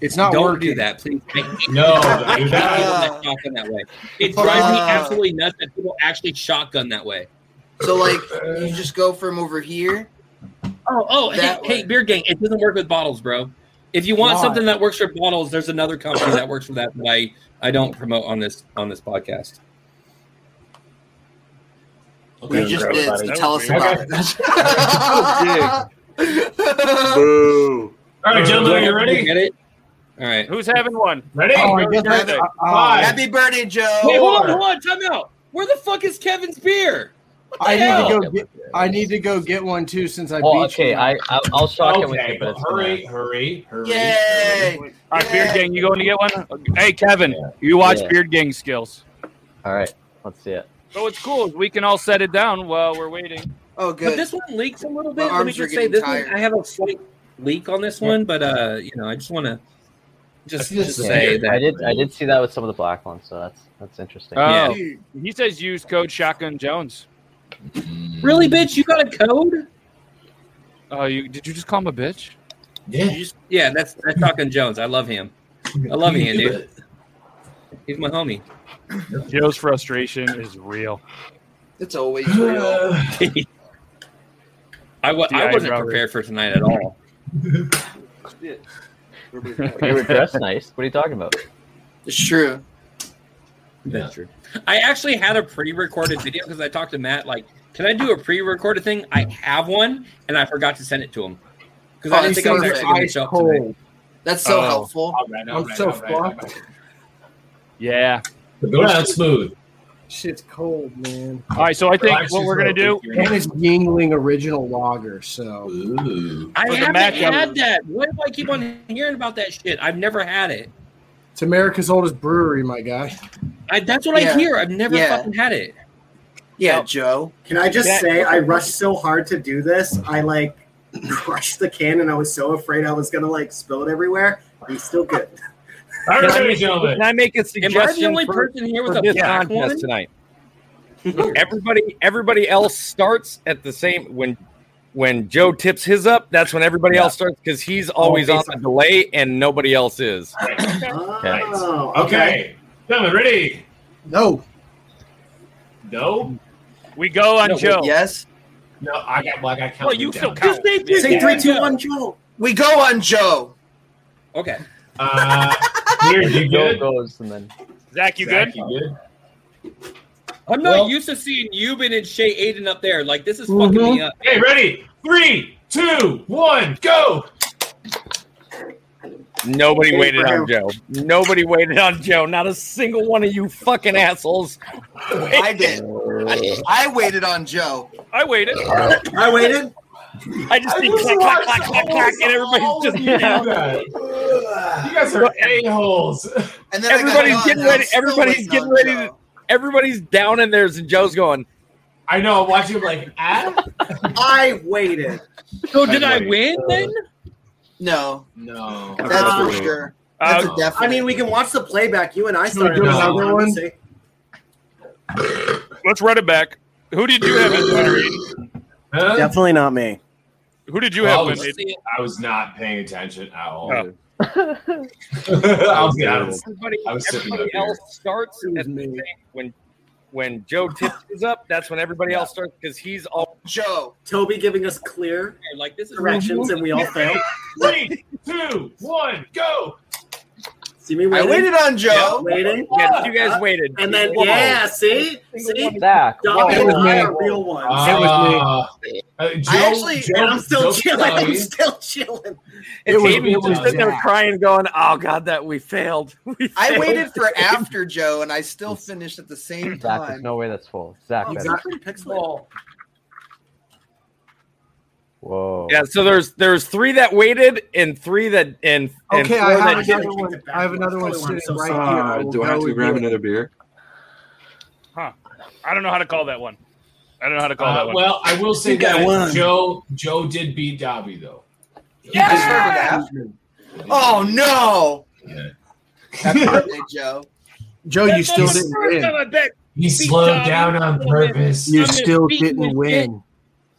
[SPEAKER 7] It's not
[SPEAKER 4] Don't
[SPEAKER 7] working.
[SPEAKER 4] do that, please. I hate
[SPEAKER 1] No,
[SPEAKER 4] I hate
[SPEAKER 1] dude, that-
[SPEAKER 4] that shotgun that way. It drives me
[SPEAKER 6] Uh.
[SPEAKER 4] absolutely nuts that people actually shotgun that way.
[SPEAKER 6] so like you just go from over here.
[SPEAKER 4] Oh, oh, hey,
[SPEAKER 6] That
[SPEAKER 4] hey,
[SPEAKER 6] way.
[SPEAKER 4] beer gang, it doesn't work with bottles, bro. If you want
[SPEAKER 7] Why?
[SPEAKER 4] something that works for bottles, there's another company that works for that that I, I don't promote on this on this podcast.
[SPEAKER 6] You just
[SPEAKER 3] gross,
[SPEAKER 6] did.
[SPEAKER 3] buddy.
[SPEAKER 6] So
[SPEAKER 3] That
[SPEAKER 6] tell us
[SPEAKER 3] was
[SPEAKER 6] about
[SPEAKER 1] weird.
[SPEAKER 6] it.
[SPEAKER 9] Boo.
[SPEAKER 1] All right, gentlemen, are you ready?
[SPEAKER 4] Get it? All right.
[SPEAKER 3] Who's having one?
[SPEAKER 1] Ready?
[SPEAKER 7] Oh, I guess I,
[SPEAKER 1] Perfect.
[SPEAKER 7] uh,
[SPEAKER 1] Five.
[SPEAKER 6] Happy birthday, Joe.
[SPEAKER 4] Wait, hold on,
[SPEAKER 1] Four.
[SPEAKER 4] hold on, time out. Where the fuck is Kevin's beer? What the
[SPEAKER 7] I
[SPEAKER 4] hell?
[SPEAKER 7] need to go. Get, I need to go get one too since I
[SPEAKER 12] Oh,
[SPEAKER 7] beat
[SPEAKER 12] okay.
[SPEAKER 7] you.
[SPEAKER 12] I, I I'll shock it with
[SPEAKER 1] Okay,
[SPEAKER 12] you, but it's
[SPEAKER 1] hurry, hurry, hurry.
[SPEAKER 6] Yay.
[SPEAKER 1] hurry.
[SPEAKER 3] All right, Beard Gang, you going to get one? Hey, Kevin, you watch
[SPEAKER 12] Yeah.
[SPEAKER 3] Beard Gang skills.
[SPEAKER 12] fine. All right. Let's see it.
[SPEAKER 3] So what's cool is we can all set it down while we're waiting.
[SPEAKER 6] Oh,
[SPEAKER 4] But
[SPEAKER 6] good.
[SPEAKER 4] this one leaks a little
[SPEAKER 6] My
[SPEAKER 4] bit. Let me
[SPEAKER 6] arms are
[SPEAKER 4] just say
[SPEAKER 6] getting
[SPEAKER 4] this one,
[SPEAKER 6] tired.
[SPEAKER 4] I have a slight leak on this one, but uh, you know, I just want to just,
[SPEAKER 1] I feel
[SPEAKER 4] just
[SPEAKER 1] so
[SPEAKER 4] say
[SPEAKER 1] weird.
[SPEAKER 4] that
[SPEAKER 12] I did. I did see that with some of the black ones, so that's that's interesting.
[SPEAKER 3] Oh,
[SPEAKER 4] Yeah.
[SPEAKER 6] Dude,
[SPEAKER 3] he says use code Shotgun Jones.
[SPEAKER 4] Really, bitch, you got a code?
[SPEAKER 3] Oh, you did you just call him a bitch?
[SPEAKER 1] Yeah.
[SPEAKER 4] Yeah, that's that's Talking Jones. I love him. I love him, dude. He's my homie.
[SPEAKER 3] Joe's frustration is real.
[SPEAKER 6] it's always real.
[SPEAKER 4] I wa-
[SPEAKER 3] The
[SPEAKER 4] I wasn't
[SPEAKER 3] eyebrow
[SPEAKER 4] prepared for tonight at all.
[SPEAKER 12] You were dressed nice. What are you talking about?
[SPEAKER 6] It's true.
[SPEAKER 1] That's
[SPEAKER 4] true. I actually had a pre-recorded video because I talked to Matt. Like, can I do a pre-recorded thing? I have one, and I forgot to send it to him because I
[SPEAKER 6] Oh,
[SPEAKER 4] didn't
[SPEAKER 6] you
[SPEAKER 4] think I was
[SPEAKER 6] sound
[SPEAKER 4] actually going to
[SPEAKER 7] ice
[SPEAKER 4] show up today.
[SPEAKER 7] cold.
[SPEAKER 6] That's so
[SPEAKER 3] Oh.
[SPEAKER 6] helpful.
[SPEAKER 1] All right, all
[SPEAKER 7] I'm
[SPEAKER 1] right,
[SPEAKER 7] so
[SPEAKER 1] all right, all right.
[SPEAKER 3] Yeah.
[SPEAKER 1] Go down smooth.
[SPEAKER 7] Shit's cold, man.
[SPEAKER 3] All right, so I think what we're gonna do-
[SPEAKER 7] and it's Yingling original lager. So
[SPEAKER 4] I
[SPEAKER 7] For the
[SPEAKER 4] haven't
[SPEAKER 7] matchup,
[SPEAKER 4] had that. Why do I keep on hearing about that shit? I've never had it.
[SPEAKER 7] It's America's oldest brewery, my guy.
[SPEAKER 4] I, that's what
[SPEAKER 2] Yeah.
[SPEAKER 4] I hear. I've never
[SPEAKER 2] Yeah.
[SPEAKER 4] fucking had it.
[SPEAKER 6] Yeah, Joe.
[SPEAKER 2] Can I just
[SPEAKER 4] That-
[SPEAKER 2] say I rushed so hard to do this? I like crushed the can, and I was so afraid I was gonna like spill it everywhere. I'm still good.
[SPEAKER 10] All
[SPEAKER 2] right,
[SPEAKER 10] can, I,
[SPEAKER 2] gentlemen.
[SPEAKER 10] can I make a
[SPEAKER 2] Am I the
[SPEAKER 10] suggestion?
[SPEAKER 2] only
[SPEAKER 10] for-
[SPEAKER 2] person here with
[SPEAKER 10] for
[SPEAKER 2] a
[SPEAKER 10] this
[SPEAKER 2] black
[SPEAKER 10] contest
[SPEAKER 2] one?
[SPEAKER 10] tonight? everybody, everybody else starts at the same when. When Joe tips his up, that's when everybody else starts because he's always on the delay and nobody else is.
[SPEAKER 1] Ah.
[SPEAKER 2] Oh,
[SPEAKER 1] Okay. Gentlemen, ready?
[SPEAKER 7] No.
[SPEAKER 1] No?
[SPEAKER 3] We go on
[SPEAKER 1] No,
[SPEAKER 3] Joe.
[SPEAKER 6] Yes.
[SPEAKER 1] No, I got black. I count.
[SPEAKER 3] Well, you
[SPEAKER 1] them
[SPEAKER 3] still
[SPEAKER 1] down.
[SPEAKER 3] count.
[SPEAKER 6] Say three, two, one,
[SPEAKER 2] Joe.
[SPEAKER 6] We go on Joe.
[SPEAKER 4] Okay.
[SPEAKER 1] Uh, here, you
[SPEAKER 12] Joe
[SPEAKER 1] good?
[SPEAKER 12] goes and then
[SPEAKER 3] Zach, you
[SPEAKER 1] Zach,
[SPEAKER 3] good?
[SPEAKER 1] you good?
[SPEAKER 4] I'm not used to seeing Euban and Shay Aiden up there. Like this is fucking me up.
[SPEAKER 1] Hey, ready? Three, two, one, go!
[SPEAKER 10] Nobody
[SPEAKER 1] Okay,
[SPEAKER 10] waited
[SPEAKER 1] bro.
[SPEAKER 10] on Joe. Nobody waited on Joe. Not a single one of you fucking assholes.
[SPEAKER 6] I did. I, I waited on Joe.
[SPEAKER 3] I waited.
[SPEAKER 2] I waited.
[SPEAKER 10] I just
[SPEAKER 6] think
[SPEAKER 10] clack, clack, clack, clack, clack, and everybody's just
[SPEAKER 1] You guys are a holes.
[SPEAKER 6] And then I got
[SPEAKER 10] Everybody's
[SPEAKER 6] on,
[SPEAKER 10] getting
[SPEAKER 6] and I
[SPEAKER 10] ready.
[SPEAKER 6] was still
[SPEAKER 10] Everybody's
[SPEAKER 6] waiting
[SPEAKER 10] getting
[SPEAKER 6] on
[SPEAKER 10] ready.
[SPEAKER 6] Joe.
[SPEAKER 10] To, everybody's down in theirs, and Joe's going.
[SPEAKER 1] I know. I'm watching him like, ah.
[SPEAKER 2] I waited.
[SPEAKER 4] So did I win then?
[SPEAKER 6] No,
[SPEAKER 1] no.
[SPEAKER 6] that's for sure. That's a definite.
[SPEAKER 2] I mean, we can watch the playback. You and I
[SPEAKER 3] Can we
[SPEAKER 2] started
[SPEAKER 3] do
[SPEAKER 2] this
[SPEAKER 3] another
[SPEAKER 2] on
[SPEAKER 3] one?
[SPEAKER 2] Wednesday.
[SPEAKER 3] Let's run it back. Who did you have as winner? Aiden?
[SPEAKER 2] Definitely not me.
[SPEAKER 3] Who did you
[SPEAKER 1] Well, I
[SPEAKER 3] have? When
[SPEAKER 1] was,
[SPEAKER 3] Aiden?
[SPEAKER 1] I was not paying attention at all.
[SPEAKER 3] Oh.
[SPEAKER 1] I'll be honest.
[SPEAKER 10] Everybody,
[SPEAKER 1] I was sipping
[SPEAKER 10] everybody
[SPEAKER 1] that beer.
[SPEAKER 10] else starts at the same when when Joe tips is up. That's when everybody else starts because he's all
[SPEAKER 6] Joe.
[SPEAKER 2] Toby giving us clear
[SPEAKER 4] Like this is
[SPEAKER 2] directions, and we all failed.
[SPEAKER 1] Three, two, one, go!
[SPEAKER 2] See me
[SPEAKER 6] I
[SPEAKER 2] waiting.
[SPEAKER 6] waited on Joe.
[SPEAKER 2] Waiting.
[SPEAKER 10] Yeah, you guys waited.
[SPEAKER 2] And then
[SPEAKER 10] Whoa.
[SPEAKER 2] yeah, see, see,
[SPEAKER 12] Zach.
[SPEAKER 2] Doc
[SPEAKER 10] It
[SPEAKER 2] and
[SPEAKER 10] was
[SPEAKER 2] I
[SPEAKER 10] me.
[SPEAKER 2] are real ones.
[SPEAKER 1] Uh, uh, Joe,
[SPEAKER 6] I actually-
[SPEAKER 1] Joe,
[SPEAKER 2] and I'm still
[SPEAKER 1] Joe
[SPEAKER 2] chilling. I'm
[SPEAKER 1] Pisani.
[SPEAKER 2] still chilling.
[SPEAKER 10] It's
[SPEAKER 1] It was-
[SPEAKER 10] Aiden
[SPEAKER 1] it
[SPEAKER 10] who's
[SPEAKER 1] was
[SPEAKER 10] sitting there
[SPEAKER 1] Zach.
[SPEAKER 10] crying, going, "Oh God, that we failed." We
[SPEAKER 6] I
[SPEAKER 10] failed."
[SPEAKER 6] waited for after Joe, and I still finished at the same
[SPEAKER 12] Zach, there's
[SPEAKER 6] time.
[SPEAKER 12] no way that's full. Zach,
[SPEAKER 6] Oh,
[SPEAKER 12] better.
[SPEAKER 6] Zach.
[SPEAKER 2] Pixel.
[SPEAKER 12] Whoa.
[SPEAKER 10] Yeah, so there's there's three that waited and three that and and
[SPEAKER 7] Okay,
[SPEAKER 10] four
[SPEAKER 7] I have
[SPEAKER 10] that
[SPEAKER 7] another
[SPEAKER 10] didn't.
[SPEAKER 7] one. I have another one
[SPEAKER 2] Probably one,
[SPEAKER 7] sitting
[SPEAKER 2] so
[SPEAKER 7] right here.
[SPEAKER 2] sorry.
[SPEAKER 7] I
[SPEAKER 9] Uh,
[SPEAKER 7] will
[SPEAKER 9] do I have
[SPEAKER 7] go
[SPEAKER 9] to
[SPEAKER 7] with
[SPEAKER 9] grab
[SPEAKER 7] you.
[SPEAKER 9] another beer?
[SPEAKER 3] Huh. I don't know how to call that one. I don't know how to call
[SPEAKER 1] Uh,
[SPEAKER 3] that one.
[SPEAKER 1] well, I will say
[SPEAKER 3] think I
[SPEAKER 1] that
[SPEAKER 3] won.
[SPEAKER 1] Joe Joe did beat Dobby though.
[SPEAKER 6] Yeah! Oh no! Happy birthday, Joe.
[SPEAKER 7] Joe, you still didn't win.
[SPEAKER 1] He slowed down on purpose.
[SPEAKER 7] You
[SPEAKER 4] I'm
[SPEAKER 7] still
[SPEAKER 4] defeating
[SPEAKER 7] didn't
[SPEAKER 4] this
[SPEAKER 7] win.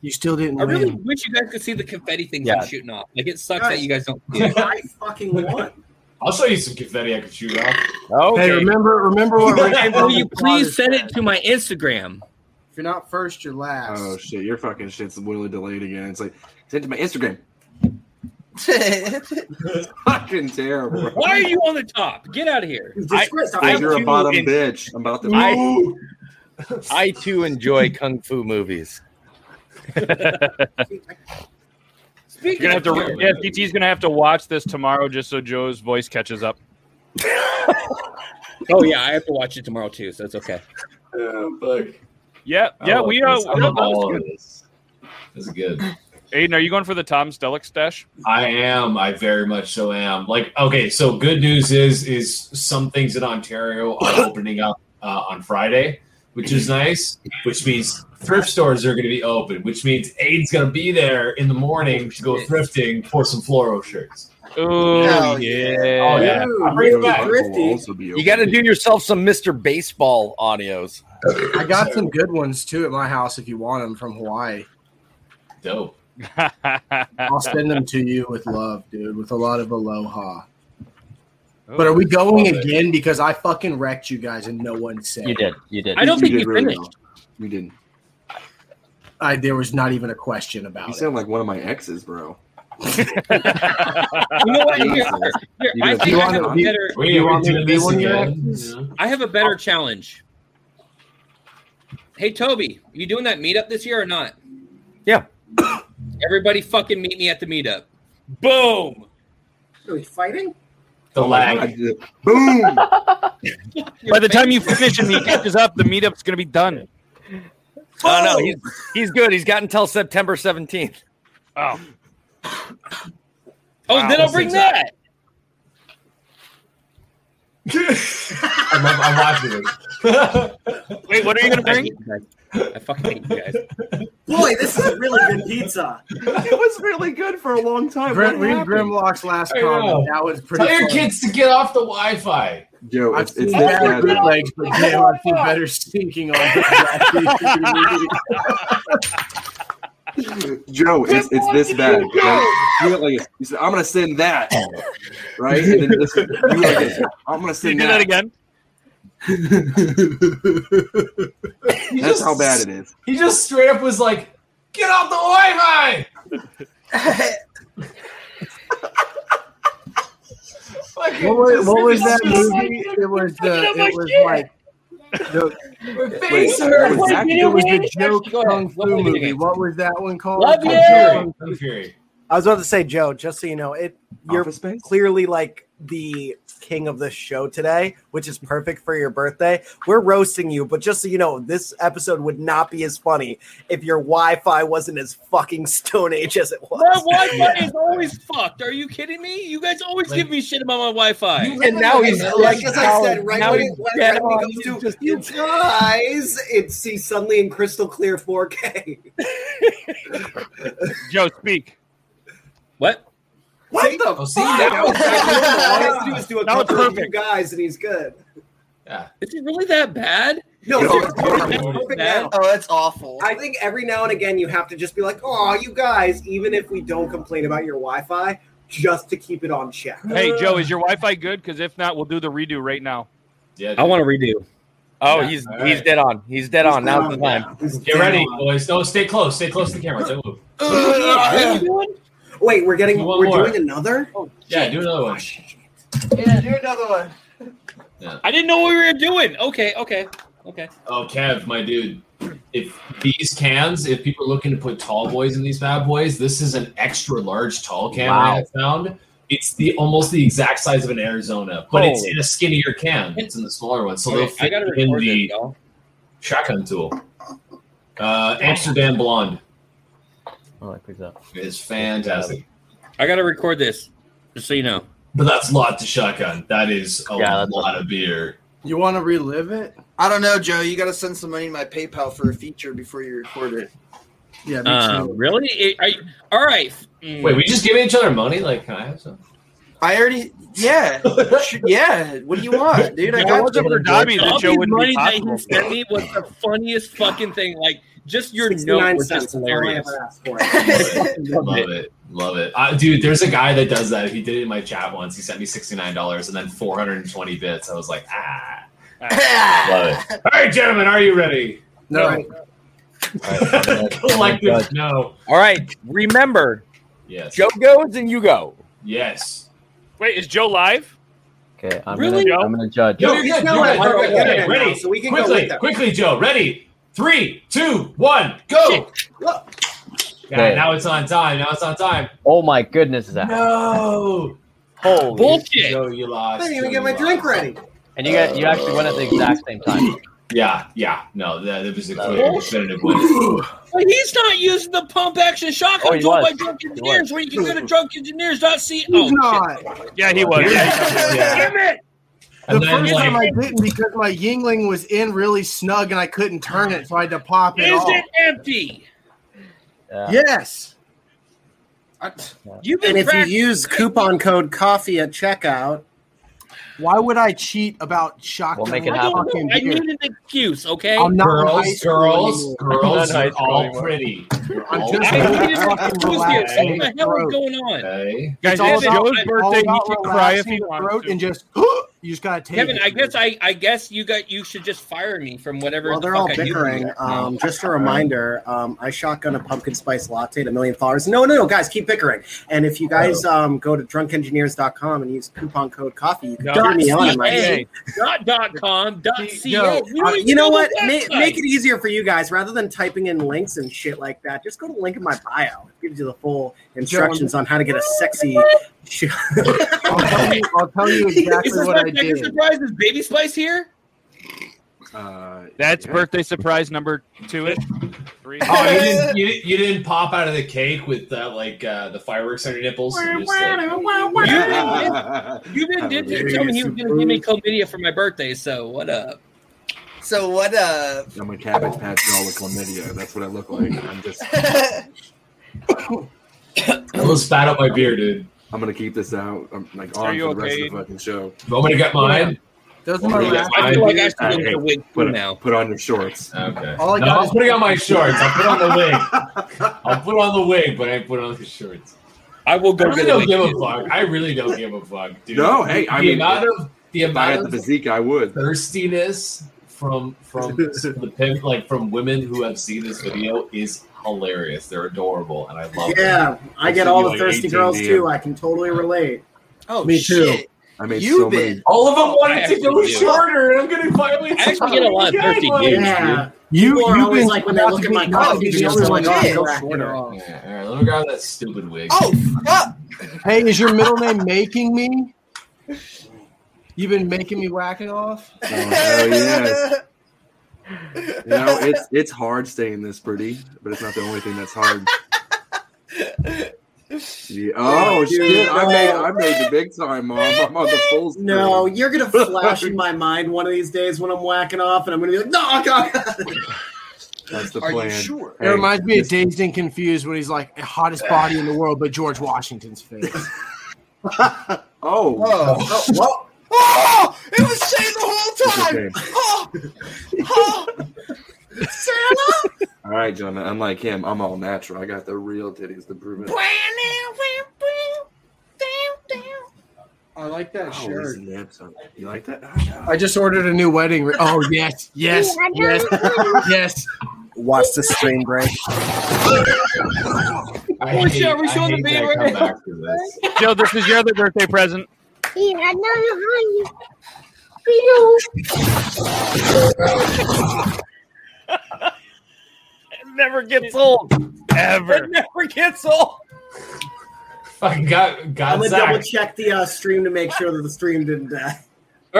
[SPEAKER 7] You still didn't
[SPEAKER 4] I really
[SPEAKER 7] win.
[SPEAKER 4] wish you guys could see the confetti things
[SPEAKER 7] Yeah.
[SPEAKER 4] I'm shooting off. Like it sucks
[SPEAKER 2] Guys.
[SPEAKER 4] that you guys don't. See it.
[SPEAKER 2] I fucking won.
[SPEAKER 1] I'll show you some confetti I could shoot off.
[SPEAKER 7] Hey, remember, remember what? Rick
[SPEAKER 4] Will you
[SPEAKER 7] Roman's
[SPEAKER 4] please
[SPEAKER 7] daughter
[SPEAKER 4] send
[SPEAKER 7] said.
[SPEAKER 4] it to my Instagram?
[SPEAKER 7] If you're not first, you're last.
[SPEAKER 9] Oh shit, your fucking shit's really delayed again. It's like send it to my Instagram. Fucking terrible. bro.
[SPEAKER 4] Why are you on the top? Get out of here.
[SPEAKER 2] I,
[SPEAKER 9] Because you're a
[SPEAKER 10] too
[SPEAKER 9] bottom
[SPEAKER 10] in-
[SPEAKER 9] bitch. I'm about to.
[SPEAKER 10] I, I too enjoy kung fu movies.
[SPEAKER 3] You're gonna have to. Yeah, DT's gonna have to watch this tomorrow just so Joe's voice catches up.
[SPEAKER 4] oh yeah, I have to watch it tomorrow too, so it's okay.
[SPEAKER 3] Yeah, yeah,
[SPEAKER 1] I
[SPEAKER 3] we
[SPEAKER 1] love this.
[SPEAKER 3] are.
[SPEAKER 1] I
[SPEAKER 3] yeah,
[SPEAKER 1] love
[SPEAKER 3] that was
[SPEAKER 1] all
[SPEAKER 3] good.
[SPEAKER 1] of this. This is good.
[SPEAKER 3] Aiden, are you going for the Tom Selleck stash?
[SPEAKER 1] I am. I very much so am. Like, okay, so good news is is some things in Ontario are opening up uh, on Friday, which is nice. Which means thrift stores are going to be open. Which means Aiden's going to be there in the morning to go thrifting for some Floro shirts.
[SPEAKER 3] Oh
[SPEAKER 6] Hell
[SPEAKER 3] yeah.
[SPEAKER 10] Oh yeah.
[SPEAKER 1] I bring it back.
[SPEAKER 10] You got to do yourself some Mr. Baseball audios.
[SPEAKER 7] I got some good ones too at my house if you want them from Hawaii.
[SPEAKER 1] Dope.
[SPEAKER 7] I'll send them to you with love, dude, with a lot of aloha. But
[SPEAKER 9] Oh,
[SPEAKER 7] are we going
[SPEAKER 1] Oh, Love it.
[SPEAKER 7] again? Because I fucking wrecked you guys and no one said.
[SPEAKER 12] You did. You did.
[SPEAKER 4] I don't think
[SPEAKER 9] did
[SPEAKER 4] you
[SPEAKER 9] really
[SPEAKER 4] finished.
[SPEAKER 9] You didn't.
[SPEAKER 7] I, there was not even a question about
[SPEAKER 9] You
[SPEAKER 7] it.
[SPEAKER 9] sound like one of my exes, bro.
[SPEAKER 4] You know what? Here, here,
[SPEAKER 9] You
[SPEAKER 4] I
[SPEAKER 9] guys-
[SPEAKER 4] think
[SPEAKER 9] you
[SPEAKER 4] I have a
[SPEAKER 9] wanna-
[SPEAKER 4] better.
[SPEAKER 1] We
[SPEAKER 7] You
[SPEAKER 1] are
[SPEAKER 7] want me
[SPEAKER 1] doing
[SPEAKER 7] to be
[SPEAKER 1] this
[SPEAKER 7] one of your
[SPEAKER 1] again.
[SPEAKER 7] exes?
[SPEAKER 4] I have a better challenge. Hey Toby, you doing that meetup this year or not?
[SPEAKER 10] Yeah.
[SPEAKER 4] Everybody, fucking meet me at the meetup. Boom.
[SPEAKER 2] Are we fighting?
[SPEAKER 1] The
[SPEAKER 9] Oh my
[SPEAKER 1] lag.
[SPEAKER 9] God, dude. Boom.
[SPEAKER 3] By the time you finish and he catches up, the meetup's going to be done.
[SPEAKER 10] Oh no, he's, he's good. He's got until September 17th.
[SPEAKER 3] Oh.
[SPEAKER 4] Oh,
[SPEAKER 10] Wow.
[SPEAKER 4] then I'll bring that.
[SPEAKER 1] I'm, I'm watching it.
[SPEAKER 3] Wait, what are you going to bring?
[SPEAKER 4] I fucking hate you guys.
[SPEAKER 2] Boy, this is really good pizza.
[SPEAKER 6] it was really good for a long time. What
[SPEAKER 7] Grim, read
[SPEAKER 6] happened?
[SPEAKER 7] Grimlock's last
[SPEAKER 1] I
[SPEAKER 7] comment.
[SPEAKER 1] know.
[SPEAKER 7] That was pretty.
[SPEAKER 1] Tell your
[SPEAKER 7] funny.
[SPEAKER 1] kids to get off the Wi-Fi.
[SPEAKER 9] Yo,
[SPEAKER 7] I've
[SPEAKER 9] it's, it's
[SPEAKER 7] seen
[SPEAKER 9] this bad.
[SPEAKER 7] better bootlegs, but damn, I feel better stinking on that.
[SPEAKER 9] Joe, it's, it's this bad. right? You went like this. You said, I'm gonna send that, right? And then this, you went like this. I'm gonna
[SPEAKER 3] Can you
[SPEAKER 9] send
[SPEAKER 3] do
[SPEAKER 9] that.
[SPEAKER 3] that again?
[SPEAKER 1] He
[SPEAKER 9] That's
[SPEAKER 1] just-
[SPEAKER 9] how bad it is.
[SPEAKER 1] He just straight up was like, "Get off the Wi-Fi!" Fucking
[SPEAKER 7] what was,
[SPEAKER 1] just-
[SPEAKER 7] what was that
[SPEAKER 1] just-
[SPEAKER 7] movie? It was the.
[SPEAKER 1] up my
[SPEAKER 7] It was like. The,
[SPEAKER 1] My
[SPEAKER 7] Wait,
[SPEAKER 1] face
[SPEAKER 7] it
[SPEAKER 1] hurts.
[SPEAKER 7] was
[SPEAKER 1] My
[SPEAKER 7] that-
[SPEAKER 1] video
[SPEAKER 7] it was
[SPEAKER 1] game-
[SPEAKER 7] the joke kung fu movie. What was that one called?
[SPEAKER 4] Love you.
[SPEAKER 1] Fury. Kung Fury.
[SPEAKER 13] I was about to say, Joe, just so you know, it you're
[SPEAKER 9] Office Space?
[SPEAKER 13] clearly like the king of the show today, which is perfect for your birthday. We're roasting you, but just so you know, this episode would not be as funny if your Wi-Fi wasn't as fucking stone age as it
[SPEAKER 4] My
[SPEAKER 13] was.
[SPEAKER 4] Wi-Fi is always fucked. Are you kidding me? You guys always give me shit about my Wi-Fi.
[SPEAKER 1] You And now he's
[SPEAKER 13] like as I said, right
[SPEAKER 10] Now
[SPEAKER 13] when
[SPEAKER 10] he's
[SPEAKER 13] it went
[SPEAKER 10] dead
[SPEAKER 13] right
[SPEAKER 10] on.
[SPEAKER 13] when it goes to you guys, it's he's suddenly in crystal clear 4K.
[SPEAKER 3] Joe, speak.
[SPEAKER 4] What?
[SPEAKER 13] What the
[SPEAKER 1] Oh, see, that was-
[SPEAKER 13] All he has to do is do a
[SPEAKER 3] That was
[SPEAKER 13] couple of you
[SPEAKER 3] perfect.
[SPEAKER 13] guys, and he's good.
[SPEAKER 4] Is it really that bad?
[SPEAKER 13] No,
[SPEAKER 4] Is it
[SPEAKER 13] it's perfect.
[SPEAKER 4] really
[SPEAKER 13] It's perfect
[SPEAKER 4] that
[SPEAKER 13] now.
[SPEAKER 6] Oh, that's awful.
[SPEAKER 13] I think every now and again you have to just be like, "Oh, you guys," even if we don't complain about your Wi-Fi, just to keep it on check.
[SPEAKER 3] Hey, Joe, is your Wi-Fi good? Because if not, we'll do the redo right now.
[SPEAKER 1] Yeah,
[SPEAKER 4] I want to redo.
[SPEAKER 10] Oh,
[SPEAKER 1] Yeah,
[SPEAKER 10] he's
[SPEAKER 1] all right.
[SPEAKER 10] he's dead on. He's dead on. Now's the time.
[SPEAKER 1] Get ready, boys. No, stay close. Stay close to the camera. Don't move.
[SPEAKER 13] Wait, we're getting
[SPEAKER 1] Do one
[SPEAKER 13] we're
[SPEAKER 1] more.
[SPEAKER 13] doing another?
[SPEAKER 1] Yeah, do another one.
[SPEAKER 6] Yeah, do another one.
[SPEAKER 4] I didn't know what we were doing. Okay, okay, okay.
[SPEAKER 1] Oh, Kev, my dude. If these cans, if people are looking to put tall boys in these bad boys, this is an extra large tall can
[SPEAKER 10] Wow.
[SPEAKER 1] I found. It's the almost the exact size of an Arizona, but it's
[SPEAKER 10] Holy.
[SPEAKER 1] in a skinnier can. It's in the smaller one, so they'll
[SPEAKER 4] Okay, I
[SPEAKER 1] fit
[SPEAKER 4] gotta
[SPEAKER 1] in
[SPEAKER 4] record this,
[SPEAKER 1] the
[SPEAKER 4] y'all.
[SPEAKER 1] shotgun tool. Uh, Amsterdam Blonde
[SPEAKER 12] I like pizza.
[SPEAKER 1] is fantastic,
[SPEAKER 4] I gotta record this, just so you know.
[SPEAKER 1] but that's a lot to shotgun. That is a
[SPEAKER 12] Yeah, that's-
[SPEAKER 1] lot of beer.
[SPEAKER 7] You want to relive it?
[SPEAKER 6] I don't know, Joe. You got to send some money to my PayPal for a feature before you record it.
[SPEAKER 7] Yeah, me
[SPEAKER 4] Uh,
[SPEAKER 7] too.
[SPEAKER 4] really? It- are you- all right. Mm.
[SPEAKER 1] Wait, we just giving each other money? Like, can I have some?
[SPEAKER 6] I already, yeah, Sh- yeah. What do you want, dude? I
[SPEAKER 3] If it
[SPEAKER 6] got
[SPEAKER 3] wasn't
[SPEAKER 6] you.
[SPEAKER 3] for Dobby, the
[SPEAKER 4] All
[SPEAKER 3] show
[SPEAKER 4] the
[SPEAKER 3] wouldn't
[SPEAKER 4] money
[SPEAKER 3] be
[SPEAKER 4] that he
[SPEAKER 3] possible.
[SPEAKER 4] sent me was the funniest fucking thing. Like, just your note
[SPEAKER 13] 69
[SPEAKER 4] was just
[SPEAKER 13] cents. That's all I
[SPEAKER 4] hilarious.
[SPEAKER 13] ever asked for.
[SPEAKER 1] Love it. Love it. Uh, dude, there's a guy that does that. He did it in my chat once. He sent me $69 and then 420 bits. I was like, ah. Love it. All right, gentlemen, are you ready?
[SPEAKER 7] No,
[SPEAKER 1] Collective no.
[SPEAKER 10] All right. Remember,
[SPEAKER 1] Yes.
[SPEAKER 10] Joe goes and you go.
[SPEAKER 1] Yes.
[SPEAKER 3] Wait, is Joe live?
[SPEAKER 12] Okay, I'm
[SPEAKER 4] Really?
[SPEAKER 12] gonna I'm gonna judge.
[SPEAKER 1] Yo,
[SPEAKER 13] No,
[SPEAKER 1] you're
[SPEAKER 13] he's
[SPEAKER 1] good.
[SPEAKER 13] not
[SPEAKER 1] You're
[SPEAKER 13] on it.
[SPEAKER 1] good. You're
[SPEAKER 13] We're
[SPEAKER 1] good.
[SPEAKER 13] on
[SPEAKER 1] You're
[SPEAKER 13] it
[SPEAKER 1] good.
[SPEAKER 13] now,
[SPEAKER 1] Ready?
[SPEAKER 13] so we can go
[SPEAKER 1] quickly,
[SPEAKER 13] with them.
[SPEAKER 1] quickly, Joe. Ready? Three, two, one, go. God,
[SPEAKER 12] Okay.
[SPEAKER 1] now it's on time. Now it's on time.
[SPEAKER 12] Oh my goodness, Zach!
[SPEAKER 1] No.
[SPEAKER 12] Holy!
[SPEAKER 4] Bullshit.
[SPEAKER 1] Joe, you
[SPEAKER 13] I
[SPEAKER 1] lost.
[SPEAKER 13] didn't
[SPEAKER 1] Joe,
[SPEAKER 13] even get
[SPEAKER 1] you
[SPEAKER 13] my
[SPEAKER 1] lost.
[SPEAKER 13] drink ready.
[SPEAKER 12] And you got you actually went at the exact same time.
[SPEAKER 1] Yeah, yeah. No, that, that was a
[SPEAKER 12] Oh,
[SPEAKER 1] clear, definitive win.
[SPEAKER 4] But he's not using the pump action shotgun
[SPEAKER 12] Oh, he
[SPEAKER 4] tool
[SPEAKER 12] was.
[SPEAKER 4] by drunk engineers where you can go to drunkengineers.ca. Oh,
[SPEAKER 7] He's
[SPEAKER 4] shit.
[SPEAKER 7] not.
[SPEAKER 3] Yeah, he was.
[SPEAKER 1] Yeah.
[SPEAKER 4] damn it!
[SPEAKER 7] The
[SPEAKER 1] And then,
[SPEAKER 7] first
[SPEAKER 1] like-
[SPEAKER 7] time I didn't because my Yingling was in really snug and I couldn't turn it, so I had to pop it
[SPEAKER 4] Is
[SPEAKER 7] off.
[SPEAKER 4] it empty?
[SPEAKER 12] Yeah.
[SPEAKER 7] Yes.
[SPEAKER 4] You've been
[SPEAKER 2] And if you
[SPEAKER 4] practicing.
[SPEAKER 2] use coupon code coffee at checkout,
[SPEAKER 7] Why would I cheat about shotgun?
[SPEAKER 12] We'll make it
[SPEAKER 4] I
[SPEAKER 12] happen.
[SPEAKER 4] don't
[SPEAKER 7] fucking
[SPEAKER 4] know. I
[SPEAKER 7] beer?
[SPEAKER 4] need an excuse, okay?
[SPEAKER 7] I'm not in high
[SPEAKER 1] girls,
[SPEAKER 7] school
[SPEAKER 1] girls,
[SPEAKER 7] anymore.
[SPEAKER 1] girls,
[SPEAKER 12] Not high
[SPEAKER 1] you're
[SPEAKER 12] school
[SPEAKER 1] all
[SPEAKER 12] anymore.
[SPEAKER 1] pretty. You're
[SPEAKER 7] I'm
[SPEAKER 1] all
[SPEAKER 7] just-
[SPEAKER 4] I
[SPEAKER 1] pretty.
[SPEAKER 4] needed an
[SPEAKER 7] Fucking
[SPEAKER 4] excuse here.
[SPEAKER 7] relax.
[SPEAKER 4] What the hell is
[SPEAKER 7] Throat.
[SPEAKER 4] going on?
[SPEAKER 1] Okay.
[SPEAKER 3] Guys,
[SPEAKER 7] all
[SPEAKER 3] it's Joe's
[SPEAKER 7] about- all
[SPEAKER 3] birthday. He
[SPEAKER 7] about
[SPEAKER 3] can cry if
[SPEAKER 7] relaxing
[SPEAKER 3] he
[SPEAKER 7] the
[SPEAKER 3] wants
[SPEAKER 7] throat
[SPEAKER 3] to.
[SPEAKER 7] and just you just gotta take
[SPEAKER 4] Kevin,
[SPEAKER 7] it.
[SPEAKER 4] I guess I, I guess you got you should just fire me from whatever.
[SPEAKER 2] well,
[SPEAKER 4] the
[SPEAKER 2] they're
[SPEAKER 4] fuck
[SPEAKER 2] all
[SPEAKER 4] I do.
[SPEAKER 2] bickering. Um, just a reminder, um, I shotgun a pumpkin spice latte to a million followers. No, no, no, guys, keep bickering. And if you guys um, go to drunkengineers.com and use coupon code coffee, you can
[SPEAKER 3] No.
[SPEAKER 2] turn me on. in my
[SPEAKER 4] Hey. dot dot com dot
[SPEAKER 7] Yo,
[SPEAKER 4] ca. We
[SPEAKER 2] Uh,
[SPEAKER 4] don't even
[SPEAKER 2] you know
[SPEAKER 4] the
[SPEAKER 2] what? Ma-
[SPEAKER 4] website.
[SPEAKER 2] make it easier for you guys rather than typing in links and shit like that. Just go to the link in my bio. If you're read you the full instructions on how to get a sexy. show.
[SPEAKER 7] I'll tell you exactly
[SPEAKER 4] Is this
[SPEAKER 7] what
[SPEAKER 4] my
[SPEAKER 7] I
[SPEAKER 4] biggest
[SPEAKER 7] did.
[SPEAKER 4] surprise? Is Baby Spice here?
[SPEAKER 9] Uh,
[SPEAKER 3] That's birthday surprise number two. Three.
[SPEAKER 1] Oh, you didn't, you, didn't- you didn't pop out of the cake with uh, like uh, the fireworks on your nipples. You just, uh- like-
[SPEAKER 4] You didn't, did tell me he was going to give me chlamydia for my birthday, so what up?
[SPEAKER 6] So what up?
[SPEAKER 9] I'm a cabbage patch doll with chlamydia. That's what I look like. I'm just.
[SPEAKER 1] I almost spat out my beer, dude.
[SPEAKER 9] I'm gonna keep this out. I'm like
[SPEAKER 1] Are
[SPEAKER 9] on
[SPEAKER 1] you
[SPEAKER 9] for the rest
[SPEAKER 1] okay?
[SPEAKER 9] of the fucking show.
[SPEAKER 1] You want me to get mine?
[SPEAKER 7] Doesn't
[SPEAKER 9] Want me to
[SPEAKER 7] matter.
[SPEAKER 9] get
[SPEAKER 7] I feel
[SPEAKER 9] mine?
[SPEAKER 7] like
[SPEAKER 9] Hey,
[SPEAKER 7] I should look at
[SPEAKER 9] hey,
[SPEAKER 7] the wig
[SPEAKER 9] put
[SPEAKER 7] too
[SPEAKER 9] it-
[SPEAKER 7] now.
[SPEAKER 9] Put on your shorts.
[SPEAKER 1] Okay.
[SPEAKER 7] All I
[SPEAKER 1] no,
[SPEAKER 7] got
[SPEAKER 1] I'm
[SPEAKER 7] is-
[SPEAKER 1] putting on my shorts. I'll put on the wig. I'll put on the wig, but I ain't put on the shorts.
[SPEAKER 4] I will
[SPEAKER 1] go. I really
[SPEAKER 9] get a
[SPEAKER 1] don't
[SPEAKER 9] wig,
[SPEAKER 1] give a
[SPEAKER 9] too.
[SPEAKER 1] fuck. I really don't give a fuck, dude.
[SPEAKER 9] No, hey, I
[SPEAKER 1] the
[SPEAKER 9] mean,
[SPEAKER 1] amount of the
[SPEAKER 9] if I
[SPEAKER 1] amount
[SPEAKER 9] had the
[SPEAKER 1] of
[SPEAKER 9] physique, I would.
[SPEAKER 1] thirstiness from from the pimp, like from women who have seen this video is hilarious. They're adorable, and I love.
[SPEAKER 2] yeah,
[SPEAKER 1] them.
[SPEAKER 2] I get all the thirsty girls too. I can totally relate.
[SPEAKER 6] Oh,
[SPEAKER 1] Me too. shit.
[SPEAKER 9] I
[SPEAKER 1] made
[SPEAKER 2] You've
[SPEAKER 1] so many-
[SPEAKER 2] been-
[SPEAKER 1] All of them
[SPEAKER 2] Oh,
[SPEAKER 1] wanted
[SPEAKER 2] I
[SPEAKER 1] to go
[SPEAKER 2] actually do.
[SPEAKER 1] shorter, and I'm gonna finally.
[SPEAKER 2] I actually get a lot of
[SPEAKER 1] Yeah,
[SPEAKER 2] thirsty
[SPEAKER 1] like-
[SPEAKER 2] dudes, Yeah. dude.
[SPEAKER 1] You,
[SPEAKER 2] People are
[SPEAKER 1] you've
[SPEAKER 2] always
[SPEAKER 1] been-
[SPEAKER 2] like, when they look at my coffee,
[SPEAKER 1] Yeah,
[SPEAKER 2] they're
[SPEAKER 1] all right,
[SPEAKER 2] like, oh,
[SPEAKER 1] let me grab that stupid wig.
[SPEAKER 6] Oh, fuck.
[SPEAKER 7] Hey, is your middle name making me? You've been making me whack it off.
[SPEAKER 9] Oh, hell yes. You know, it's it's hard staying this pretty, but it's not the only thing that's hard. Yeah. Oh
[SPEAKER 2] Dude,
[SPEAKER 9] shit! I
[SPEAKER 2] no.
[SPEAKER 9] made I made the big time, mom. I'm on the full screen.
[SPEAKER 2] No, you're gonna flash in my mind one of these days when I'm whacking off, and I'm gonna be like, "No, God,
[SPEAKER 9] That's the
[SPEAKER 7] Are you
[SPEAKER 9] plan.
[SPEAKER 7] sure?
[SPEAKER 9] Hey,
[SPEAKER 7] it reminds me of Dazed and Confused when he's like hottest body in the world, but George Washington's face.
[SPEAKER 9] oh,
[SPEAKER 6] Oh, oh, oh, it was Shane the whole time. Oh, oh, Santa.
[SPEAKER 9] all right, gentlemen. Unlike him, I'm all natural. I got the real titties to prove it.
[SPEAKER 7] I like that
[SPEAKER 9] Oh,
[SPEAKER 7] shirt.
[SPEAKER 9] his nips are- You like that?
[SPEAKER 7] I just ordered a new wedding ring. Oh yes, yes, yes, yes.
[SPEAKER 2] Watch the stream break.
[SPEAKER 1] I
[SPEAKER 3] Oh, shit,
[SPEAKER 1] hate-
[SPEAKER 3] are we
[SPEAKER 1] I
[SPEAKER 3] showing the
[SPEAKER 1] hate
[SPEAKER 3] video
[SPEAKER 1] that I
[SPEAKER 3] right
[SPEAKER 1] come
[SPEAKER 3] now?
[SPEAKER 1] back to this.
[SPEAKER 3] Joe, this is your other birthday present.
[SPEAKER 10] It never gets old. Ever. It never gets old.
[SPEAKER 1] Fucking God,
[SPEAKER 2] I'm
[SPEAKER 1] God,
[SPEAKER 2] gonna
[SPEAKER 1] Zach.
[SPEAKER 2] double check the uh, stream to make sure that the stream didn't die."
[SPEAKER 4] All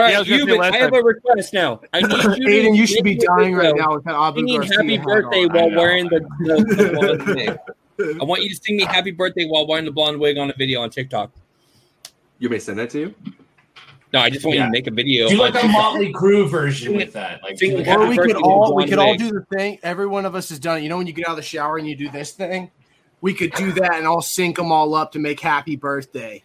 [SPEAKER 1] Yeah, I
[SPEAKER 4] right,
[SPEAKER 1] was gonna
[SPEAKER 4] you,
[SPEAKER 1] say
[SPEAKER 4] but
[SPEAKER 1] last
[SPEAKER 4] I have
[SPEAKER 1] time.
[SPEAKER 4] a request now. I need you. to
[SPEAKER 7] Aiden, you should be
[SPEAKER 4] make a
[SPEAKER 7] dying right
[SPEAKER 4] video
[SPEAKER 7] now with that Abu
[SPEAKER 4] Singing
[SPEAKER 7] Garcia
[SPEAKER 4] happy
[SPEAKER 7] hat
[SPEAKER 4] birthday
[SPEAKER 7] on. I
[SPEAKER 4] while
[SPEAKER 7] know.
[SPEAKER 4] wearing the, the, the blonde wig. I want you to sing me happy birthday while wearing the blonde wig on a video on TikTok.
[SPEAKER 9] You may send that to you.
[SPEAKER 4] No, I just want you
[SPEAKER 9] Yeah.
[SPEAKER 4] to make a video.
[SPEAKER 1] Do like
[SPEAKER 4] on
[SPEAKER 1] a
[SPEAKER 4] TikTok.
[SPEAKER 1] Motley Crue version with that. Like,
[SPEAKER 4] Sing it.
[SPEAKER 7] Or
[SPEAKER 4] Happy
[SPEAKER 7] we
[SPEAKER 4] birthday
[SPEAKER 7] could
[SPEAKER 4] to
[SPEAKER 7] all we
[SPEAKER 4] Blonde
[SPEAKER 7] could all
[SPEAKER 4] Wig.
[SPEAKER 7] do the thing. Every one of us has done it. You know when you get out of the shower and you do this thing, we could do that and all sync them all up to make happy birthday.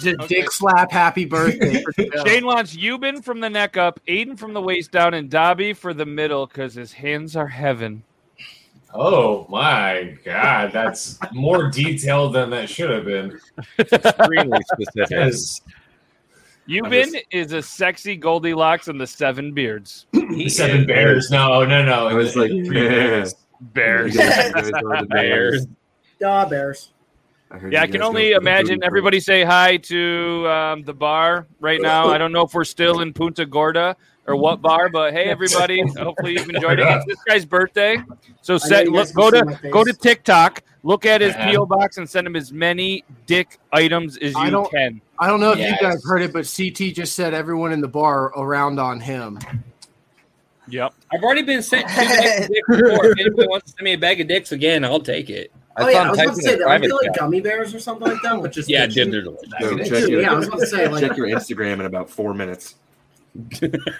[SPEAKER 7] Just dick slap happy birthday. for Joe.
[SPEAKER 3] Shane wants Euban from the neck up, Aiden from the waist down, and Dobby for the middle because his hands are heaven.
[SPEAKER 1] oh my God, that's more detailed than that should have been.
[SPEAKER 10] Extremely specific.
[SPEAKER 1] Yes.
[SPEAKER 3] Euban is a sexy Goldilocks and the Seven Beards.
[SPEAKER 1] The seven bears. No, no, no.
[SPEAKER 9] I was like,
[SPEAKER 1] Three
[SPEAKER 9] yeah.
[SPEAKER 1] bears.
[SPEAKER 3] Bears.
[SPEAKER 9] Bears.
[SPEAKER 2] Daw bears.
[SPEAKER 3] Yeah, I can only imagine everybody say hi to um, the bar right now. I don't know if we're still in Punta Gorda or what bar, but hey, everybody, hopefully you've enjoyed it. It's this guy's birthday, so set,
[SPEAKER 2] you guys
[SPEAKER 3] look, go
[SPEAKER 2] can see my
[SPEAKER 3] to
[SPEAKER 2] face.
[SPEAKER 3] go to TikTok, look at his
[SPEAKER 1] Yeah.
[SPEAKER 3] PO box, and send him as many dick items as
[SPEAKER 7] I
[SPEAKER 3] you
[SPEAKER 7] don't-
[SPEAKER 3] can.
[SPEAKER 7] I don't know if
[SPEAKER 1] Yes.
[SPEAKER 7] you guys heard it, but CT just said everyone in the bar around on him.
[SPEAKER 3] Yep.
[SPEAKER 4] I've already been sent two bags of dicks before. If anybody wants to send me a bag of dicks again, I'll take it.
[SPEAKER 2] Oh yeah, I was about to say that. Aren't they like gummy bears or something like that? But just
[SPEAKER 4] Yeah,
[SPEAKER 2] bitchy?
[SPEAKER 4] dude, they're delicious.
[SPEAKER 9] Go
[SPEAKER 2] Dude,
[SPEAKER 9] check, your,
[SPEAKER 2] yeah, I was about to say, like-
[SPEAKER 9] check your Instagram in about four minutes. um,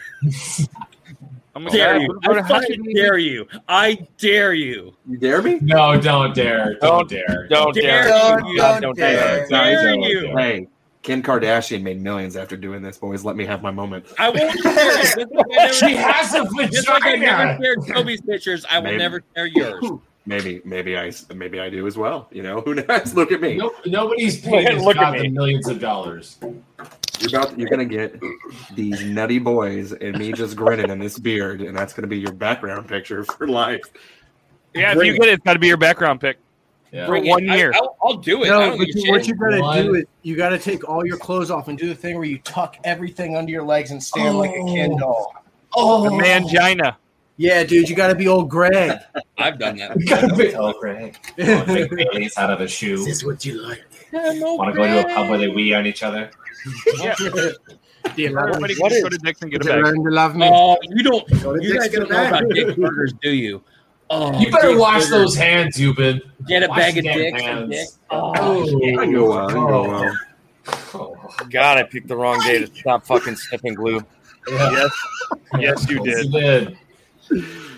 [SPEAKER 3] I'm
[SPEAKER 4] Dare
[SPEAKER 3] gonna
[SPEAKER 4] you. I fucking dare you. I dare you.
[SPEAKER 9] You dare me?
[SPEAKER 1] No, don't dare. Don't, dare.
[SPEAKER 10] Don't
[SPEAKER 4] Dare,
[SPEAKER 10] dare.
[SPEAKER 4] you.
[SPEAKER 10] God, don't
[SPEAKER 9] Hey,
[SPEAKER 10] dare.
[SPEAKER 4] Dare
[SPEAKER 9] sorry,
[SPEAKER 4] you.
[SPEAKER 9] Joe. Hey, Kim Kardashian made millions after doing this. Boys, let me have my moment.
[SPEAKER 4] I won't share it. Just like I never-
[SPEAKER 1] She has a
[SPEAKER 4] Just like I
[SPEAKER 1] vagina.
[SPEAKER 4] never shared Toby's pictures, I will
[SPEAKER 9] Maybe.
[SPEAKER 4] never share yours.
[SPEAKER 9] Maybe, maybe I, maybe I do as well. You know, who knows? Look at me.
[SPEAKER 1] No, nobody's penis
[SPEAKER 10] Look at
[SPEAKER 1] got
[SPEAKER 10] me.
[SPEAKER 1] the millions of dollars.
[SPEAKER 9] You're about, you're gonna get these nutty boys and me just grinning in this beard, and that's gonna be your background picture for life.
[SPEAKER 3] Yeah, if you get it, it's got to be your background pick.
[SPEAKER 1] Yeah.
[SPEAKER 3] For
[SPEAKER 4] Bring it.
[SPEAKER 3] one year.
[SPEAKER 4] I, will I'll do it. I
[SPEAKER 7] No,
[SPEAKER 4] don't
[SPEAKER 7] but
[SPEAKER 4] give a
[SPEAKER 7] you,
[SPEAKER 4] shit.
[SPEAKER 7] what you gotta do
[SPEAKER 1] One.
[SPEAKER 7] is you gotta take all your clothes off and do the
[SPEAKER 12] Oh.
[SPEAKER 7] thing where you tuck everything under your legs and stand like a Ken doll.
[SPEAKER 1] Oh,
[SPEAKER 3] The mangina.
[SPEAKER 7] Yeah, dude, you got to be old Greg.
[SPEAKER 4] I've done that.
[SPEAKER 1] You gotta be old Greg. Want to make Bailey's out of a shoe. This
[SPEAKER 2] is what you like.
[SPEAKER 1] Want to go to a pub where they wee on each other?
[SPEAKER 3] Yeah. Everybody
[SPEAKER 1] What
[SPEAKER 3] can just go
[SPEAKER 1] is-
[SPEAKER 3] to Dick's and get a
[SPEAKER 1] Did you
[SPEAKER 3] bag.
[SPEAKER 1] learn to love me?
[SPEAKER 4] Oh, you don't.
[SPEAKER 1] to
[SPEAKER 4] You
[SPEAKER 1] Dick's
[SPEAKER 4] guys
[SPEAKER 1] Get a
[SPEAKER 4] don't know
[SPEAKER 1] Bag.
[SPEAKER 4] about dick burgers, do you? Oh,
[SPEAKER 1] you better
[SPEAKER 4] Dick
[SPEAKER 1] wash
[SPEAKER 4] burgers.
[SPEAKER 1] those hands, you been.
[SPEAKER 4] Get a
[SPEAKER 1] Wash
[SPEAKER 4] bag of
[SPEAKER 1] them
[SPEAKER 4] dicks and
[SPEAKER 1] hands.
[SPEAKER 4] dick.
[SPEAKER 1] Oh,
[SPEAKER 10] I can go out. I can go out. God, I picked the wrong day to stop fucking sniffing glue.
[SPEAKER 3] Yes, yes, you did.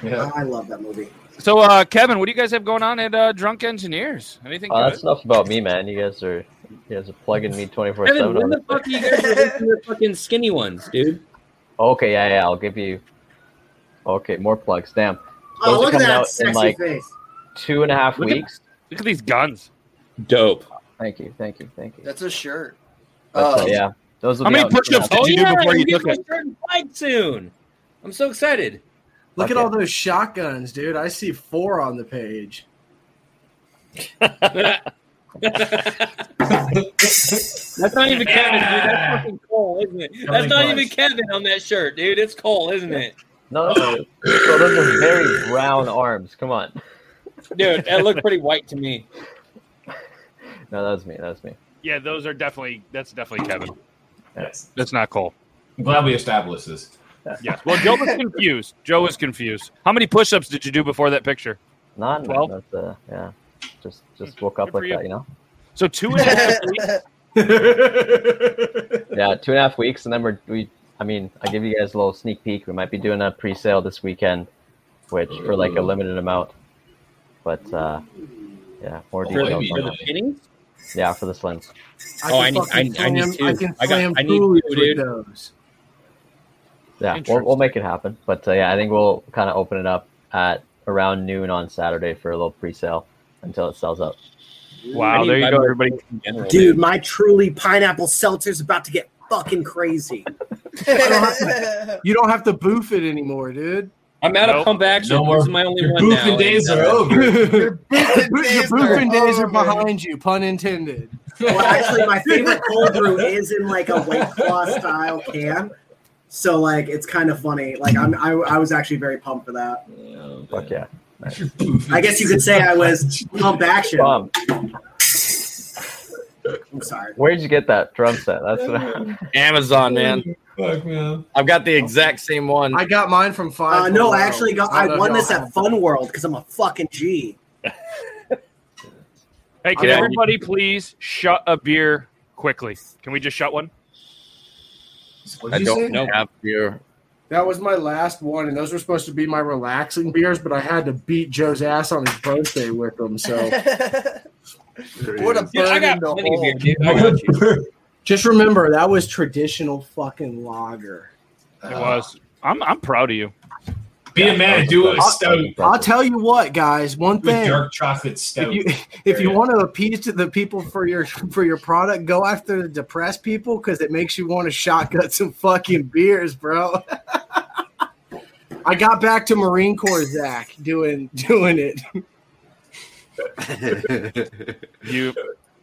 [SPEAKER 2] I love that movie.
[SPEAKER 3] So, uh, Kevin, what do you guys have going on at uh, Drunk Engineers? Anything?
[SPEAKER 12] Oh,
[SPEAKER 3] good?
[SPEAKER 12] that's enough about me, man. You guys are you guys are plugging me twenty four
[SPEAKER 4] Kevin,
[SPEAKER 12] seven.
[SPEAKER 4] when the fuck are you guys releasing your fucking skinny ones, dude?
[SPEAKER 12] Okay, yeah, yeah. I'll give you. Okay, more plugs. Damn.
[SPEAKER 4] Oh,
[SPEAKER 12] Those are
[SPEAKER 4] look at
[SPEAKER 12] coming
[SPEAKER 4] that
[SPEAKER 12] out in
[SPEAKER 4] sexy
[SPEAKER 12] like
[SPEAKER 4] face.
[SPEAKER 12] two and a half
[SPEAKER 4] Look at-
[SPEAKER 12] weeks.
[SPEAKER 3] look at these guns.
[SPEAKER 4] Dope.
[SPEAKER 12] Thank you, thank you, thank you.
[SPEAKER 6] That's a shirt.
[SPEAKER 12] But, uh,
[SPEAKER 4] Um,
[SPEAKER 6] Oh.
[SPEAKER 12] yeah, those. Will
[SPEAKER 3] How
[SPEAKER 12] be
[SPEAKER 3] many
[SPEAKER 12] out in two and a
[SPEAKER 3] push-ups
[SPEAKER 2] Oh,
[SPEAKER 12] half
[SPEAKER 3] did you
[SPEAKER 12] weeks.
[SPEAKER 3] do before
[SPEAKER 4] I'm
[SPEAKER 3] you
[SPEAKER 4] getting
[SPEAKER 3] took
[SPEAKER 4] my
[SPEAKER 3] it?
[SPEAKER 4] shirt and flag soon. I'm so excited.
[SPEAKER 7] Look at
[SPEAKER 4] Okay.
[SPEAKER 7] all those shotguns, dude. I see four on the page.
[SPEAKER 4] That's not even Kevin, dude. That's fucking Cole, isn't it? That's
[SPEAKER 12] Killing
[SPEAKER 4] not
[SPEAKER 12] vibes.
[SPEAKER 4] even Kevin on that shirt, dude. It's Cole, isn't it?
[SPEAKER 12] No, those are, so those are very brown arms. Come on.
[SPEAKER 4] Dude, that looked pretty white to me.
[SPEAKER 12] No, that's me. That's me.
[SPEAKER 3] Yeah, those are definitely. That's definitely Kevin.
[SPEAKER 1] Yes.
[SPEAKER 3] That's not Cole.
[SPEAKER 1] I'm glad we established this.
[SPEAKER 3] Yes. Well, Joe was confused. Joe was confused. How many push-ups did you do before that picture?
[SPEAKER 12] None. man.
[SPEAKER 3] Twelve?
[SPEAKER 12] That's, uh, yeah. Just just woke up like
[SPEAKER 3] for you.
[SPEAKER 12] that, you know.
[SPEAKER 3] So two and a half weeks.
[SPEAKER 12] Yeah, two and a half weeks, and then we're we. I mean, I give you guys a little sneak peek. We might be doing a pre-sale this weekend, which for like a limited amount. But uh, yeah, more
[SPEAKER 4] For the,
[SPEAKER 12] details.
[SPEAKER 4] for the
[SPEAKER 12] on that.
[SPEAKER 4] skinnies?
[SPEAKER 12] Yeah, for the slims.
[SPEAKER 4] Oh, I need, I, I need two.
[SPEAKER 7] I can
[SPEAKER 4] I got,
[SPEAKER 7] slam
[SPEAKER 4] I need two,
[SPEAKER 7] foolies
[SPEAKER 4] dude.
[SPEAKER 7] with those.
[SPEAKER 12] Yeah, we'll, we'll make it happen. But uh, yeah, I think we'll kind of open it up at around noon on Saturday for a little pre-sale until it sells out.
[SPEAKER 3] Wow, there you go, everybody.
[SPEAKER 2] Dude, my truly pineapple seltzer's about to get fucking crazy.
[SPEAKER 7] You don't have to boof it anymore, dude.
[SPEAKER 4] I'm out of pump action.
[SPEAKER 7] No
[SPEAKER 4] this is
[SPEAKER 7] more-
[SPEAKER 4] my only
[SPEAKER 7] your
[SPEAKER 4] one
[SPEAKER 7] boofing
[SPEAKER 4] now.
[SPEAKER 7] days
[SPEAKER 4] And,
[SPEAKER 7] are
[SPEAKER 4] uh,
[SPEAKER 7] over.
[SPEAKER 2] Your
[SPEAKER 7] boofing days are behind you, pun intended.
[SPEAKER 2] Well, actually, my favorite cold brew is in like a white claw style can. So like it's kind of funny. Like I'm I, I was actually very pumped for that.
[SPEAKER 12] Fuck yeah.
[SPEAKER 2] I guess you could say I was pump action.
[SPEAKER 12] Bum.
[SPEAKER 2] I'm sorry.
[SPEAKER 12] Where'd you get that drum set? That's what
[SPEAKER 10] Amazon, man.
[SPEAKER 1] Fuck, man.
[SPEAKER 10] I've got the exact same one.
[SPEAKER 7] I got mine from
[SPEAKER 2] Uh,
[SPEAKER 7] five.
[SPEAKER 2] no,
[SPEAKER 7] Below.
[SPEAKER 2] I actually got
[SPEAKER 7] I
[SPEAKER 2] I
[SPEAKER 7] don't
[SPEAKER 2] won
[SPEAKER 7] know
[SPEAKER 2] this
[SPEAKER 7] how.
[SPEAKER 2] at Fun World because I'm a fucking G.
[SPEAKER 3] Hey, can
[SPEAKER 2] Yeah.
[SPEAKER 3] everybody please shut a beer quickly? Can we just shut one?
[SPEAKER 10] I
[SPEAKER 7] you say?
[SPEAKER 10] don't
[SPEAKER 7] Nope.
[SPEAKER 10] have beer.
[SPEAKER 7] That was my last one, and those were supposed to be my relaxing beers, but I had to beat Joe's ass on his birthday with them. So
[SPEAKER 13] What a
[SPEAKER 7] Dude,
[SPEAKER 13] burn
[SPEAKER 7] I got
[SPEAKER 13] in the
[SPEAKER 7] plenty of
[SPEAKER 13] hole.
[SPEAKER 7] beer, dude. I got you. just remember that was traditional fucking lager.
[SPEAKER 3] It was. I'm I'm proud of you.
[SPEAKER 1] Be a man, do a stout.
[SPEAKER 7] I'll, I'll tell you what, guys. One
[SPEAKER 1] Do a
[SPEAKER 7] thing:
[SPEAKER 1] dark chocolate stout.
[SPEAKER 7] if you if you want to appease to the people for your for your product, go after the depressed people because it makes you want to shotgun some fucking beers, bro. I got back to Marine Corps Zach doing doing it.
[SPEAKER 3] you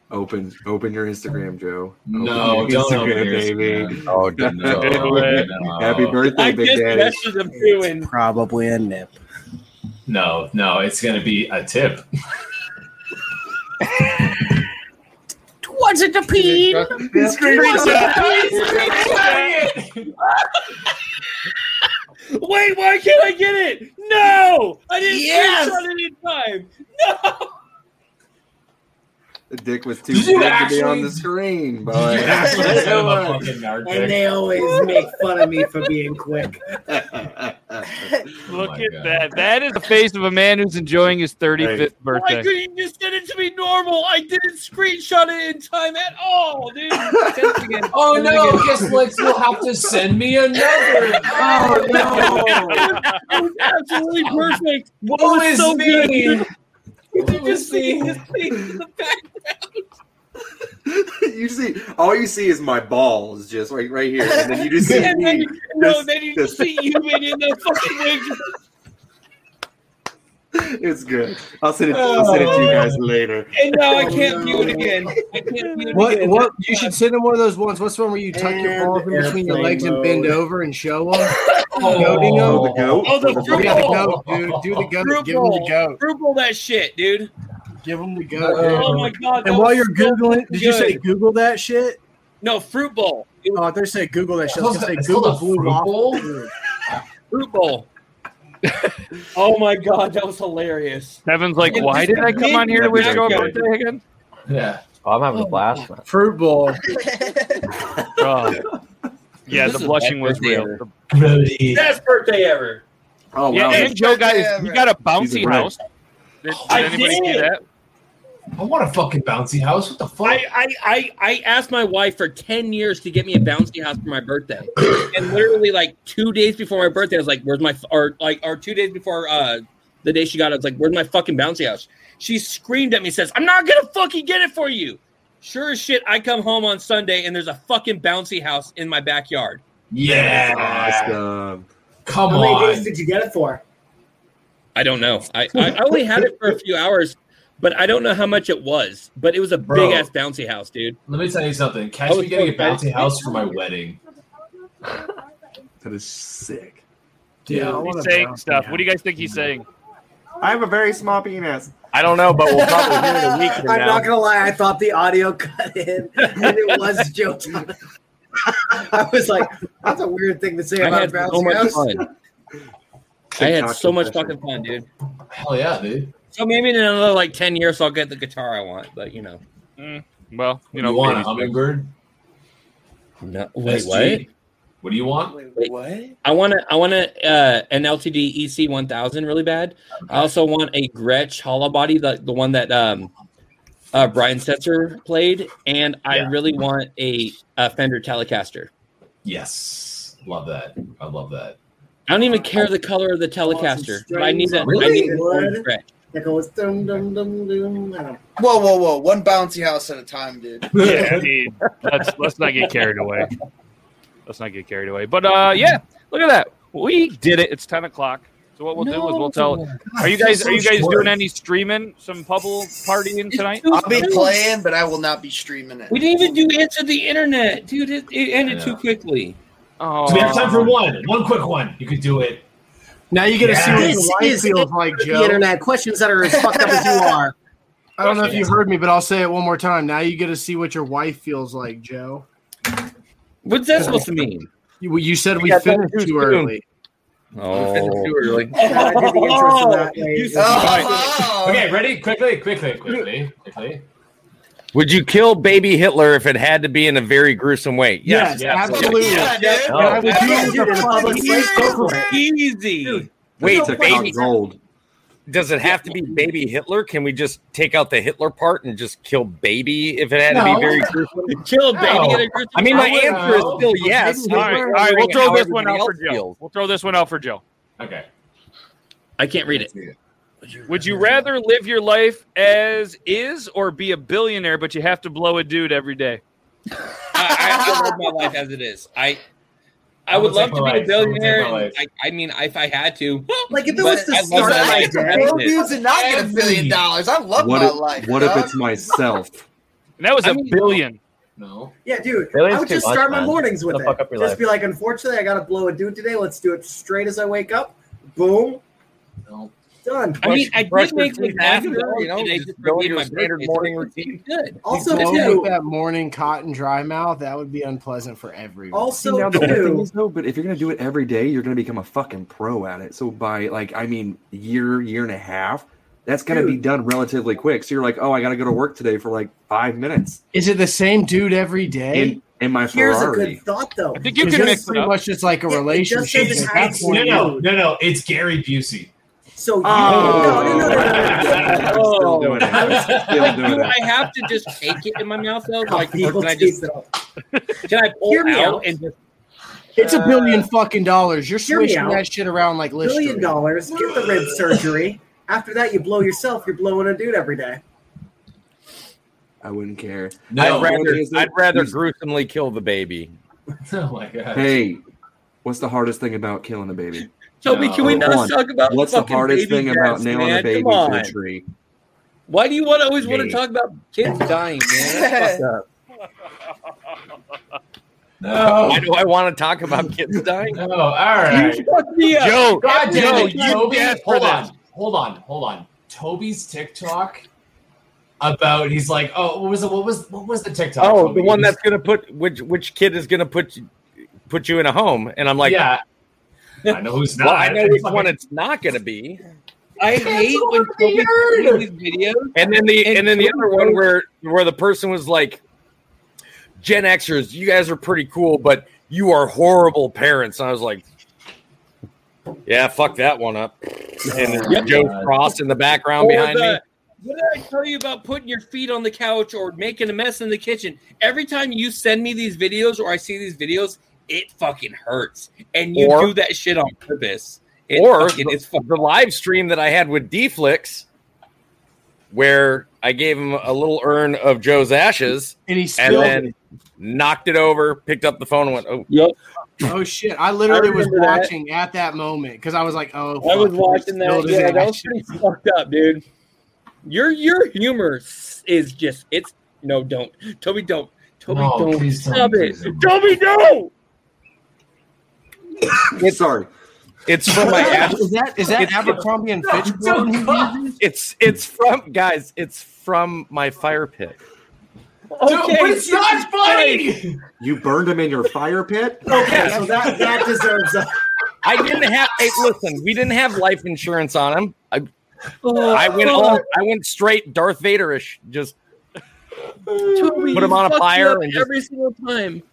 [SPEAKER 9] open open your Instagram, Joe. Open
[SPEAKER 1] No,
[SPEAKER 9] your
[SPEAKER 1] don't open your
[SPEAKER 9] baby.
[SPEAKER 1] Instagram. Oh, no.
[SPEAKER 9] Happy birthday,
[SPEAKER 4] I
[SPEAKER 9] Big
[SPEAKER 4] just
[SPEAKER 9] Daddy.
[SPEAKER 4] messaged him too, and
[SPEAKER 2] Probably a nip.
[SPEAKER 1] No, no, it's gonna be a tip.
[SPEAKER 8] What's it to pee?
[SPEAKER 4] Wait, why can't I get it? No, I didn't
[SPEAKER 8] Yes!
[SPEAKER 4] screenshot it in time.
[SPEAKER 9] The dick was too big
[SPEAKER 1] Did you
[SPEAKER 9] to be on
[SPEAKER 1] actually-
[SPEAKER 9] the screen, boy.
[SPEAKER 1] Did you actually send him a fucking nard
[SPEAKER 2] And
[SPEAKER 1] dick?
[SPEAKER 2] they always make fun of me for being quick.
[SPEAKER 9] Oh
[SPEAKER 3] Look at that. That is the face of a man who's enjoying his 35th
[SPEAKER 4] Why
[SPEAKER 3] birthday.
[SPEAKER 4] couldn't you just send it to me normal? I didn't screenshot it in time at all, dude. Send it again.
[SPEAKER 1] Oh
[SPEAKER 4] Send it
[SPEAKER 1] no,
[SPEAKER 4] again.
[SPEAKER 1] guess Lex will have to send me another.
[SPEAKER 4] Oh no! it was absolutely perfect. What
[SPEAKER 1] Woe
[SPEAKER 4] was
[SPEAKER 1] is
[SPEAKER 4] so
[SPEAKER 1] me.
[SPEAKER 4] good? Did
[SPEAKER 1] Woe
[SPEAKER 4] you just
[SPEAKER 1] is
[SPEAKER 4] see
[SPEAKER 1] me.
[SPEAKER 4] his face in the background?
[SPEAKER 9] you see, all you see is my balls, just like right here, and then you just see
[SPEAKER 4] And then
[SPEAKER 9] me.
[SPEAKER 4] you- no,
[SPEAKER 9] just-
[SPEAKER 4] then you
[SPEAKER 9] just-
[SPEAKER 4] see you in the fucking wig.
[SPEAKER 9] It's good. I'll send it. I'll send it to you
[SPEAKER 2] Uh,
[SPEAKER 9] guys later.
[SPEAKER 4] Oh. And no, I
[SPEAKER 7] Oh,
[SPEAKER 4] can't view it again. I can't view it
[SPEAKER 7] What?
[SPEAKER 4] again.
[SPEAKER 7] What? You should send him one of those ones. What's the one where you tuck your balls in between your
[SPEAKER 4] airplane
[SPEAKER 7] legs and
[SPEAKER 4] mode.
[SPEAKER 7] bend over and show them?
[SPEAKER 4] Oh,
[SPEAKER 7] the goat.
[SPEAKER 4] Oh, the fruit
[SPEAKER 7] yeah, the
[SPEAKER 4] bowl.
[SPEAKER 7] goat, dude. Do the goat.
[SPEAKER 4] Fruit
[SPEAKER 7] Give him the
[SPEAKER 4] bowl.
[SPEAKER 7] goat.
[SPEAKER 4] Fruit bowl that shit, dude.
[SPEAKER 7] Give him the goat.
[SPEAKER 4] Oh my god.
[SPEAKER 7] Uh, And
[SPEAKER 4] that
[SPEAKER 7] while
[SPEAKER 4] was
[SPEAKER 7] you're
[SPEAKER 4] so
[SPEAKER 7] googling, did you say
[SPEAKER 4] good.
[SPEAKER 7] Google that shit?
[SPEAKER 4] No, fruit bowl.
[SPEAKER 7] Oh, they say Google that shit. I was gonna
[SPEAKER 4] It's
[SPEAKER 7] say
[SPEAKER 4] called
[SPEAKER 7] Google
[SPEAKER 4] a fruit
[SPEAKER 7] blue waffle.
[SPEAKER 4] bowl? fruit bowl? oh my god, that was hilarious.
[SPEAKER 3] Kevin's like,
[SPEAKER 4] Yeah,
[SPEAKER 3] why
[SPEAKER 4] just
[SPEAKER 3] did I come on here to wish
[SPEAKER 4] mid-
[SPEAKER 3] you a
[SPEAKER 4] mid-
[SPEAKER 3] birthday again?
[SPEAKER 1] Yeah.
[SPEAKER 12] Oh, I'm having a blast. man.
[SPEAKER 7] Fruit bowl.
[SPEAKER 3] Oh. Yeah,
[SPEAKER 12] This
[SPEAKER 3] the
[SPEAKER 12] is
[SPEAKER 3] blushing
[SPEAKER 12] my
[SPEAKER 3] was
[SPEAKER 12] birthday
[SPEAKER 3] real.
[SPEAKER 12] ever.
[SPEAKER 4] Best birthday ever.
[SPEAKER 9] Oh
[SPEAKER 3] yeah,
[SPEAKER 9] wow.
[SPEAKER 3] and Joe got his, he got a bouncy
[SPEAKER 9] He's right.
[SPEAKER 3] house. Did, did
[SPEAKER 4] I
[SPEAKER 3] anybody
[SPEAKER 4] did.
[SPEAKER 3] see that?
[SPEAKER 1] I want a fucking bouncy house. What the fuck?
[SPEAKER 4] I, I, I, I asked my wife for 10 years to get me a bouncy house for my birthday. and literally, like, two days before my birthday, I was like, where's my, f-" or like, or two days before uh, the day she got it, I was like, where's my fucking bouncy house? She screamed at me, says, I'm not going to fucking get it for you. Sure as shit, I come home on Sunday and there's a fucking bouncy house in my backyard.
[SPEAKER 1] Yeah.
[SPEAKER 9] Awesome.
[SPEAKER 1] Come
[SPEAKER 2] How many
[SPEAKER 1] on.
[SPEAKER 2] days did you get it for?
[SPEAKER 4] I don't know. I, I, I only had it for a few hours, but I don't know how much it was. But it was a
[SPEAKER 1] Bro.
[SPEAKER 4] big ass bouncy house, dude.
[SPEAKER 1] Let me tell you something.
[SPEAKER 4] I
[SPEAKER 1] Catch
[SPEAKER 4] was
[SPEAKER 1] me getting a
[SPEAKER 4] so bad.
[SPEAKER 1] bouncy house for my wedding.
[SPEAKER 9] That is sick.
[SPEAKER 3] Yeah, he's saying stuff. What do you guys think he's saying?
[SPEAKER 9] I have a very small penis.
[SPEAKER 10] I don't know, but we'll probably hear it in a week
[SPEAKER 2] I'm
[SPEAKER 10] from now.
[SPEAKER 2] not gonna lie. I thought the audio cut in, and it was Joe. Thomas. I was like, "That's a weird thing to say
[SPEAKER 4] I
[SPEAKER 2] about
[SPEAKER 4] had so
[SPEAKER 2] Brown's
[SPEAKER 4] much
[SPEAKER 2] house."
[SPEAKER 4] fun. I had
[SPEAKER 2] TikTok
[SPEAKER 4] so much
[SPEAKER 2] confession.
[SPEAKER 4] fucking fun, dude.
[SPEAKER 1] Hell Oh, yeah, dude.
[SPEAKER 4] So maybe in another like ten years, I'll get the guitar I want. But you know,
[SPEAKER 3] Mm, Well, you know,
[SPEAKER 1] you want a
[SPEAKER 3] baby steps.
[SPEAKER 1] hummingbird?
[SPEAKER 4] no,
[SPEAKER 1] SG? What do you want?
[SPEAKER 4] what? I want to. I want to uh, an LTD EC one thousand really bad. I also want a Gretsch hollow body, the the one that um, uh, Brian Setzer played, and I really want a, a Fender Telecaster.
[SPEAKER 1] Yes. Love that. I love that.
[SPEAKER 4] I don't even care the color of the Telecaster, but I need that. I
[SPEAKER 1] Oh. Really?
[SPEAKER 4] need an orange Gretsch.
[SPEAKER 2] It goes dum dum dum dum. I don't-
[SPEAKER 6] Whoa, whoa, whoa! One bouncy house at a time, dude.
[SPEAKER 3] yeah, dude. Let's let's not get carried away. Let's not get carried away. But uh, yeah, look at that. We did it. It's ten o'clock. So what we'll do is we'll tell. Are you guys are you guys doing any streaming? Some bubble partying tonight?
[SPEAKER 6] I'll be playing, but I will not be streaming it.
[SPEAKER 4] We didn't even do answer the internet, dude. It, it ended too quickly.
[SPEAKER 3] Oh,
[SPEAKER 1] So we have time for one. One quick one. You could do it.
[SPEAKER 7] Now you get to see what
[SPEAKER 1] Yes.
[SPEAKER 7] your wife
[SPEAKER 2] This is
[SPEAKER 7] feels like,
[SPEAKER 2] the
[SPEAKER 7] Joe.
[SPEAKER 2] internet questions that are as fucked up as you are.
[SPEAKER 7] I don't know if you heard me, but I'll say it one more time. Now you get to see what your wife feels like, Joe.
[SPEAKER 4] What's that supposed to mean?
[SPEAKER 7] You, you said we,
[SPEAKER 4] got that
[SPEAKER 7] finished
[SPEAKER 4] too
[SPEAKER 7] too
[SPEAKER 4] soon.
[SPEAKER 7] early.
[SPEAKER 4] Oh, too early.
[SPEAKER 2] I did the intro for that.
[SPEAKER 4] You
[SPEAKER 9] Oh.
[SPEAKER 1] Okay, ready? Quickly, quickly, quickly, quickly.
[SPEAKER 10] Would you kill baby Hitler if it had to be in a very gruesome way? Yes.
[SPEAKER 7] Yes, absolutely.
[SPEAKER 6] Yeah, dude.
[SPEAKER 7] And I would do it in a public place. Go for it.
[SPEAKER 4] Easy.
[SPEAKER 10] Wait,
[SPEAKER 9] TikTok
[SPEAKER 10] baby.
[SPEAKER 9] gold.
[SPEAKER 10] Does it have to be baby Hitler? Can we just take out the Hitler part and just kill baby if it had to
[SPEAKER 4] No.
[SPEAKER 10] be very gruesome?
[SPEAKER 4] Kill baby.
[SPEAKER 10] No.
[SPEAKER 4] Get a group
[SPEAKER 10] I mean, my
[SPEAKER 4] I wouldn't
[SPEAKER 10] answer is
[SPEAKER 4] know.
[SPEAKER 10] still yes.
[SPEAKER 3] All right, all right. We'll throw this one out for Joe. We'll throw this one out for Joe.
[SPEAKER 1] Okay.
[SPEAKER 4] I can't read it.
[SPEAKER 3] Would you rather live your life as is or be a billionaire, but you have to blow a dude every day?
[SPEAKER 4] I, I have to live my life as it is. I I
[SPEAKER 1] I
[SPEAKER 4] would
[SPEAKER 1] would
[SPEAKER 4] love
[SPEAKER 1] take
[SPEAKER 4] to
[SPEAKER 1] my
[SPEAKER 4] be
[SPEAKER 1] life. I
[SPEAKER 4] a
[SPEAKER 1] would take my
[SPEAKER 4] billionaire. and
[SPEAKER 1] life.
[SPEAKER 4] I, I mean, if I had to,
[SPEAKER 6] Like if it
[SPEAKER 4] But
[SPEAKER 6] was to
[SPEAKER 4] I love
[SPEAKER 6] start,
[SPEAKER 4] that
[SPEAKER 6] I
[SPEAKER 4] I
[SPEAKER 6] get to
[SPEAKER 4] did.
[SPEAKER 6] blow dudes and not get a billion dollars. I love
[SPEAKER 9] What
[SPEAKER 6] my
[SPEAKER 9] if,
[SPEAKER 6] life.
[SPEAKER 9] what if
[SPEAKER 6] dog.
[SPEAKER 9] it's myself?
[SPEAKER 3] And that was a
[SPEAKER 4] I mean-
[SPEAKER 3] billion.
[SPEAKER 1] No.
[SPEAKER 2] Yeah, dude.
[SPEAKER 12] Billion's
[SPEAKER 2] I would
[SPEAKER 12] too
[SPEAKER 2] just
[SPEAKER 12] much,
[SPEAKER 2] start my
[SPEAKER 12] man.
[SPEAKER 2] mornings with
[SPEAKER 12] Don't
[SPEAKER 2] it.
[SPEAKER 12] fuck up your
[SPEAKER 2] just
[SPEAKER 12] life.
[SPEAKER 2] be like, unfortunately, I gotta blow a dude today. Let's do it straight as I wake up. Boom,
[SPEAKER 1] No.
[SPEAKER 2] done.
[SPEAKER 4] I mean, I
[SPEAKER 10] Brush
[SPEAKER 4] did
[SPEAKER 10] your
[SPEAKER 4] make
[SPEAKER 10] teeth
[SPEAKER 4] like
[SPEAKER 10] after,
[SPEAKER 4] after,
[SPEAKER 10] you
[SPEAKER 4] you
[SPEAKER 10] know,
[SPEAKER 4] know, and I
[SPEAKER 10] just
[SPEAKER 4] just
[SPEAKER 10] go into
[SPEAKER 4] repeated
[SPEAKER 10] your
[SPEAKER 4] my
[SPEAKER 10] standard
[SPEAKER 4] standard
[SPEAKER 10] morning
[SPEAKER 4] morning routine. Good.
[SPEAKER 2] Also,
[SPEAKER 7] Blow
[SPEAKER 2] too.
[SPEAKER 7] with that morning cotton dry mouth, that would be unpleasant for everyone.
[SPEAKER 9] See,
[SPEAKER 2] Also,
[SPEAKER 9] now the only thing
[SPEAKER 2] too.
[SPEAKER 9] is, though, but if you're gonna do it every day, you're gonna become a fucking pro at it. So by like, I mean, year, year and a half, that's gonna be
[SPEAKER 2] Dude.
[SPEAKER 9] done relatively quick. So you're like, oh, I gotta go to work today for like five minutes
[SPEAKER 7] Is it the same dude every day?
[SPEAKER 9] in in my
[SPEAKER 2] Here's a
[SPEAKER 9] Ferrari.
[SPEAKER 2] good thought, though.
[SPEAKER 3] I think you
[SPEAKER 7] It's
[SPEAKER 3] can
[SPEAKER 7] just
[SPEAKER 3] mix it
[SPEAKER 7] pretty
[SPEAKER 3] up.
[SPEAKER 7] much just like
[SPEAKER 2] Yeah,
[SPEAKER 7] a
[SPEAKER 2] it just
[SPEAKER 7] relationship.
[SPEAKER 2] says
[SPEAKER 7] At that
[SPEAKER 2] it's-
[SPEAKER 7] point,
[SPEAKER 1] No, no, no, no. It's Gary Busey.
[SPEAKER 2] So you
[SPEAKER 9] Oh.
[SPEAKER 2] no, no, no, no, Oh.
[SPEAKER 9] I'm still doing
[SPEAKER 2] no, no.
[SPEAKER 9] it. I'm still doing
[SPEAKER 4] Do
[SPEAKER 9] it.
[SPEAKER 4] I have to just take it in my mouth though? Like,
[SPEAKER 2] Coffee
[SPEAKER 4] or
[SPEAKER 2] will
[SPEAKER 4] can I
[SPEAKER 2] taste
[SPEAKER 4] just
[SPEAKER 2] it all.
[SPEAKER 4] can I pull
[SPEAKER 2] Hear me
[SPEAKER 4] out,
[SPEAKER 2] out.
[SPEAKER 4] and just
[SPEAKER 7] It's a billion fucking dollars. You're
[SPEAKER 2] Hear me
[SPEAKER 7] swishing
[SPEAKER 2] out.
[SPEAKER 7] that shit around like
[SPEAKER 2] Billion
[SPEAKER 7] Listerine.
[SPEAKER 2] dollars. Get the rib surgery. After that, you blow yourself. You're blowing a dude every day.
[SPEAKER 9] I wouldn't care.
[SPEAKER 1] No.
[SPEAKER 10] I'd rather,
[SPEAKER 9] Is it-
[SPEAKER 10] I'd rather gruesomely kill the baby.
[SPEAKER 1] Oh my god.
[SPEAKER 4] uh,
[SPEAKER 9] Hey, what's the hardest thing about killing a baby?
[SPEAKER 4] Toby, can we
[SPEAKER 9] No,
[SPEAKER 4] not
[SPEAKER 9] come on.
[SPEAKER 4] talk about
[SPEAKER 9] what's the
[SPEAKER 4] fucking
[SPEAKER 9] hardest
[SPEAKER 4] baby
[SPEAKER 9] thing about
[SPEAKER 4] deaths,
[SPEAKER 9] nailing
[SPEAKER 4] man?
[SPEAKER 9] a baby
[SPEAKER 4] Come
[SPEAKER 9] to
[SPEAKER 4] on.
[SPEAKER 9] a tree?
[SPEAKER 4] Why do you want to always want to
[SPEAKER 9] Baby.
[SPEAKER 4] talk about kids dying, man?
[SPEAKER 1] No.
[SPEAKER 10] Why do I want to talk about kids dying?
[SPEAKER 1] No, all right.
[SPEAKER 4] You fucked me up.
[SPEAKER 10] Joe,
[SPEAKER 1] God damn
[SPEAKER 10] Joe,
[SPEAKER 1] it,
[SPEAKER 10] you
[SPEAKER 1] Toby.
[SPEAKER 10] asked for
[SPEAKER 1] Hold
[SPEAKER 10] this.
[SPEAKER 1] on. Hold on. Hold on. Toby's TikTok about he's like, oh, what was it? What was what was the TikTok?
[SPEAKER 10] Oh,
[SPEAKER 1] Toby?
[SPEAKER 10] the one
[SPEAKER 1] It was-
[SPEAKER 10] that's gonna put which which kid is gonna put you- put you in a home? And I'm like,
[SPEAKER 1] Yeah. I know who's
[SPEAKER 10] Well, I
[SPEAKER 1] not.
[SPEAKER 10] know which one it's not gonna be.
[SPEAKER 4] I hate when Toby plays these videos.
[SPEAKER 10] And then the and, then the
[SPEAKER 4] Toby
[SPEAKER 10] other one
[SPEAKER 4] goes-
[SPEAKER 10] where where the person was like, Gen Xers, you guys are pretty cool, but you are horrible parents. And I was like, Yeah, fuck that one up. And
[SPEAKER 1] Yeah.
[SPEAKER 10] Joe Frost in the background
[SPEAKER 4] Or
[SPEAKER 10] behind
[SPEAKER 4] the-
[SPEAKER 10] me.
[SPEAKER 4] What did I tell you about putting your feet on the couch or making a mess in the kitchen? Every time you send me these videos or I see these videos, it fucking hurts. And you
[SPEAKER 10] Or-
[SPEAKER 4] do that shit on purpose. It
[SPEAKER 10] or
[SPEAKER 4] fucking-
[SPEAKER 10] the,
[SPEAKER 4] it's
[SPEAKER 10] the live stream that I had with Dflix, where I gave him a little urn of Joe's ashes,
[SPEAKER 7] And he spilled
[SPEAKER 10] then
[SPEAKER 7] it.
[SPEAKER 10] knocked it over, picked up the phone, and went, "Oh,
[SPEAKER 4] yep."
[SPEAKER 7] Oh shit! I literally was
[SPEAKER 4] remember that.
[SPEAKER 7] watching at that moment because I was like, "Oh."
[SPEAKER 4] I was
[SPEAKER 7] fuck,
[SPEAKER 4] watching that.
[SPEAKER 7] spilled his
[SPEAKER 4] Yeah, that was
[SPEAKER 7] ashes.
[SPEAKER 4] pretty fucked up, dude. Your your humor s- is just it's no don't Toby don't Toby
[SPEAKER 9] No,
[SPEAKER 4] don't
[SPEAKER 9] please don't,
[SPEAKER 4] stop it
[SPEAKER 9] please don't.
[SPEAKER 4] Toby no
[SPEAKER 10] It's,
[SPEAKER 9] Sorry,
[SPEAKER 10] it's from my ass.
[SPEAKER 7] Is that is that
[SPEAKER 10] It's-
[SPEAKER 7] Abercrombie and Fitch?
[SPEAKER 10] No,
[SPEAKER 7] Golden Goose?
[SPEAKER 10] It's it's from guys. It's from my fire pit.
[SPEAKER 4] Okay,
[SPEAKER 1] but it's not funny.
[SPEAKER 9] You burned him in your fire pit?
[SPEAKER 10] Okay,
[SPEAKER 2] so that that deserves a
[SPEAKER 10] I didn't have. Hey, listen, we didn't have life insurance on him. I,
[SPEAKER 7] Oh.
[SPEAKER 10] I went all, I went straight Darth Vaderish. Just
[SPEAKER 4] Toby,
[SPEAKER 10] Put him
[SPEAKER 4] you
[SPEAKER 10] on a
[SPEAKER 4] fuck me
[SPEAKER 10] fire
[SPEAKER 4] up
[SPEAKER 10] and just-
[SPEAKER 4] every single time.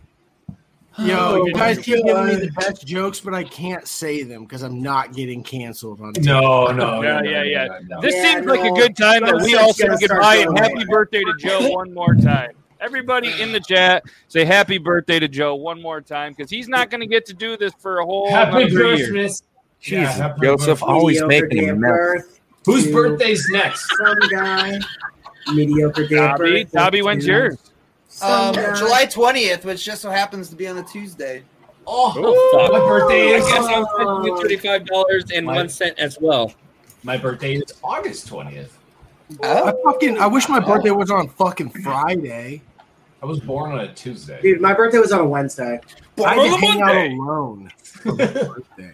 [SPEAKER 7] Yo, you
[SPEAKER 4] Oh,
[SPEAKER 7] guys
[SPEAKER 4] my
[SPEAKER 7] keep giving me
[SPEAKER 4] God.
[SPEAKER 7] the best jokes, but I can't say them because I'm not getting canceled on.
[SPEAKER 1] No, no, no,
[SPEAKER 3] yeah,
[SPEAKER 1] no,
[SPEAKER 3] yeah,
[SPEAKER 1] no,
[SPEAKER 3] yeah.
[SPEAKER 1] no, no.
[SPEAKER 3] This
[SPEAKER 7] Yeah,
[SPEAKER 3] seems like a
[SPEAKER 7] no.
[SPEAKER 3] good time that we
[SPEAKER 7] Sunset's
[SPEAKER 3] all say
[SPEAKER 7] gonna start
[SPEAKER 3] goodbye and
[SPEAKER 7] going
[SPEAKER 3] happy
[SPEAKER 7] away.
[SPEAKER 3] birthday to Joe one more time. Everybody in the chat, say happy birthday to Joe one more time because he's not going to get to do this for a whole
[SPEAKER 1] Happy
[SPEAKER 3] another year.
[SPEAKER 1] Christmas. Yeah,
[SPEAKER 10] Jesus,
[SPEAKER 1] happy
[SPEAKER 10] Joseph
[SPEAKER 1] birthday.
[SPEAKER 10] always
[SPEAKER 2] mediocre
[SPEAKER 10] making
[SPEAKER 2] day
[SPEAKER 10] a
[SPEAKER 2] of
[SPEAKER 10] mess.
[SPEAKER 2] birth.
[SPEAKER 1] Whose
[SPEAKER 2] to
[SPEAKER 1] birthday's next?
[SPEAKER 2] Some guy. Mediocre day of
[SPEAKER 3] Dobby,
[SPEAKER 2] birth.
[SPEAKER 3] Dobby, when's
[SPEAKER 2] to
[SPEAKER 3] yours?
[SPEAKER 2] some
[SPEAKER 6] Um,
[SPEAKER 2] guy.
[SPEAKER 6] July 20th, which just so happens to be on a Tuesday.
[SPEAKER 1] Oh,
[SPEAKER 4] Fuck.
[SPEAKER 1] my birthday
[SPEAKER 4] I
[SPEAKER 1] is.
[SPEAKER 4] guess I'm spending you thirty five dollars and one cent as well.
[SPEAKER 1] My birthday is August twentieth.
[SPEAKER 6] Oh.
[SPEAKER 7] I fucking. I wish my birthday was on fucking Friday.
[SPEAKER 1] I was born on a Tuesday.
[SPEAKER 2] Dude, my birthday was on a Wednesday.
[SPEAKER 7] I had to
[SPEAKER 4] Borrow the
[SPEAKER 7] hang out
[SPEAKER 4] Monday.
[SPEAKER 7] alone for my birthday.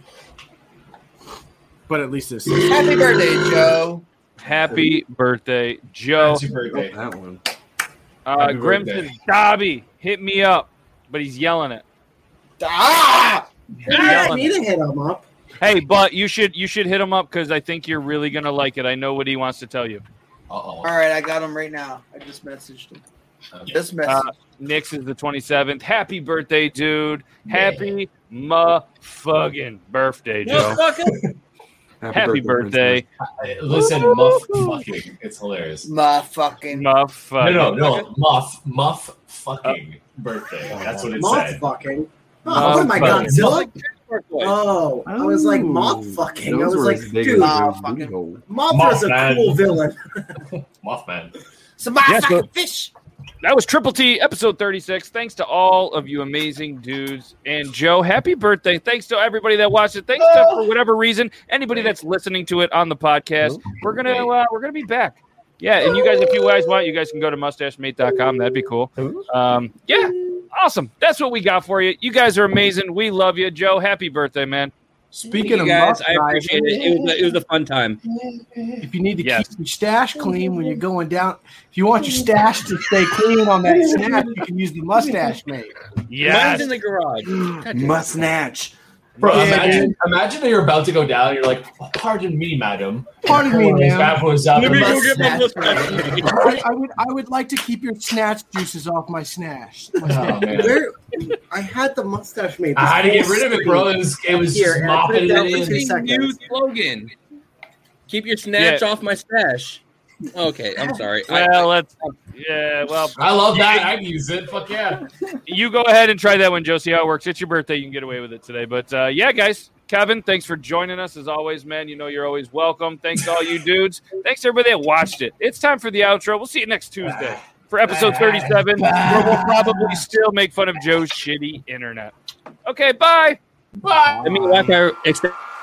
[SPEAKER 7] But at least this.
[SPEAKER 6] Happy birthday, Joe.
[SPEAKER 3] Happy birthday, Joe.
[SPEAKER 1] That's your birthday.
[SPEAKER 9] that one.
[SPEAKER 3] Uh,
[SPEAKER 1] Happy
[SPEAKER 3] Grim
[SPEAKER 1] birthday.
[SPEAKER 3] says, Dobby, hit me up, but he's yelling it.
[SPEAKER 6] Ah!
[SPEAKER 3] He's
[SPEAKER 2] I
[SPEAKER 3] yelling
[SPEAKER 2] need
[SPEAKER 3] it.
[SPEAKER 2] to hit him up.
[SPEAKER 3] Hey, but you should you should hit him up because I think you're really gonna like it. I know what he wants to tell you.
[SPEAKER 1] Uh oh.
[SPEAKER 6] All right, I got him right now. I just messaged him. Just
[SPEAKER 3] Uh,
[SPEAKER 6] messaged.
[SPEAKER 3] Nick's is the 27th. Happy birthday, dude. Happy motherfucking birthday, Joe.
[SPEAKER 4] Motherfucker.
[SPEAKER 3] Happy birthday,
[SPEAKER 1] Listen, muff fucking. It's hilarious.
[SPEAKER 6] My fucking.
[SPEAKER 3] motherfucking.
[SPEAKER 1] no, no, no. Muff, muff fucking birthday.
[SPEAKER 4] Oh,
[SPEAKER 1] That's what it
[SPEAKER 2] Moth
[SPEAKER 1] said.
[SPEAKER 2] fucking. Oh, what am I,
[SPEAKER 1] Motherfucking.
[SPEAKER 2] Godzilla? Oh, I was like, moth fucking. I was like, dude,
[SPEAKER 6] Ah, fucking.
[SPEAKER 2] Mothra's a
[SPEAKER 1] Mothman.
[SPEAKER 2] cool villain.
[SPEAKER 1] Muffman.
[SPEAKER 6] It's my
[SPEAKER 3] Yes,
[SPEAKER 6] fucking
[SPEAKER 3] but-
[SPEAKER 6] fish.
[SPEAKER 3] That was Triple T, episode 36. Thanks to all of you amazing dudes. And Joe, happy birthday. Thanks to everybody that watched it. Thanks to,
[SPEAKER 7] Oh.
[SPEAKER 3] for whatever reason, anybody that's listening to it on the podcast. We're going to uh, we're going to be back. Yeah, and you guys if you guys want, you guys can go to mustachemate.com. That'd be cool. Um, yeah. Awesome. That's what we got for you. You guys are amazing. We love you, Joe. Happy birthday, man.
[SPEAKER 7] Speaking
[SPEAKER 4] you
[SPEAKER 7] of
[SPEAKER 4] guys,
[SPEAKER 7] guys,
[SPEAKER 4] I appreciate it. It was a, it was a fun time.
[SPEAKER 7] If you need to
[SPEAKER 3] Yes.
[SPEAKER 7] keep your stash clean when you're going down, if you want your stash to stay clean on that snap, you can use the mustache mate.
[SPEAKER 4] Mine's in the garage.
[SPEAKER 9] Must snatch.
[SPEAKER 1] Bro,
[SPEAKER 7] Yeah,
[SPEAKER 1] imagine, imagine that you're about to go down. You're like, pardon me, madam.
[SPEAKER 7] Pardon me,
[SPEAKER 1] His
[SPEAKER 7] man.
[SPEAKER 1] back was out.
[SPEAKER 4] Let
[SPEAKER 1] the
[SPEAKER 4] me go
[SPEAKER 1] bus-
[SPEAKER 4] get my
[SPEAKER 7] I, I would, I would like to keep your snatch juices off my snatch. My
[SPEAKER 1] Oh,
[SPEAKER 7] snatch.
[SPEAKER 1] man.
[SPEAKER 2] Where I had the mustache made.
[SPEAKER 1] I had to get rid of it, bro. It was, it was
[SPEAKER 2] Here,
[SPEAKER 1] just
[SPEAKER 2] and I put
[SPEAKER 1] mopping
[SPEAKER 2] it down
[SPEAKER 1] it
[SPEAKER 2] for
[SPEAKER 1] in.
[SPEAKER 2] two
[SPEAKER 4] Fucking new
[SPEAKER 2] seconds.
[SPEAKER 4] slogan. Keep your snatch off my stash. Okay, I'm sorry. I-
[SPEAKER 3] Well, let's yeah, well,
[SPEAKER 1] I love that. I'd use it. Fuck yeah.
[SPEAKER 3] you go ahead and try that one, Joe. See how it works. It's your birthday. You can get away with it today. But uh, yeah, guys, Kevin, thanks for joining us as always, man. You know you're always welcome. Thanks to all you dudes. Thanks to everybody that watched it. It's time for the outro. We'll see you next Tuesday for episode 37, where we'll probably still make fun of Joe's shitty internet. Okay, bye.
[SPEAKER 1] Bye.
[SPEAKER 4] I mean, Wi-Fi extended